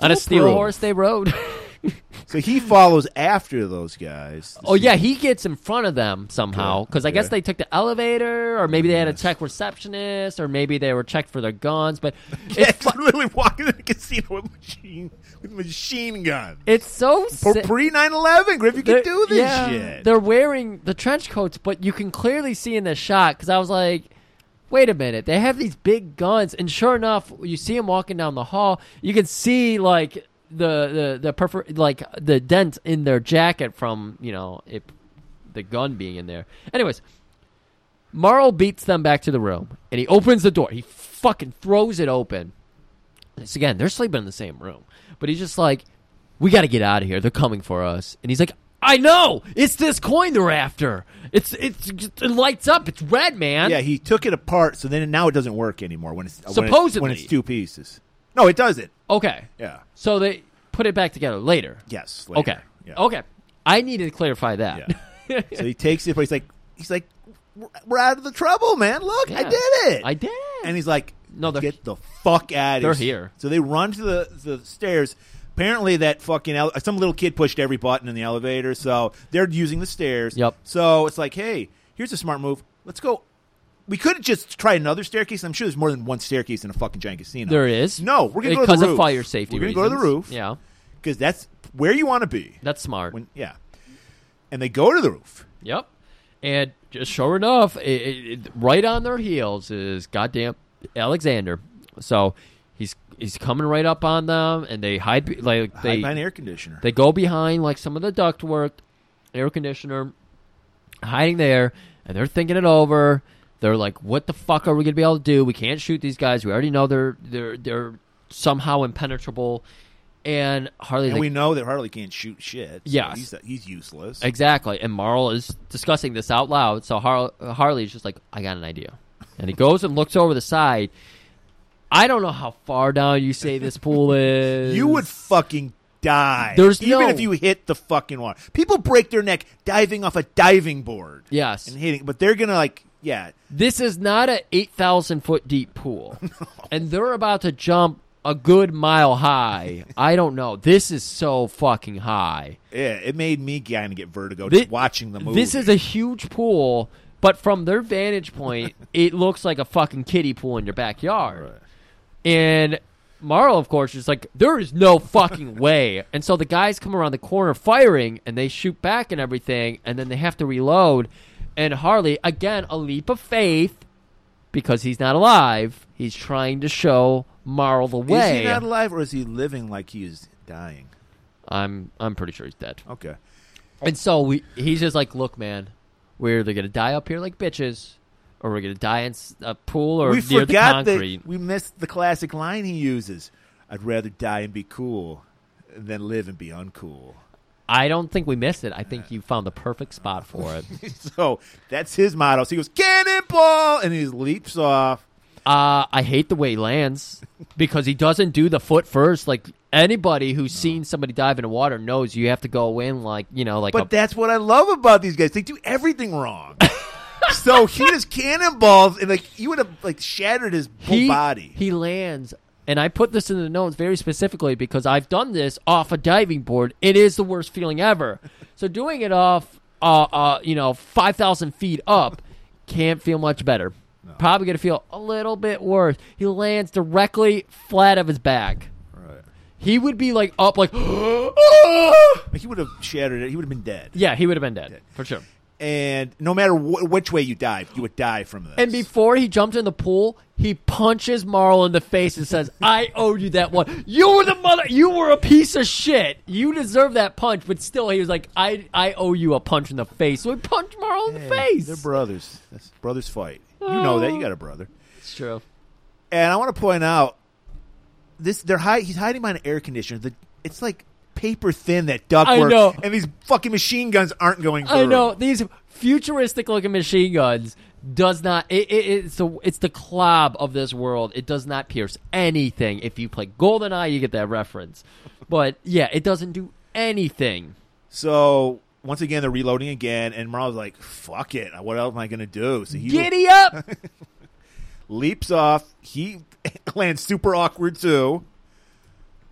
On a steel
Foolproof.
horse they rode. *laughs*
so he follows after those guys.
oh yeah, he gets in front of them somehow because I guess
Yeah.
they took the elevator, or maybe they had a check receptionist, or maybe they were checked for their guns. *laughs* But
yeah,
it's,
*laughs* he's literally walking in the casino with machine with machine gun.
it's so si-
Pre 9-11, Griff, you
They're-
can do this
yeah,
shit.
They're wearing the trench coats, but you can clearly see in the shot because I was like, wait a minute, they have these big guns, and sure enough, you see him walking down the hall. You can see like the the the perfor- like the dent in their jacket from you know it, the gun being in there. Anyways, Marl beats them back to the room, and he opens the door. He fucking throws it open. It's again, they're sleeping in the same room, but he's just like, "We got to get out of here. They're coming for us." And he's like, "I know. It's this coin they're after. It's it's it lights up. It's red, man."
yeah, he took it apart, so then now it doesn't work anymore when it's when it's-
Supposedly.
when it's two pieces. No, it doesn't.
Okay.
Yeah.
So they put it back together later.
Yes. later.
Okay.
Yeah.
Okay. I needed to clarify that. *laughs*
Yeah. so he takes it, but he's like, he's like, "We're- we're out of the trouble, man. Look, I
Yeah.
did it.
I did.
And he's like,
No, they're-
get the fuck out of
they're
here.
here.
So they run to the, the stairs. Apparently, that fucking ele- some little kid pushed every button in the elevator, so they're using the stairs.
Yep.
So it's like, hey, here's a smart move. Let's go. We could just try another staircase. I'm sure there's more than one staircase in a fucking giant casino.
There is.
No, we're gonna go to
because
the
of
roof.
fire safety.
We're gonna go to the
reasons.
roof.
Yeah.
because that's where you want to be.
That's smart.
When yeah, and they go to the roof.
Yep. And just sure enough, it, it, it- right on their heels is goddamn Alexander. So he's he's coming right up on them, and they hide be- like they
Hide behind air conditioner.
they go behind like some of the ductwork, air conditioner, hiding there, and they're thinking it over. They're like, "What the fuck are we gonna be able to do? We can't shoot these guys. We already know they're they're they're somehow impenetrable." And Harley's
and
like,
we know that Harley can't shoot shit. So
Yes.
he's, he's useless.
Exactly. And Marl is discussing this out loud. So Har- Harley's just like, I got an idea. And he goes and looks over the side. I don't know how far down you say
*laughs*
this pool is.
you would fucking die.
There's
even
no-
if you hit the fucking water. People break their neck diving off a diving board.
Yes.
and hitting, but they're gonna like yeah.
This is not an 8,000 foot deep
*laughs*
pool. And they're about to jump a good mile high. I don't know. This is so fucking high.
Yeah, it made me kind of get vertigo
Thi-
just watching the movie.
This is a huge pool, but from their vantage
*laughs*
point, it looks like a fucking kiddie pool in your backyard. And Marl, of course, is like, there is no
*laughs*
fucking way. And so the guys come around the corner firing, and they shoot back and everything, and then they have to reload. And Harley, again, a leap of faith because he's not alive. He's trying to show Marl the
Is
way.
he not alive or is he living like he is dying?
I'm I'm pretty sure he's dead.
Okay,
And so we, he's just like, look, man, we're either gonna die up here like bitches, or we're gonna die in s- a pool or
we
near the
forgot
concrete.
that we missed the classic line he uses. I'd rather die and be cool than live and be uncool. *laughs*
I don't think we missed it. I think you found the perfect spot for
*laughs*
it.
So that's his motto. So he goes cannonball, and he leaps off.
Uh, I hate the way he lands because he doesn't do the foot first. Like anybody who's seen somebody dive into water knows, you have to go in like you know, like
But
a,
that's what I love about these guys. They do everything
*laughs*
wrong. so he just cannonballs, and like you would have like shattered his whole
he,
body.
He lands, and I put this in the notes very specifically because I've done this off a diving board. It is the worst feeling
*laughs*
ever. so doing it off, uh, uh, you know, five thousand feet up, can't feel much better. Probably gonna feel a little bit worse. He lands directly flat of his back. He would be like up,
*laughs*
like *gasps*
Like, he would have shattered it. He would have been dead.
yeah, he would have been dead for sure.
And no matter wh- which way you dive, you would die from this.
And before he jumped in the pool, he punches Marl in the face and says, "I owed you that one. You were the mother. You were a piece of shit. You deserve that punch." But still, he was like, "I I owe you a punch in the face." So he punched Marl elbow in the face. Oh.
They're brothers. That's brothers fight. You know that. You got a brother.
it's true.
And I want to point out this they're high he's hiding behind an air conditioner. The it's like paper thin that
I
ductwork
know.
and these fucking machine guns aren't going through.
I know these futuristic looking machine guns does not it, it, it's the it's the clob of this world. It does not pierce anything. If you play GoldenEye, you get that reference. But yeah, it doesn't do anything.
So once again they're reloading again and Marl's like, fuck it. What else am I gonna do? So he
Giddy up!
leaps off. He *laughs* lands super awkward too.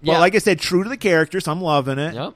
But
Yeah.
like I said, true to the character, so I'm loving it.
Yep.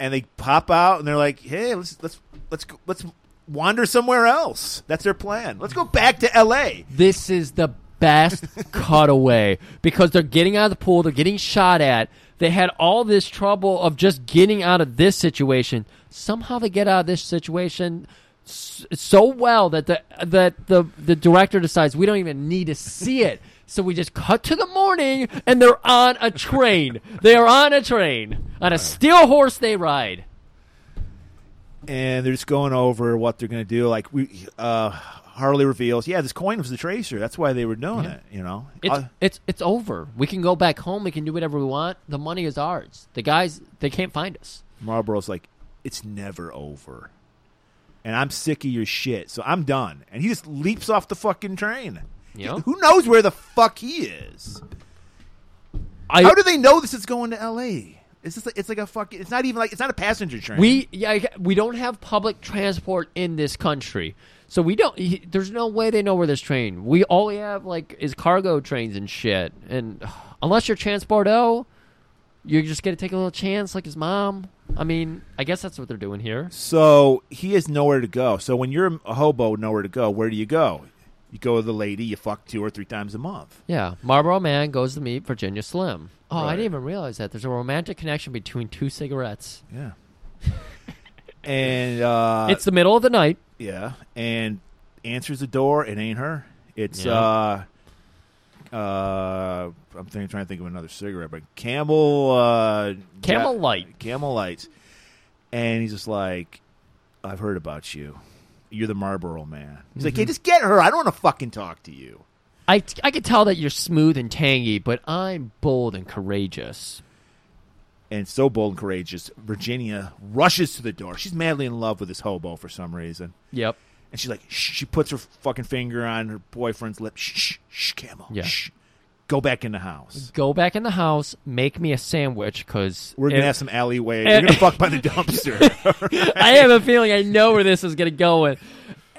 And they pop out and they're like, Hey, let's let's let's go let's wander somewhere else. That's their plan. Let's go back to LA.
This is the
*laughs*
best cutaway because they're getting out of the pool, they're getting shot at. They had all this trouble of just getting out of this situation. Somehow they get out of this situation s- so well that the that the the director decides we don't even need to see it. So we just cut to the morning and they're on a train. They are on a train. On a steel horse they ride.
and they're just going over what they're going to do. Like we, uh, Harley reveals, yeah, this coin was the tracer. That's why they were doing it. You know,
It's,
Uh,
it's it's over. We can go back home. We can do whatever we want. The money is ours. The guys they can't find us.
Marlboro's like, it's never over, and I'm sick of your shit, so I'm done. And he just leaps off the fucking train.
Yeah.
Who knows where the fuck he is?
I,
How do they know this is going to L.A.? It's just like, it's like a fucking. It's not even like it's not a passenger train.
we yeah I- we don't have public transport in this country, so we don't. he- There's no way they know where this train. We all we have like is cargo trains and shit. And *sighs* unless you're Transporto, you're just gonna take a little chance, like his mom. I mean, I guess that's what they're doing here.
So he has nowhere to go. So when you're a hobo, nowhere to go, where do you go? You go to the lady you fuck two or three times a month.
Yeah, Marlboro Man goes to meet Virginia Slim. Oh, I didn't even realize that. There's a romantic connection between two cigarettes. *laughs*
Yeah. and uh
it's the middle of the night.
yeah, and answers the door. It ain't her. It's uh uh I'm thinking, trying to think of another cigarette, but Camel uh
Camel
yeah,
Light.
Camel Lights. And he's just like I've heard about you. You're the Marlboro man. He's like, "Hey, just get her. I don't want to fucking talk to you."
I, I could tell that you're smooth and tangy, but I'm bold and courageous.
and so bold and courageous, Virginia rushes to the door. She's madly in love with this hobo for some reason.
Yep.
And she's like, shh, she puts her fucking finger on her boyfriend's lip. Shh, shh, shh, Camel.
Yeah.
Shh. Go back in the house.
Go back in the house, make me a sandwich, because
We're going to have some alleyway. We're going to fuck by the dumpster.
*laughs* I have a feeling I know where this is going to go. With.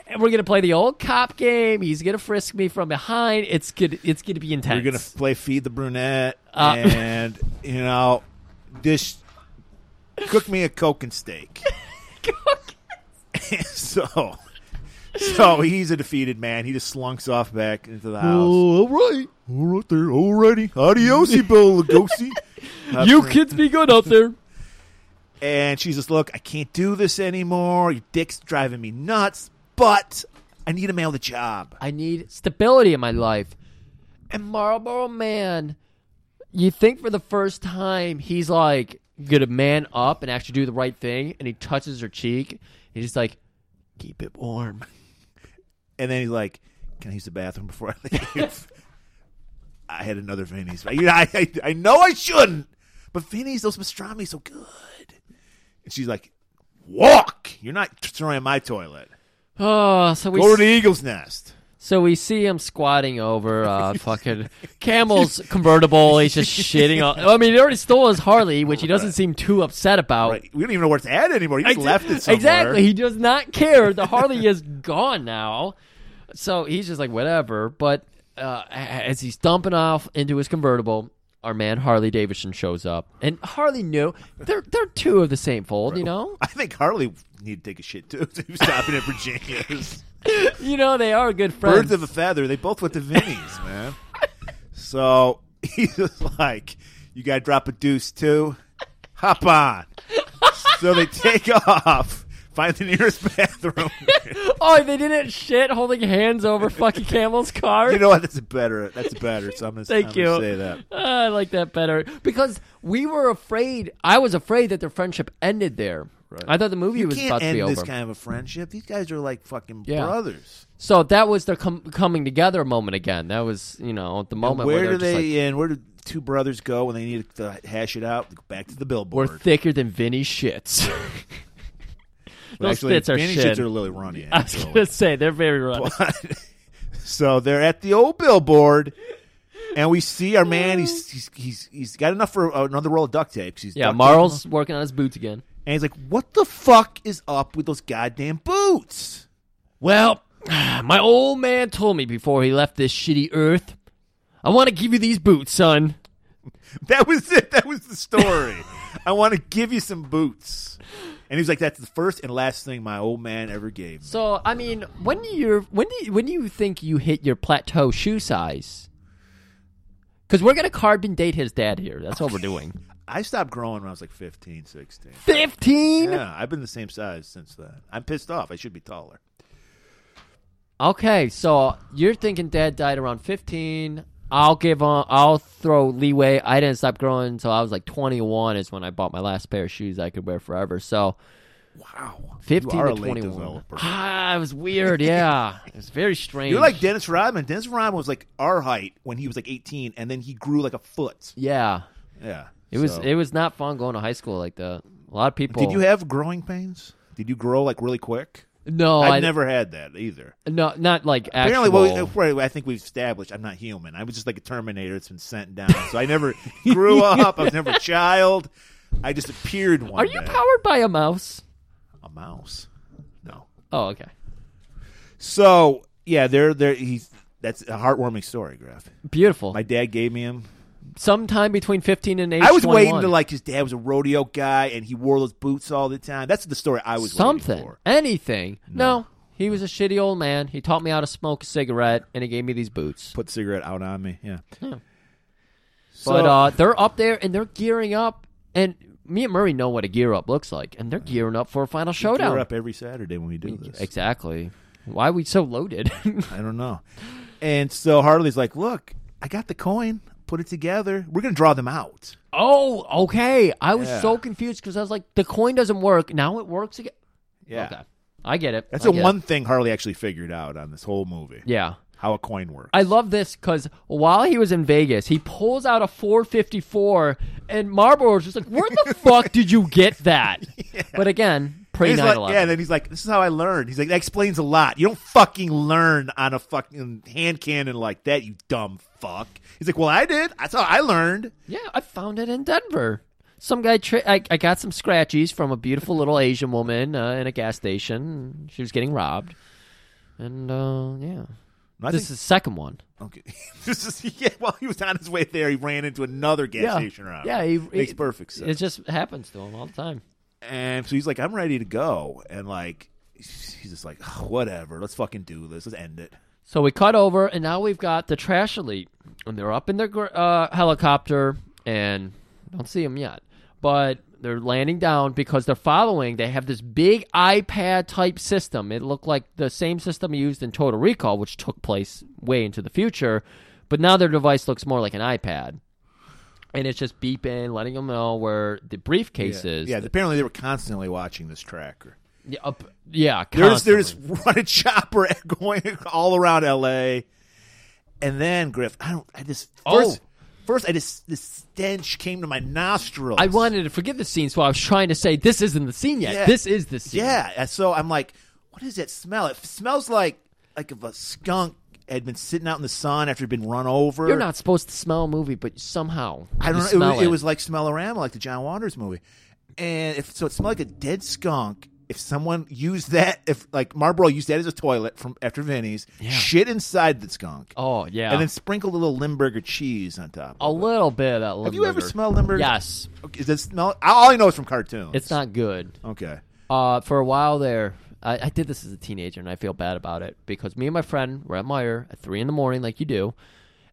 And we're going to play the old cop game. He's going to frisk me from behind. It's good. It's going to be intense.
We're going to play Feed the Brunette.
Uh.
and, you know, this. Cook me a Coke
*laughs*
and steak. *laughs* so. So he's a defeated man. He just slunks off back into the house.
all right.
Oh, All right there, alrighty. Adiosi, Bill *laughs* Lugosi.
You kids be good out there.
And she's just, look, I can't do this anymore. Your dick's driving me nuts, but I need a man with a job.
I need stability in my life. And Marlboro Man, you think for the first time he's like gonna man up and actually do the right thing, and he touches her cheek. He's just like, keep it warm.
*laughs* And then he's like, can I use the bathroom before I leave? *laughs* I had another Vinny's. I, I, I know I shouldn't, but Vinny's, those pastrami so good. And she's like, walk. You're not destroying my toilet.
Oh, so we
Go to the Eagle's Nest.
so we see him squatting over uh,
*laughs*
fucking Camel's convertible. He's just shitting on. I mean, he already stole his Harley, which he doesn't seem too upset about.
Right. We don't even know where it's at anymore. You just
Ex-
left it
*laughs*
somewhere.
Exactly. He does not care. The Harley is gone now. So he's just like, whatever. But uh, a- as he's dumping off into his convertible, our man Harley Davidson shows up. And Harley knew they're, they're two of the same fold, you know?
I think Harley needed to take a shit too. *laughs* He was stopping
*laughs*
at Virginia's.
You know, they are good friends.
Birds of a feather. They both went
*laughs*
to Vinny's, man. So *laughs* he's just like, "You got to drop a deuce too. Hop on." so they take off, find the nearest
*laughs*
bathroom.
oh, they didn't shit holding hands over fucking Camel's car.
you know what? That's better. That's better. So I'm gonna,
Thank
I'm
you.
gonna say that.
I like that better because we were afraid. I was afraid that their friendship ended there.
right?
I thought the movie
you
was
can't
about to
end
be over.
this kind of a friendship. These guys are like fucking
Yeah.
brothers.
so that was their com- coming together moment again. That was you know the moment
And where,
where
do
Oh, they're
they
just like,
and where do two brothers go when they need to hash it out? Go back to the
we're
billboard.
thicker than Vinny shits.
*laughs* Well,
Those shits are
Vinny
shit. *laughs*
shits are really runny.
I was gonna say they're very rough.
so they're at the old billboard, and we see our man. He's he's he's, he's got enough for another roll of duct tape. 'cause He's
Yeah,
duct taping them.
Marl's working on his boots again.
and he's like, "What the fuck is up with those goddamn boots?" *laughs*
Well, *sighs* my old man told me before he left this shitty earth, I want to give you these boots, son.
That was it. That was
*laughs*
the story. I want to give you some boots. And he was like, "That's the first and last thing my old man ever gave." me.
So, I mean, when do you when do you, when do you think you hit your plateau shoe size? Because we're gonna carbon date his dad here. That's what we're doing.
*laughs* I stopped growing when I was like 15, 16.
Fifteen.
Yeah, I've been the same size since then. I'm pissed off. I should be taller.
Okay, so you're thinking dad died around 15. I'll give on. I'll throw leeway. I didn't stop growing until I was like 21 is when I bought my last pair of shoes I could wear forever. So
Wow,
15
you are
to
a late
21. *laughs*
developer.
Ah, it was weird. Yeah, it was very strange.
You're like Dennis Rodman. Dennis Rodman was like our height when he was like 18, and then he grew like a foot.
yeah.
Yeah,
It was
so-
it was not fun going to high school like that. A lot of people.
Did you have growing pains? Did you grow like really quick?
No,
I've
Oh, I
never had that either.
No, not like actual.
Apparently, well, right, I think we've established I'm not human. I was just like a Terminator that's been sent down. So
*laughs*
I never grew up. I was never a child. I just appeared one
Are you
day.
powered by a mouse?
a mouse? No.
Oh, okay.
So yeah, there, there. He's that's a heartwarming story, Griff.
Beautiful.
My dad gave me him.
Sometime between 15 and 18.
I was waiting to like his dad was a rodeo guy and he wore those boots all the time. That's the story I was
something,
waiting for.
anything. No. he was a shitty old man. He taught me how to smoke a cigarette, and he gave me these boots.
Put the cigarette out on me. Yeah. So,
but uh, they're up there and they're gearing up, and me and Murray know what a gear up looks like, and they're gearing up for a final
we
showdown.
gear up every Saturday when we do this.
Exactly. Why are we so loaded? *laughs*
I don't know. And so Harley's like, "Look, I got the coin. Put it together. We're gonna draw them out."
oh, okay. I was
Yeah.
so confused because I was like, the coin doesn't work. Now it works again.
Yeah.
Okay. I get it.
That's
I
the
get
one
it.
thing Harley actually figured out on this whole movie.
Yeah.
How a coin works.
I love this because while he was in Vegas, he pulls out a 454, and Marlboro's just like, "Where
*laughs*
the fuck did you get that?" But again, pre
And he's
9
like, yeah, and then he's like, "This is how I learned." He's like, "That explains a lot. You don't fucking learn on a fucking hand cannon like that, you dumb fuck." He's like, "Well, I did. That's how I learned."
Yeah, I found it in Denver. Some guy, tra- I, I got some scratchies from a beautiful little Asian woman uh, in a gas station. She was getting robbed, and uh, yeah,
No, I
this is
think-
the second one.
okay. *laughs* this is yeah. While he was on his way there, he ran into another gas
yeah,
station around.
yeah, he,
makes
he-
perfect sense.
It just happens to him all the time.
And so he's like, I'm ready to go. And like, he's just like, "Ugh, whatever, let's fucking do this. Let's end it.
So we cut over, and now we've got the trash elite, and they're up in their gr- uh, helicopter, and don't see them yet, but they're landing down because they're following. They have this big iPad type system. It looked like the same system used in Total Recall, which took place way into the future, but now their device looks more like an iPad, and it's just beeping, letting them know where the briefcase is.
Yeah, apparently they were constantly watching this tracker.
yeah, up, yeah.
They're just, they're
constantly.
just *laughs* running chopper going all around L.A. And then Griff, I don't, I just
Oh.
first, first I just this stench came to my nostrils.
I wanted to forget the scene, so I was trying to say this isn't the scene yet.
Yeah.
This is the scene.
yeah. And so I'm like, what is that smell? It smells like like if a skunk had been sitting out in the sun after it'd been run over.
You're not supposed to smell a movie, but somehow
I don't
you
know. It
Smell
was, it was like Smellorama, like the John Waters movie, and if so, it smelled like a dead skunk. If someone used that, if like Marlboro used that as a toilet from after Vinny's, shit inside the skunk,
oh yeah,
and then sprinkled a little Limburger cheese on top.
a
of it.
little bit of that.
Have you ever
Limburger.
smelled Limburger?
Yes,
Okay, Is that smell? All I know is from cartoons.
it's not good.
okay.
Uh, for a while there, I, I did this as a teenager, and I feel bad about it because me and my friend were at Meyer at three in the morning, like you do,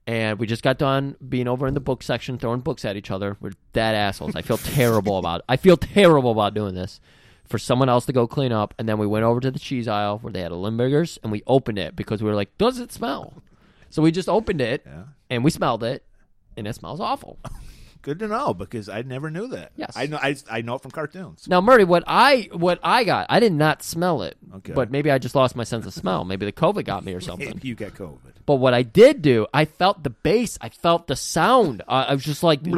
and we just got done being over in the book section, throwing books at each other. We're dead assholes. I feel terrible about it. I feel terrible about doing this. For someone else to go clean up, and then we went over to the cheese aisle where they had a Limburgers, and we opened it because we were like, "Does it smell?" So we just opened it, and we smelled it, and it smells awful.
Good to know because I never knew that.
Yes.
I know. I, I know it from cartoons. *laughs*
Now, Murray, what I what I got, I did not smell it.
Okay.
But maybe I just lost my sense of smell. Maybe the COVID got me or something.
You got COVID.
But what I did do, I felt the bass. I felt the sound. I, I was just
*laughs*
like, and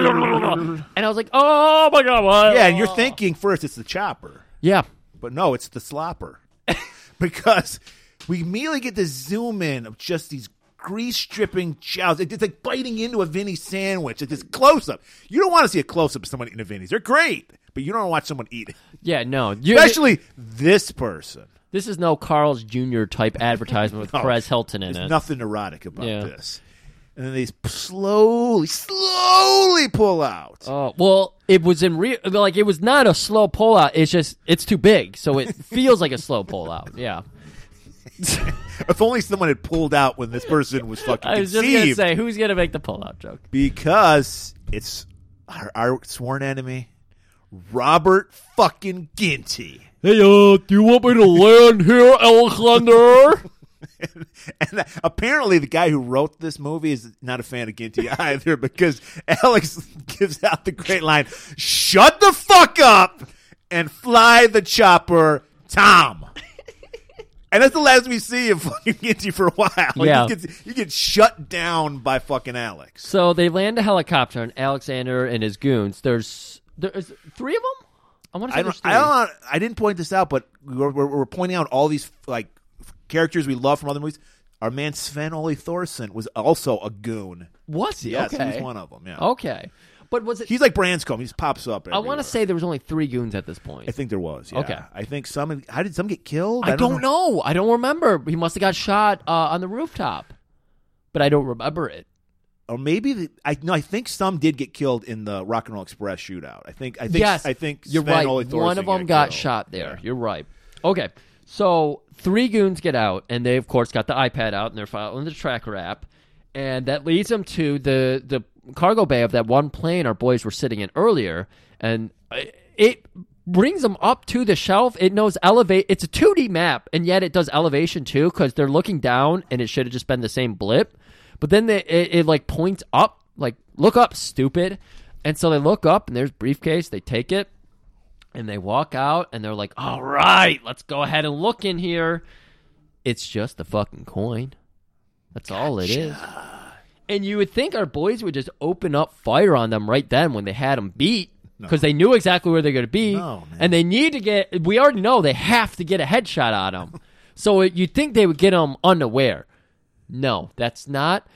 I was like, oh my god, what?
Yeah, and you're thinking first it's the chopper,
yeah,
but no, it's
*laughs*
the slopper, because we immediately get this zoom in of just these grease dripping chows. It's like biting into a Vinny sandwich. It's this close up. You don't want to see a close up of someone eating a Vinny's. They're great, but you don't want to watch someone eat it.
yeah. No, You-
Especially this person.
this is no Carl's Jr. type advertisement with
No.
Perez Hilton in
There's
it.
nothing erotic about
Yeah.
this. And then they slowly, slowly pull out.
Oh well, it was in real like it was not a slow pull out. It's just it's too big, so
*laughs*
it feels like a slow pull out. Yeah,
*laughs* If only someone had pulled out when this person was fucking
*laughs* I was just
conceived.
gonna say who's gonna make the pull out joke?
because it's our, our sworn enemy, Robert fucking Ginty.
Hey, uh, do you want me to land here, Alexander?
And apparently, the guy who wrote this movie is not a fan of Ginty *laughs* either because Alex *laughs* gives out the great line shut the fuck up and fly the chopper, Tom. And that's the last we see of *laughs* fucking Ginty for a while.
Yeah.
You get, you get shut down by fucking
*laughs*
Alex.
so they land a helicopter on Alexander and his goons. There's there's three of them. I want to say
I
there's
don't,
three.
I don't. I didn't point this out, but we're, we're, we're pointing out all these like characters we love from other movies. Our man Sven Ole Thorson was also a goon.
Was he?
Yes,
okay.
he was one of them. Yeah.
Okay, but was it?
He's like Branscombe. He just pops up.
I want to say there was only three goons at this point.
I think there was. Yeah.
Okay.
I think some. How did some get killed?
I don't know. I don't remember. He must have got shot uh, on the rooftop, but I don't remember it.
Or maybe the, I no. I think some did get killed in the Rock and Roll Express shootout. I think. I think.
yes,
I think
you're
Sven
right.
Ole Thorson
One of them got
killed.
shot there.
Yeah.
You're right. Okay, so three goons get out, and they of course got the iPad out, and they're following the tracker app, and that leads them to the the cargo bay of that one plane our boys were sitting in earlier, and it- it brings them up to the shelf. It knows elevate. It's a 2D map, and yet it does elevation too because they're looking down, and it should have just been the same blip, but then they, it, it like points up, like look up, stupid. And so they look up and there's briefcase. They take it and they walk out and they're like, all right, let's go ahead and look in here. It's just a fucking coin. That's all it is. And you would think our boys would just open up fire on them right then when they had them beat because they knew exactly where they're going to be.
No, man.
and they need to get, we already know they have to get a headshot on
*laughs*
them. so it, you'd think they would get them unaware. No, that's not.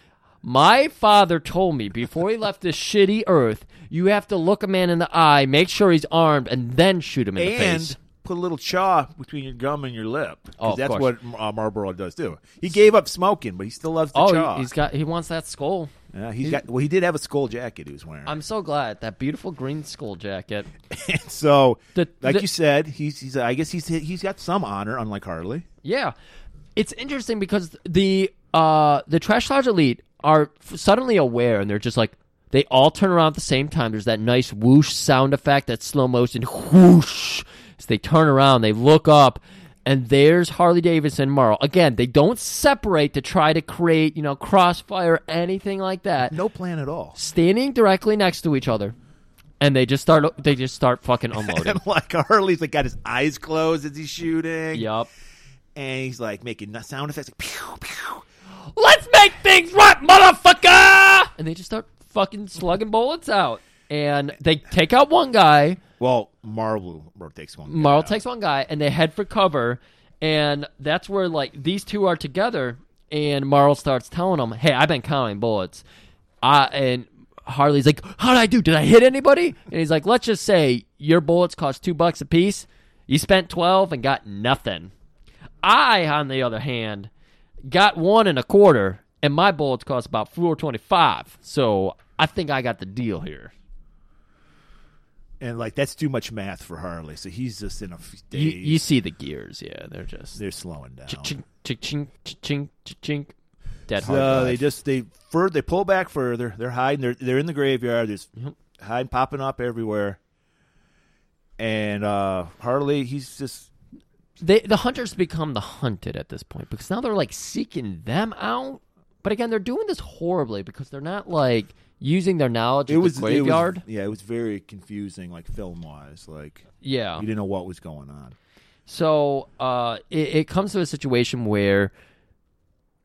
My father told me before he left this shitty earth, you have to look a man in the eye, make sure he's armed, and then shoot him in the face.
and put a little chaw between your gum and your lip. 'Cause
Oh, of
that's
course.
what uh, Marlboro does too. He gave up smoking, but he still loves the
Oh,
chaw.
he, he's got he wants that skull.
yeah, he's got. Well, he did have a skull jacket he was wearing.
I'm so glad that beautiful green skull jacket.
so,
The-
like
the-
you said, he's. he's I guess he's he's got some honor, unlike Harley.
Yeah, it's interesting because the uh the trash lodge elite are f- suddenly aware, and they're just like they all turn around at the same time. There's that nice whoosh sound effect, that slow motion whoosh. So they turn around, they look up, and there's Harley Davidson and Marl. Again, they don't separate to try to create you know crossfire, anything like that.
No plan
*laughs*
at all.
Standing directly next to each other, and they just start they just start
*laughs*
fucking unloading.
And like Harley's like got his eyes closed as he's shooting.
yup.
And he's like making n- sound effects like pew pew.
Let's make things right, motherfucker! *laughs* And they just start fucking slugging bullets out. And they take out one guy,
Well, Marlboro takes one. guy
Marl
out.
takes one guy, and they head for cover. And that's where, like, these two are together. And Marl starts telling them, hey, I've been counting bullets. I, and Harley's like, how did I do? Did I hit anybody? And he's like, let's just say your bullets cost two bucks a piece. You spent 12 and got nothing. I, on the other hand, got one and a quarter, and my bullets cost about four twenty five. So I think I got the deal here.
and like that's too much math for Harley. So he's just in a f- daze.
You, you see the gears, yeah? They're just
They're slowing down.
chink chink chink chink chink. Dead hard.
So they
drive.
just they fur they pull back further. They're hiding. They're they're in the graveyard. There's hiding popping up everywhere. And uh Harley, he's just
They- the hunters become the hunted at this point because now they're like seeking them out. But again, they're doing this horribly because they're not like using their knowledge
It
of
was
the
it was-
graveyard.
yeah, it was very confusing, like film wise. Like
yeah.
you didn't know what was going on.
So uh, it, it comes to a situation where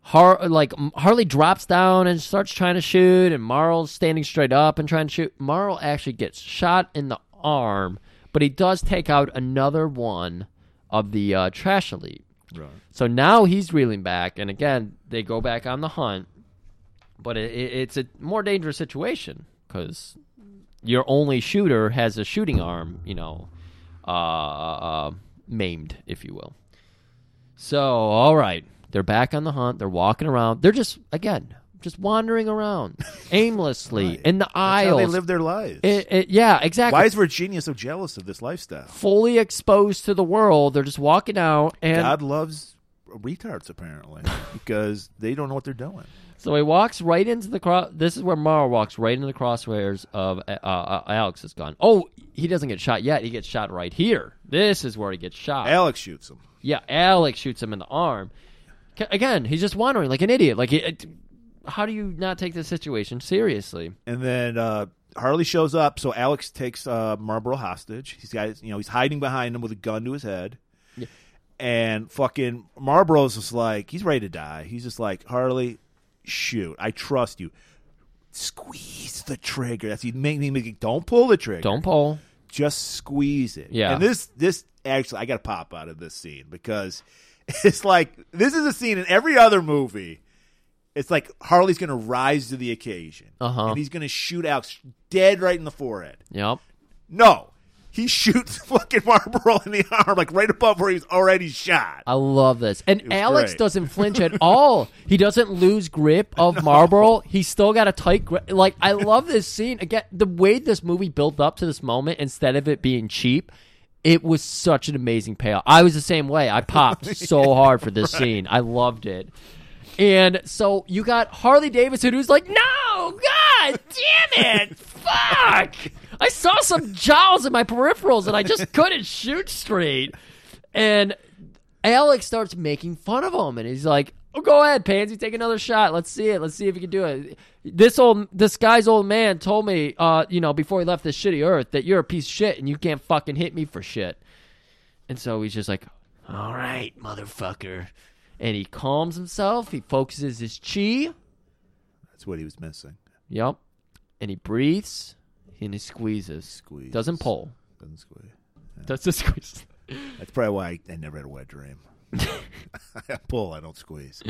Har- like M- Harley drops down and starts trying to shoot, and Marl's standing straight up and trying to shoot. Marl actually gets shot in the arm, but he does take out another one of the uh, trash elite.
Right.
So now he's reeling back, and again they go back on the hunt, but it, it, it's a more dangerous situation because your only shooter has a shooting arm, you know, uh, uh, maimed, if you will. So all right, they're back on the hunt. They're walking around. They're just again just wandering
*laughs*
around aimlessly in the
That's how
aisles.
they live their lives.
It- it- yeah, exactly.
Why is Virginia so jealous of this lifestyle?
fully exposed to the world? They're just walking out and.
God loves retards apparently because they don't know what they're doing.
So he walks right into the cross. This is where Mara walks right into the crosshairs of uh, uh, Alex's gun. Oh, he doesn't get shot yet. He gets shot right here. This is where he gets shot.
Alex shoots him.
yeah, Alex shoots him in the arm. Ca- Again, he's just wandering like an idiot. Like, it, it- how do you not take this situation seriously?
And then uh, Harley shows up, so Alex takes uh, Marlboro hostage. He's got, you know, he's hiding behind him with a gun to his head. And fucking Marlboro's just like, he's ready to die. He's just like, Harley, shoot, I trust you. Squeeze the trigger. That's he make me make. Don't pull the trigger.
Don't pull.
Just squeeze it.
Yeah.
And this this actually, I got a pop out of this scene because *laughs* it's like this is a scene in every other movie it's like Harley's going to rise to the occasion.
Uh-huh.
And he's going to shoot Alex dead right in the forehead.
Yep.
No. He *laughs* shoots fucking Marlboro in the arm, like right above where he was already shot.
I love this. And
was
Alex
great. *laughs*
doesn't flinch at all. He doesn't lose grip of Marlboro. He's still got a tight grip. Like I love this scene. Again, the way this movie built up to this moment instead of it being cheap, it was such an amazing payoff. I was the same way. I
*laughs*
popped so hard for this scene. I loved it. And so you got Harley Davidson who's like, "No, god damn
*laughs*
it. Fuck. I saw some jowls in my peripherals and I just couldn't shoot straight." And Alex starts making fun of him, and he's like, "Oh, go ahead, Pansy, take another shot. Let's see it. Let's see if you can do it." This old, this guy's old man told me, uh, you know, before he left this shitty earth, that you're a piece of shit and you can't fucking hit me for shit. And so he's just like, "All right, motherfucker," and he calms himself. He focuses his chi.
That's what he was missing.
Yep, and he breathes and he squeezes.
Squeeze.
Doesn't pull.
Doesn't squeeze.
Doesn't squeeze.
That's probably why I, I never had a wet dream. *laughs* I pull, I don't squeeze.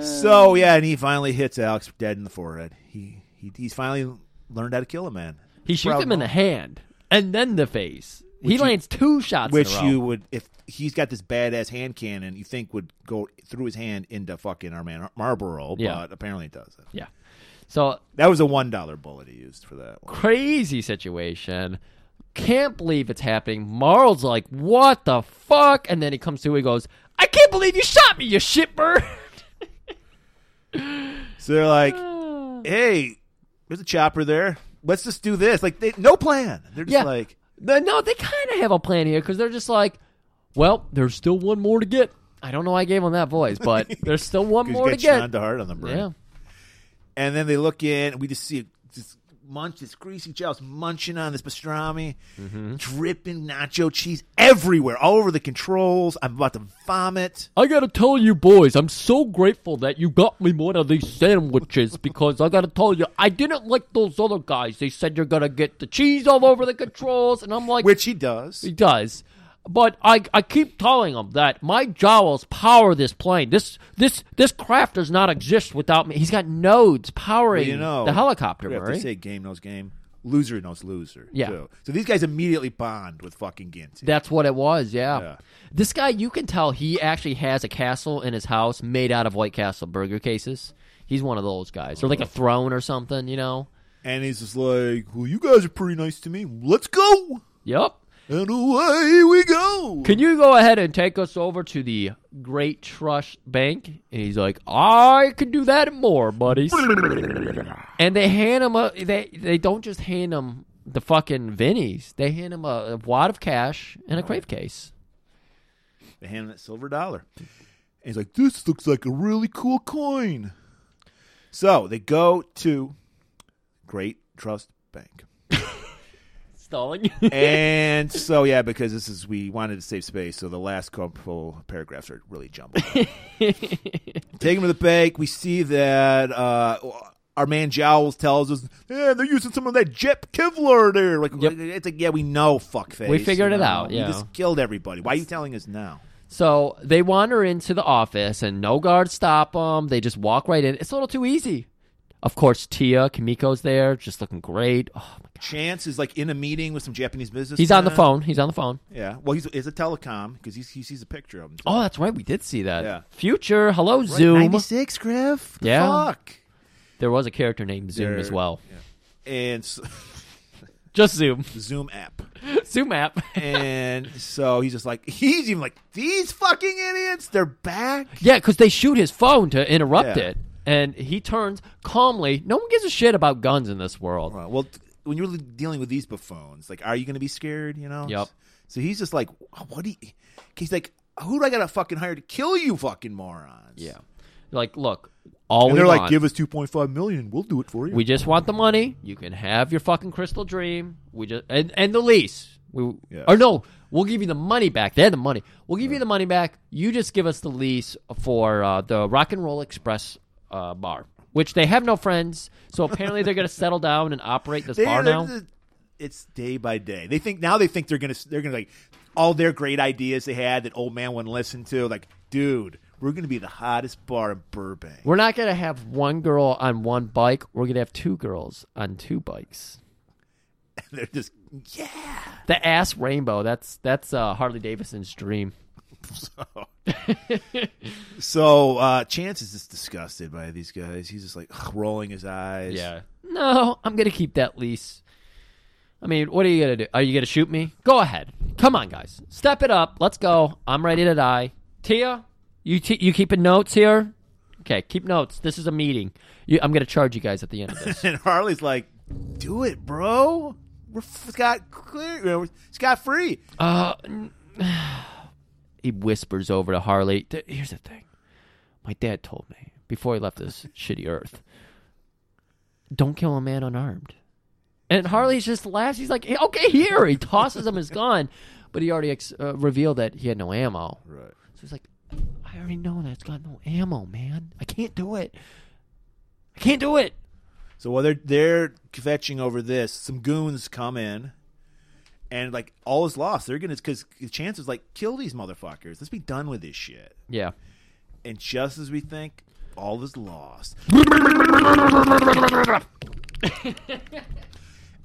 so yeah, and he finally hits Alex dead in the forehead. He, he he's finally learned how to kill a man.
He shoots
Proud
him in the
moment.
hand and then the face. he
you-
lands two shots. in a
which
row.
you would if he's got this badass hand cannon you think would go through his hand into fucking our man Marlboro,
Yeah.
but apparently it doesn't.
Yeah. So
That was a one dollar bullet he used for that one.
crazy situation. Can't believe it's happening. Marl's like, what the fuck? And then he comes to and goes, I can't believe you shot me, you shitbird. *laughs*
So
*sighs*
they're like, "Hey, there's a chopper there. Let's just do this." Like, they, no plan. They're just
Yeah.
like,
No, no, they kind of have a plan here because they're just like, well, there's still one more to get. I don't know why I gave him that voice,
*laughs*
but there's still one
"Cause
more
you
to
got
get.
Sean to heart on the brain."
Yeah.
And then they look in, and we just see this munch, this greasy chow's munching on this pastrami,
Mm-hmm.
dripping nacho cheese everywhere, all over the controls. I'm about to vomit.
I gotta tell you, boys, I'm so grateful that you got me one of these sandwiches *laughs* because I gotta tell you, I didn't like those other guys. They said you're gonna get the cheese all over the controls, and I'm like,
Which he does.
he does. But I, I keep telling him that my jowls power this plane. This this this craft does not exist without me. He's got nodes powering
you know,
the helicopter,
we have
Murray.
to say game knows game, loser knows loser.
Yeah.
too. So these guys immediately bond with fucking Ginty.
That's what it was, yeah.
Yeah.
This guy, you can tell he actually has a castle in his house made out of White Castle burger cases. He's one of those guys, or like a
Uh-huh.
throne or something, you know.
and he's just like, "Well, you guys are pretty nice to me. Let's go."
Yep.
And away we go.
Can you go ahead and take us over to the Great Trust Bank? And he's like, I could do that and more, buddies.
*laughs*
and they hand him a they they don't just hand him the fucking Vinnies. They hand him a, a wad of cash and a crave case.
They hand him that silver dollar. And he's like, this looks like a really cool coin. So they go to Great Trust
*laughs*
Bank.
Stalling. *laughs*
And so yeah, because this is we wanted to save space, so the last couple paragraphs are
*laughs*
really jumbled. Take him to the bank. We see that uh, our man Jowls tells us, "Yeah, they're using some of that Jep Kevlar there." Like
Yep.
it's like, yeah, we know, fuckface.
We figured
you
it
know?
out,
you
yeah.
just killed everybody. Why are you telling us now?
so they wander into the office, and no guards stop them. They just walk right in. It's a little too easy. Of course, Tia Kimiko's there, just looking great. Oh my god.
Chance is like in a meeting with some Japanese business.
He's on the phone. He's on the phone.
Yeah. Well, he's is a telecom because he sees a picture of him.
Oh, that's right. We did see that.
Yeah.
Future. Hello, Zoom.
ninety six, Griff. The
Yeah.
Fuck.
There was a character named Zoom
There-
as well.
And so,
Just *laughs* Zoom.
Zoom app.
Zoom *laughs* app.
and so he's just like *laughs* he's even like these fucking idiots they're back
Yeah, because they shoot his phone to interrupt
Yeah.
it, and he turns calmly. No one gives a shit about guns in this world.
Right, Uh, well t- when you're dealing with these buffoons like are you gonna be scared you know
Yep.
so he's just like what do you he's like who do i gotta fucking hire to kill you fucking morons
Yeah, like look, all
and
we
they're like
want-
give us 2.5 million we'll do it for you
we just want the money. You can have your fucking crystal dream. We just and and the lease. We
Yeah.
or no, we'll give you the money back. They had the money. We'll give you the money back. You just give us the lease for uh, the Rock and Roll Express uh, bar, which they have no friends. So apparently they're gonna *laughs* settle down and operate this
They-
bar
they're-
now.
they're- it's day by day they think now they think they're gonna they're gonna like all their great ideas they had that old man wouldn't listen to like dude we're gonna be the hottest bar in burbank
We're not gonna have one girl on one bike. We're gonna have two girls on two bikes.
*laughs* they're just
The ass rainbow. That's that's uh, Harley Davidson's dream.
So uh, Chance is just disgusted by these guys. He's just like rolling his eyes.
No, I'm gonna keep that lease. I mean, what are you gonna do? Are you gonna shoot me? Go ahead. Come on, guys. Step it up. Let's go. I'm ready to die. Tia, you t- you keeping notes here? Okay, keep notes. This is a meeting. You, I'm gonna charge you guys at the end of this.
*laughs* And Harley's like, "Do it, bro. We're Scott clear. We're Scott free."
he whispers over to Harley. "Th- Here's the thing. My dad told me before he left
*laughs*
this shitty earth don't kill a man unarmed. And Harley just laughs. He's like, "Yeah, okay, here. He tosses him
*laughs*
his gun, but he already ex- uh, revealed that he had no ammo. Right. So he's like, I already know that it's got no ammo, man. I can't do it. I can't do it.
So while they're they're fetching over this, some goons come in, and like all is lost. They're gonna because Chance is like, "Kill these motherfuckers. Let's be done with this shit."
Yeah.
And just as we think, all is lost.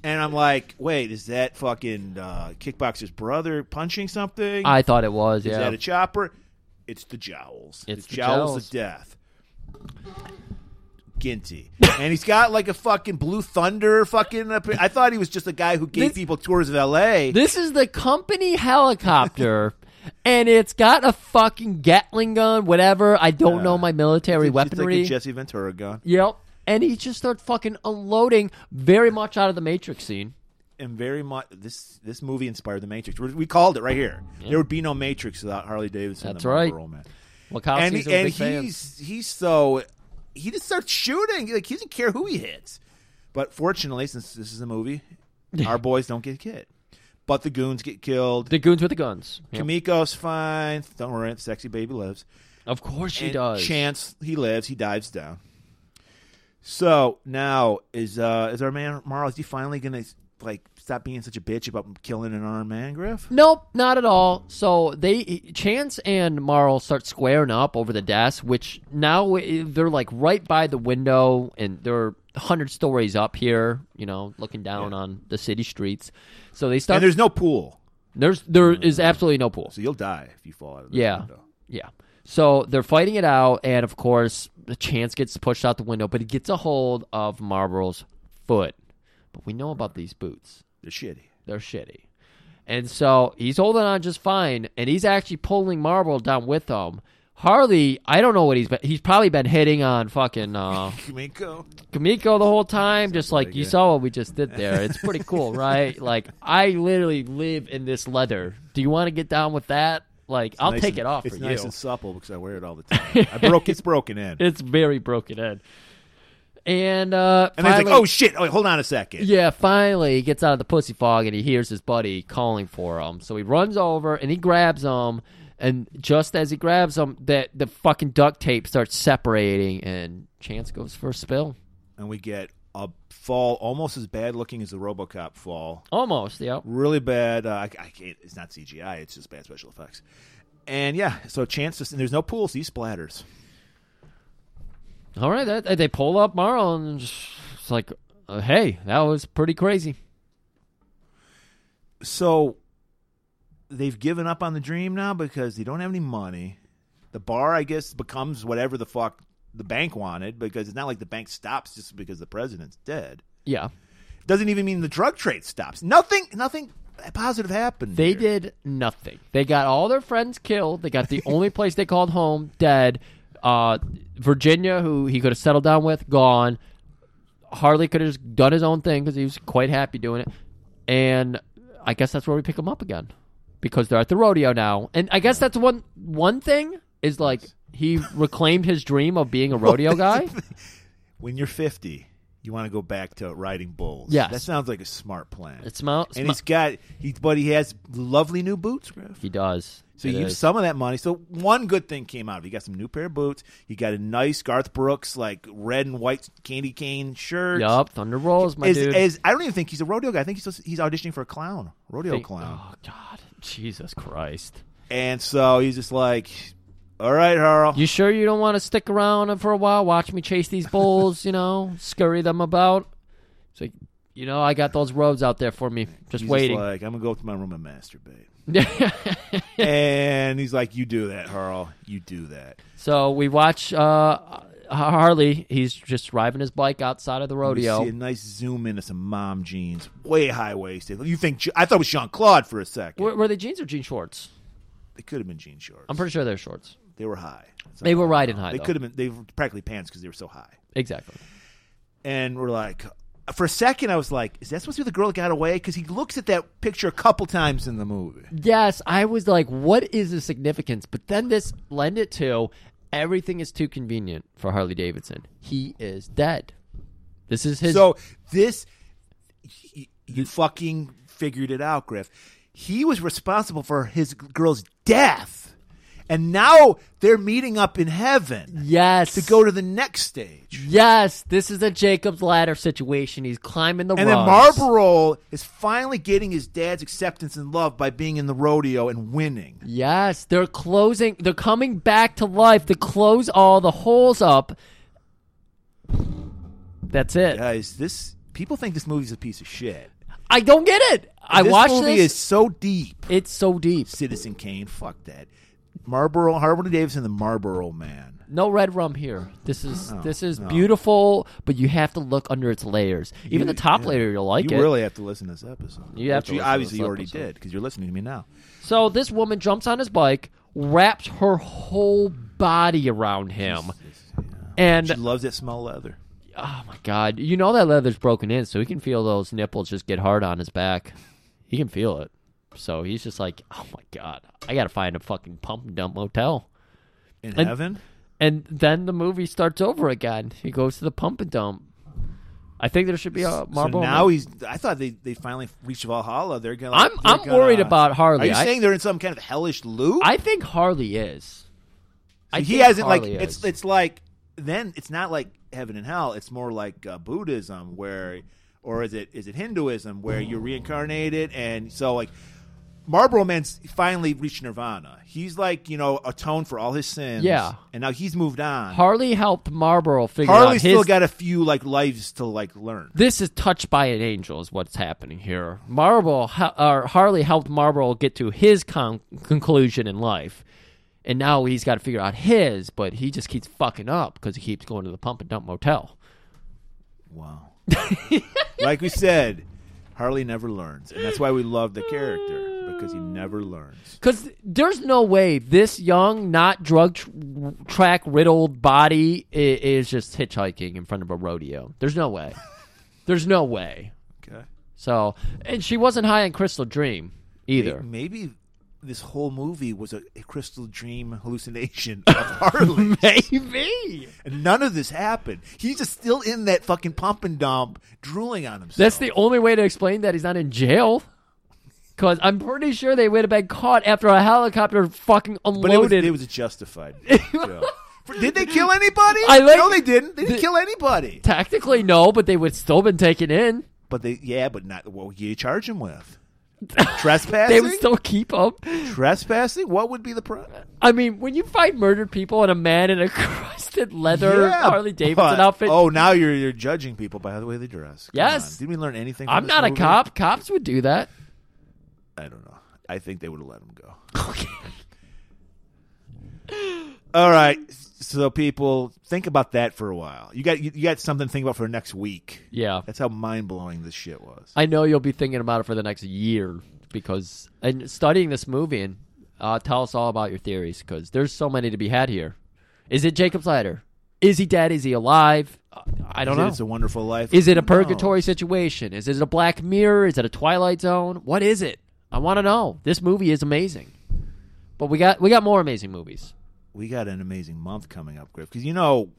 and I'm like, wait, is that fucking uh, Kickboxer's brother punching something?
I thought it was.
is
Yeah.
that a chopper? It's the jowls.
It's the
jowls,
jowls.
of death. Ginty. and he's got like a fucking Blue Thunder fucking. Up- I thought he was just a guy who gave
This-
people tours of LA.
This is the company
*laughs*
helicopter, and it's got a fucking Gatling gun, whatever. I don't know my military
It's- it's
weaponry.
like a Jesse Ventura gun.
yep. And he just starts fucking unloading very much out of the Matrix scene.
and very much this this movie inspired the Matrix. We're- We called it right here. There would be no Matrix without Harley Davidson. and
That's
the Marlboro
right.
Man. And,
Wachowski's
he-
are a
and
big fan.
he's he's so he just starts shooting. Like he doesn't care who he hits. But fortunately, since this is a movie, our boys don't get hit. But the goons get killed.
The goons with the guns. Yep.
Kamiko's fine. Don't worry, sexy baby lives.
Of course she
And
does.
Chance he lives. He dives down. So now is uh is our man Marl? Is he finally gonna like stop being such a bitch about killing an armed man, Griff?
Nope, not at all. So they Chance and Marl start squaring up over the desk, which now eh, they're like right by the window, and they're hundred stories up here, you know, looking down on the city streets. So they start.
And there's no pool,
There's there is absolutely no pool.
so you'll die if you fall out of the
Yeah.
window.
Yeah. So they're fighting it out, and of course, the chance gets pushed out the window, but he gets a hold of Marlboro's foot. But we know about these boots.
They're shitty.
They're shitty. And so he's holding on just fine, and he's actually pulling Marlboro down with him. Harley, I don't know what he's been. He's probably been hitting on fucking
*laughs*
uh,
Kamiko.
Kamiko the whole time, just like you saw what we just did there.
*laughs*
It's pretty cool, right? Like I literally live in this leather. Do you want to get down with that? Like I'll take it off
It's
for
nice
you. *laughs*
and supple because I wear it all the time. I broke. It's broken in.
It's very broken in. And uh,
And then he's like,
finally-
oh shit! Oh, wait, hold on a second.
yeah, finally he gets out of the pussy fog and he hears his buddy calling for him. So he runs over and he grabs him. And just as he grabs him, that the fucking duct tape starts separating, and Chance goes for a spill.
And we get a fall almost as bad looking as the RoboCop fall.
Almost, yeah.
Really bad. Uh, I, I can't. It's not CGI. It's just bad special effects. And yeah, so Chance just and there's no pools. He splatters.
All right, that, they pull up Marl and just it's like, uh, hey, that was pretty crazy.
So they've given up on the dream now because they don't have any money. The bar, I guess, becomes whatever the fuck the bank wanted because it's not like the bank stops just because the president's dead.
Yeah,
Doesn't even mean the drug trade stops. Nothing. Nothing positive happened.
they
here.
did nothing. They got all their friends killed. They got the
*laughs*
only place they called home dead. Uh, Virginia, who he could have settled down with, gone. Harley could have just done his own thing because he was quite happy doing it. And I guess that's where we pick him up again because they're at the rodeo now. And I guess that's one one thing is like
*laughs*
he reclaimed his dream of being a rodeo guy.
When you're 50, you want to go back to riding bulls.
Yes.
that sounds like a smart plan.
It's smart.
and he's got he, but he has lovely new boots, Griff.
He does.
So
It
you used
is.
some of that money. So one good thing came out of it. You got some new pair of boots. You got a nice Garth Brooks like red and white candy cane shirt.
Yup, Thunder Rolls, my
Is,
dude.
is I don't even think he's a rodeo guy. I think he's just, he's auditioning for a clown, rodeo
Think-
clown.
Oh God, Jesus Christ!
And so he's just like, "All right, Harl,
You sure you don't want to stick around for a while? Watch me chase these bulls, you know, scurry them about. It's like, you know, I got those roads out there for me, just
He's
waiting.
like, I'm gonna go to my room
*laughs*
and masturbate. and he's like, "You do that, Harl. You do that."
so we watch uh, Harley. He's just driving his bike outside of the
We
rodeo.
see a nice zoom in of some mom jeans, way high waisted. You think I thought it was Jean Claude for a second?
Were, were they jeans or jean shorts?
It could have been jean shorts.
I'm pretty sure they're shorts.
They were high. So
They were riding high.
Uh, They
though.
could have been. They were practically pants because they were so high.
exactly.
And we're like, for a second, I was like, is that supposed to be the girl that got away? Because he looks at that picture a couple times in the movie.
Yes, I was like, what is the significance? But then this lend it to everything is too convenient for Harley Davidson. He is dead. This is his
so this, you, you fucking figured it out, Griff. He was responsible for his girl's death, and now they're meeting up in heaven
yes
to go to the next stage.
Yes, this is a Jacob's ladder situation. He's climbing the
And then
rungs.
Marlboro is finally getting his dad's acceptance and love by being in the rodeo and winning.
Yes, they're closing. They're coming back to life. They close all the holes up. That's it.
guys, this people think this movie's a piece of shit.
I don't get it. I
this
watched
movie
this.
is so deep.
it's so deep.
Citizen Kane, fuck that. Marlboro, Harvey Davis, and the Marlboro Man.
No red rum here. This is this is
Oh, no.
beautiful, but you have to look under its layers. Even the
You-
top
yeah.
layer, you'll like
you
it.
really have to listen to this episode.
You have
Which
to
you
listen to
obviously
this
you already
episode.
did because you're listening to me now.
So this woman jumps on his bike, wraps her whole body around him, and
She loves that smell of leather.
oh my god, you know that leather's broken in, so he can feel those nipples just get hard on his back. He can feel it. So he's just like, oh my god, I gotta find a fucking pump and dump motel.
In
And-
heaven,
And then the movie starts over again. He goes to the pump and dump. I think there should be a marble.
so now he's. I thought they, they finally reached Valhalla. They're gonna.
I'm-
they're
I'm
gonna-
worried about Harley.
Are you
I-
saying they're in some kind of hellish loop?
I think Harley is. I
he
think
hasn't like
Harley
it's
is.
it's like then it's not like heaven and hell. It's more like uh, Buddhism where, or is it is it Hinduism where you're reincarnated and so like Marlboro Man's finally reached nirvana. He's like you know atoned for all his sins.
Yeah.
and now he's moved on.
Harley helped Marlboro figure
Harley
out
still
his.
got a few like lives to like learn.
this is touched by an angel is what's happening here. Marlboro ha- or Harley helped Marlboro get to his con- conclusion in life, and now he's got to figure out his. But he just keeps fucking up because he keeps going to the pump and dump motel.
Wow. *laughs* like we said, Harley never learns, and that's why we love the character because he never learns.
Because there's no way this young, not drug tr- track riddled body i- is just hitchhiking in front of a rodeo. There's no way. There's no way.
Okay.
So, and she wasn't high on Crystal Dream either.
Maybe this whole movie was a, a crystal dream hallucination of *laughs* Harley.
*laughs* Maybe.
And none of this happened. He's just still in that fucking pump and dump, drooling on himself.
That's the only way to explain that he's not in jail. Because I'm pretty sure they would have been caught after a helicopter fucking
but it was,
unloaded.
it was
*laughs*
justified. Yeah. Did they kill anybody?
I like-
no, they didn't. They didn't
The-
kill anybody.
Tactically, no, but they would still been taken in.
But they, yeah, but not what would you charge
*laughs*
him with? Trespassing.
They would still keep them.
trespassing. What would be the problem?
I mean, when you find murdered people and a man in a *laughs* crusted leather
Yeah,
Harley Davidson
but-
outfit,
Oh, now you're you're judging people by the way they dress. Come
Yes.
on. Did we learn anything? From
I'm
this
not a
movie?
cop. Cops would do that.
I don't know. I think they would have let him go.
*laughs* Okay.
*laughs* All right. So people, think about that for a while. You got you, you got something to think about for next week.
Yeah.
That's how mind blowing this shit was.
I know you'll be thinking about it for the next year because and studying this movie and uh, tell us all about your theories because there's so many to be had here. Is it Jacob Snyder? Is he dead? Is he alive? Uh, I don't
Is it
know.
It's a wonderful life.
Is it a
Who knows?
purgatory situation? Is it a Black Mirror? Is it a Twilight Zone? What is it? I want to know. This movie is amazing, but we got we got more amazing movies.
We got an amazing month coming up, Griff. Because you know,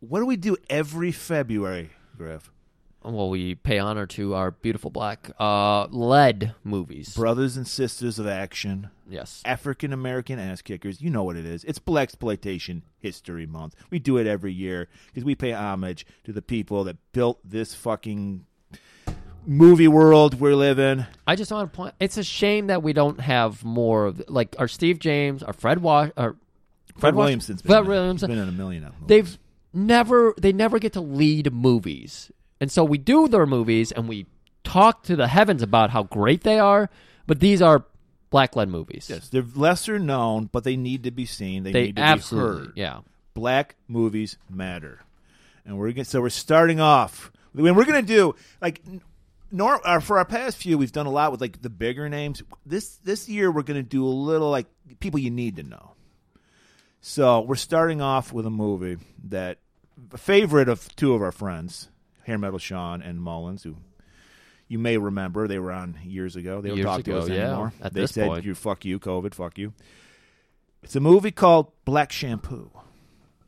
what do we do every February, Griff?
Well, we pay honor to our beautiful black uh, lead movies.
Brothers and sisters of action.
yes,
African American ass kickers. You know what it is. It's Black Exploitation History Month. We do it every year because we pay homage to the people that built this fucking movie world we live in.
I just want to point. It's a shame that we don't have more of like our Steve James, our Fred Wash, our
Fred
Wash-
Williamson's been,
Fred
in-
Williamson.
been in a million of them.
They've never they never get to lead movies, and so we do their movies and we talk to the heavens about how great they are. But these are black lead movies.
Yes, they're lesser known, but they need to be seen. They,
they
need to be
absolutely
heard.
yeah.
Black movies matter, and we're gonna, so we're starting off. When we're gonna do like n- nor uh, for our past few, we've done a lot with like the bigger names. This this year, we're gonna do a little like people you need to know. So we're starting off with a movie that a favorite of two of our friends, Hair Metal Sean and Mullins, who you may remember they were on years ago. They don't
Years
talk to
ago,
us
yeah,
anymore.
at
they
this
said,
point.
"You fuck you, COVID, fuck you." It's a movie called Black Shampoo,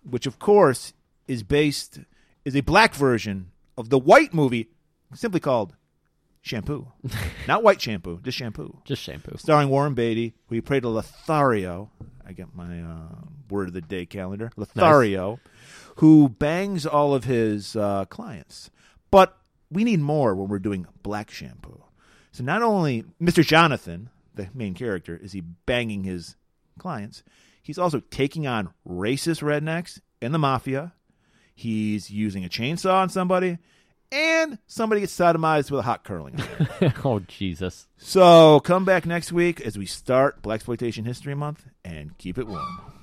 which of course is based is a black version of the white movie simply called Shampoo.
*laughs*
Not white shampoo, just shampoo
Just shampoo.
starring Warren Beatty. We played a Lothario. I got my uh, word of the day calendar. Lothario, who bangs all of his uh, clients. But we need more when we're doing black shampoo. So not only Mr. Jonathan, the main character, is he banging his clients, he's also taking on racist rednecks and the mafia. He's using a chainsaw on somebody, and somebody gets sodomized with a hot curling iron.
*laughs* oh Jesus.
So come back next week as we start Black Exploitation History Month and keep it warm.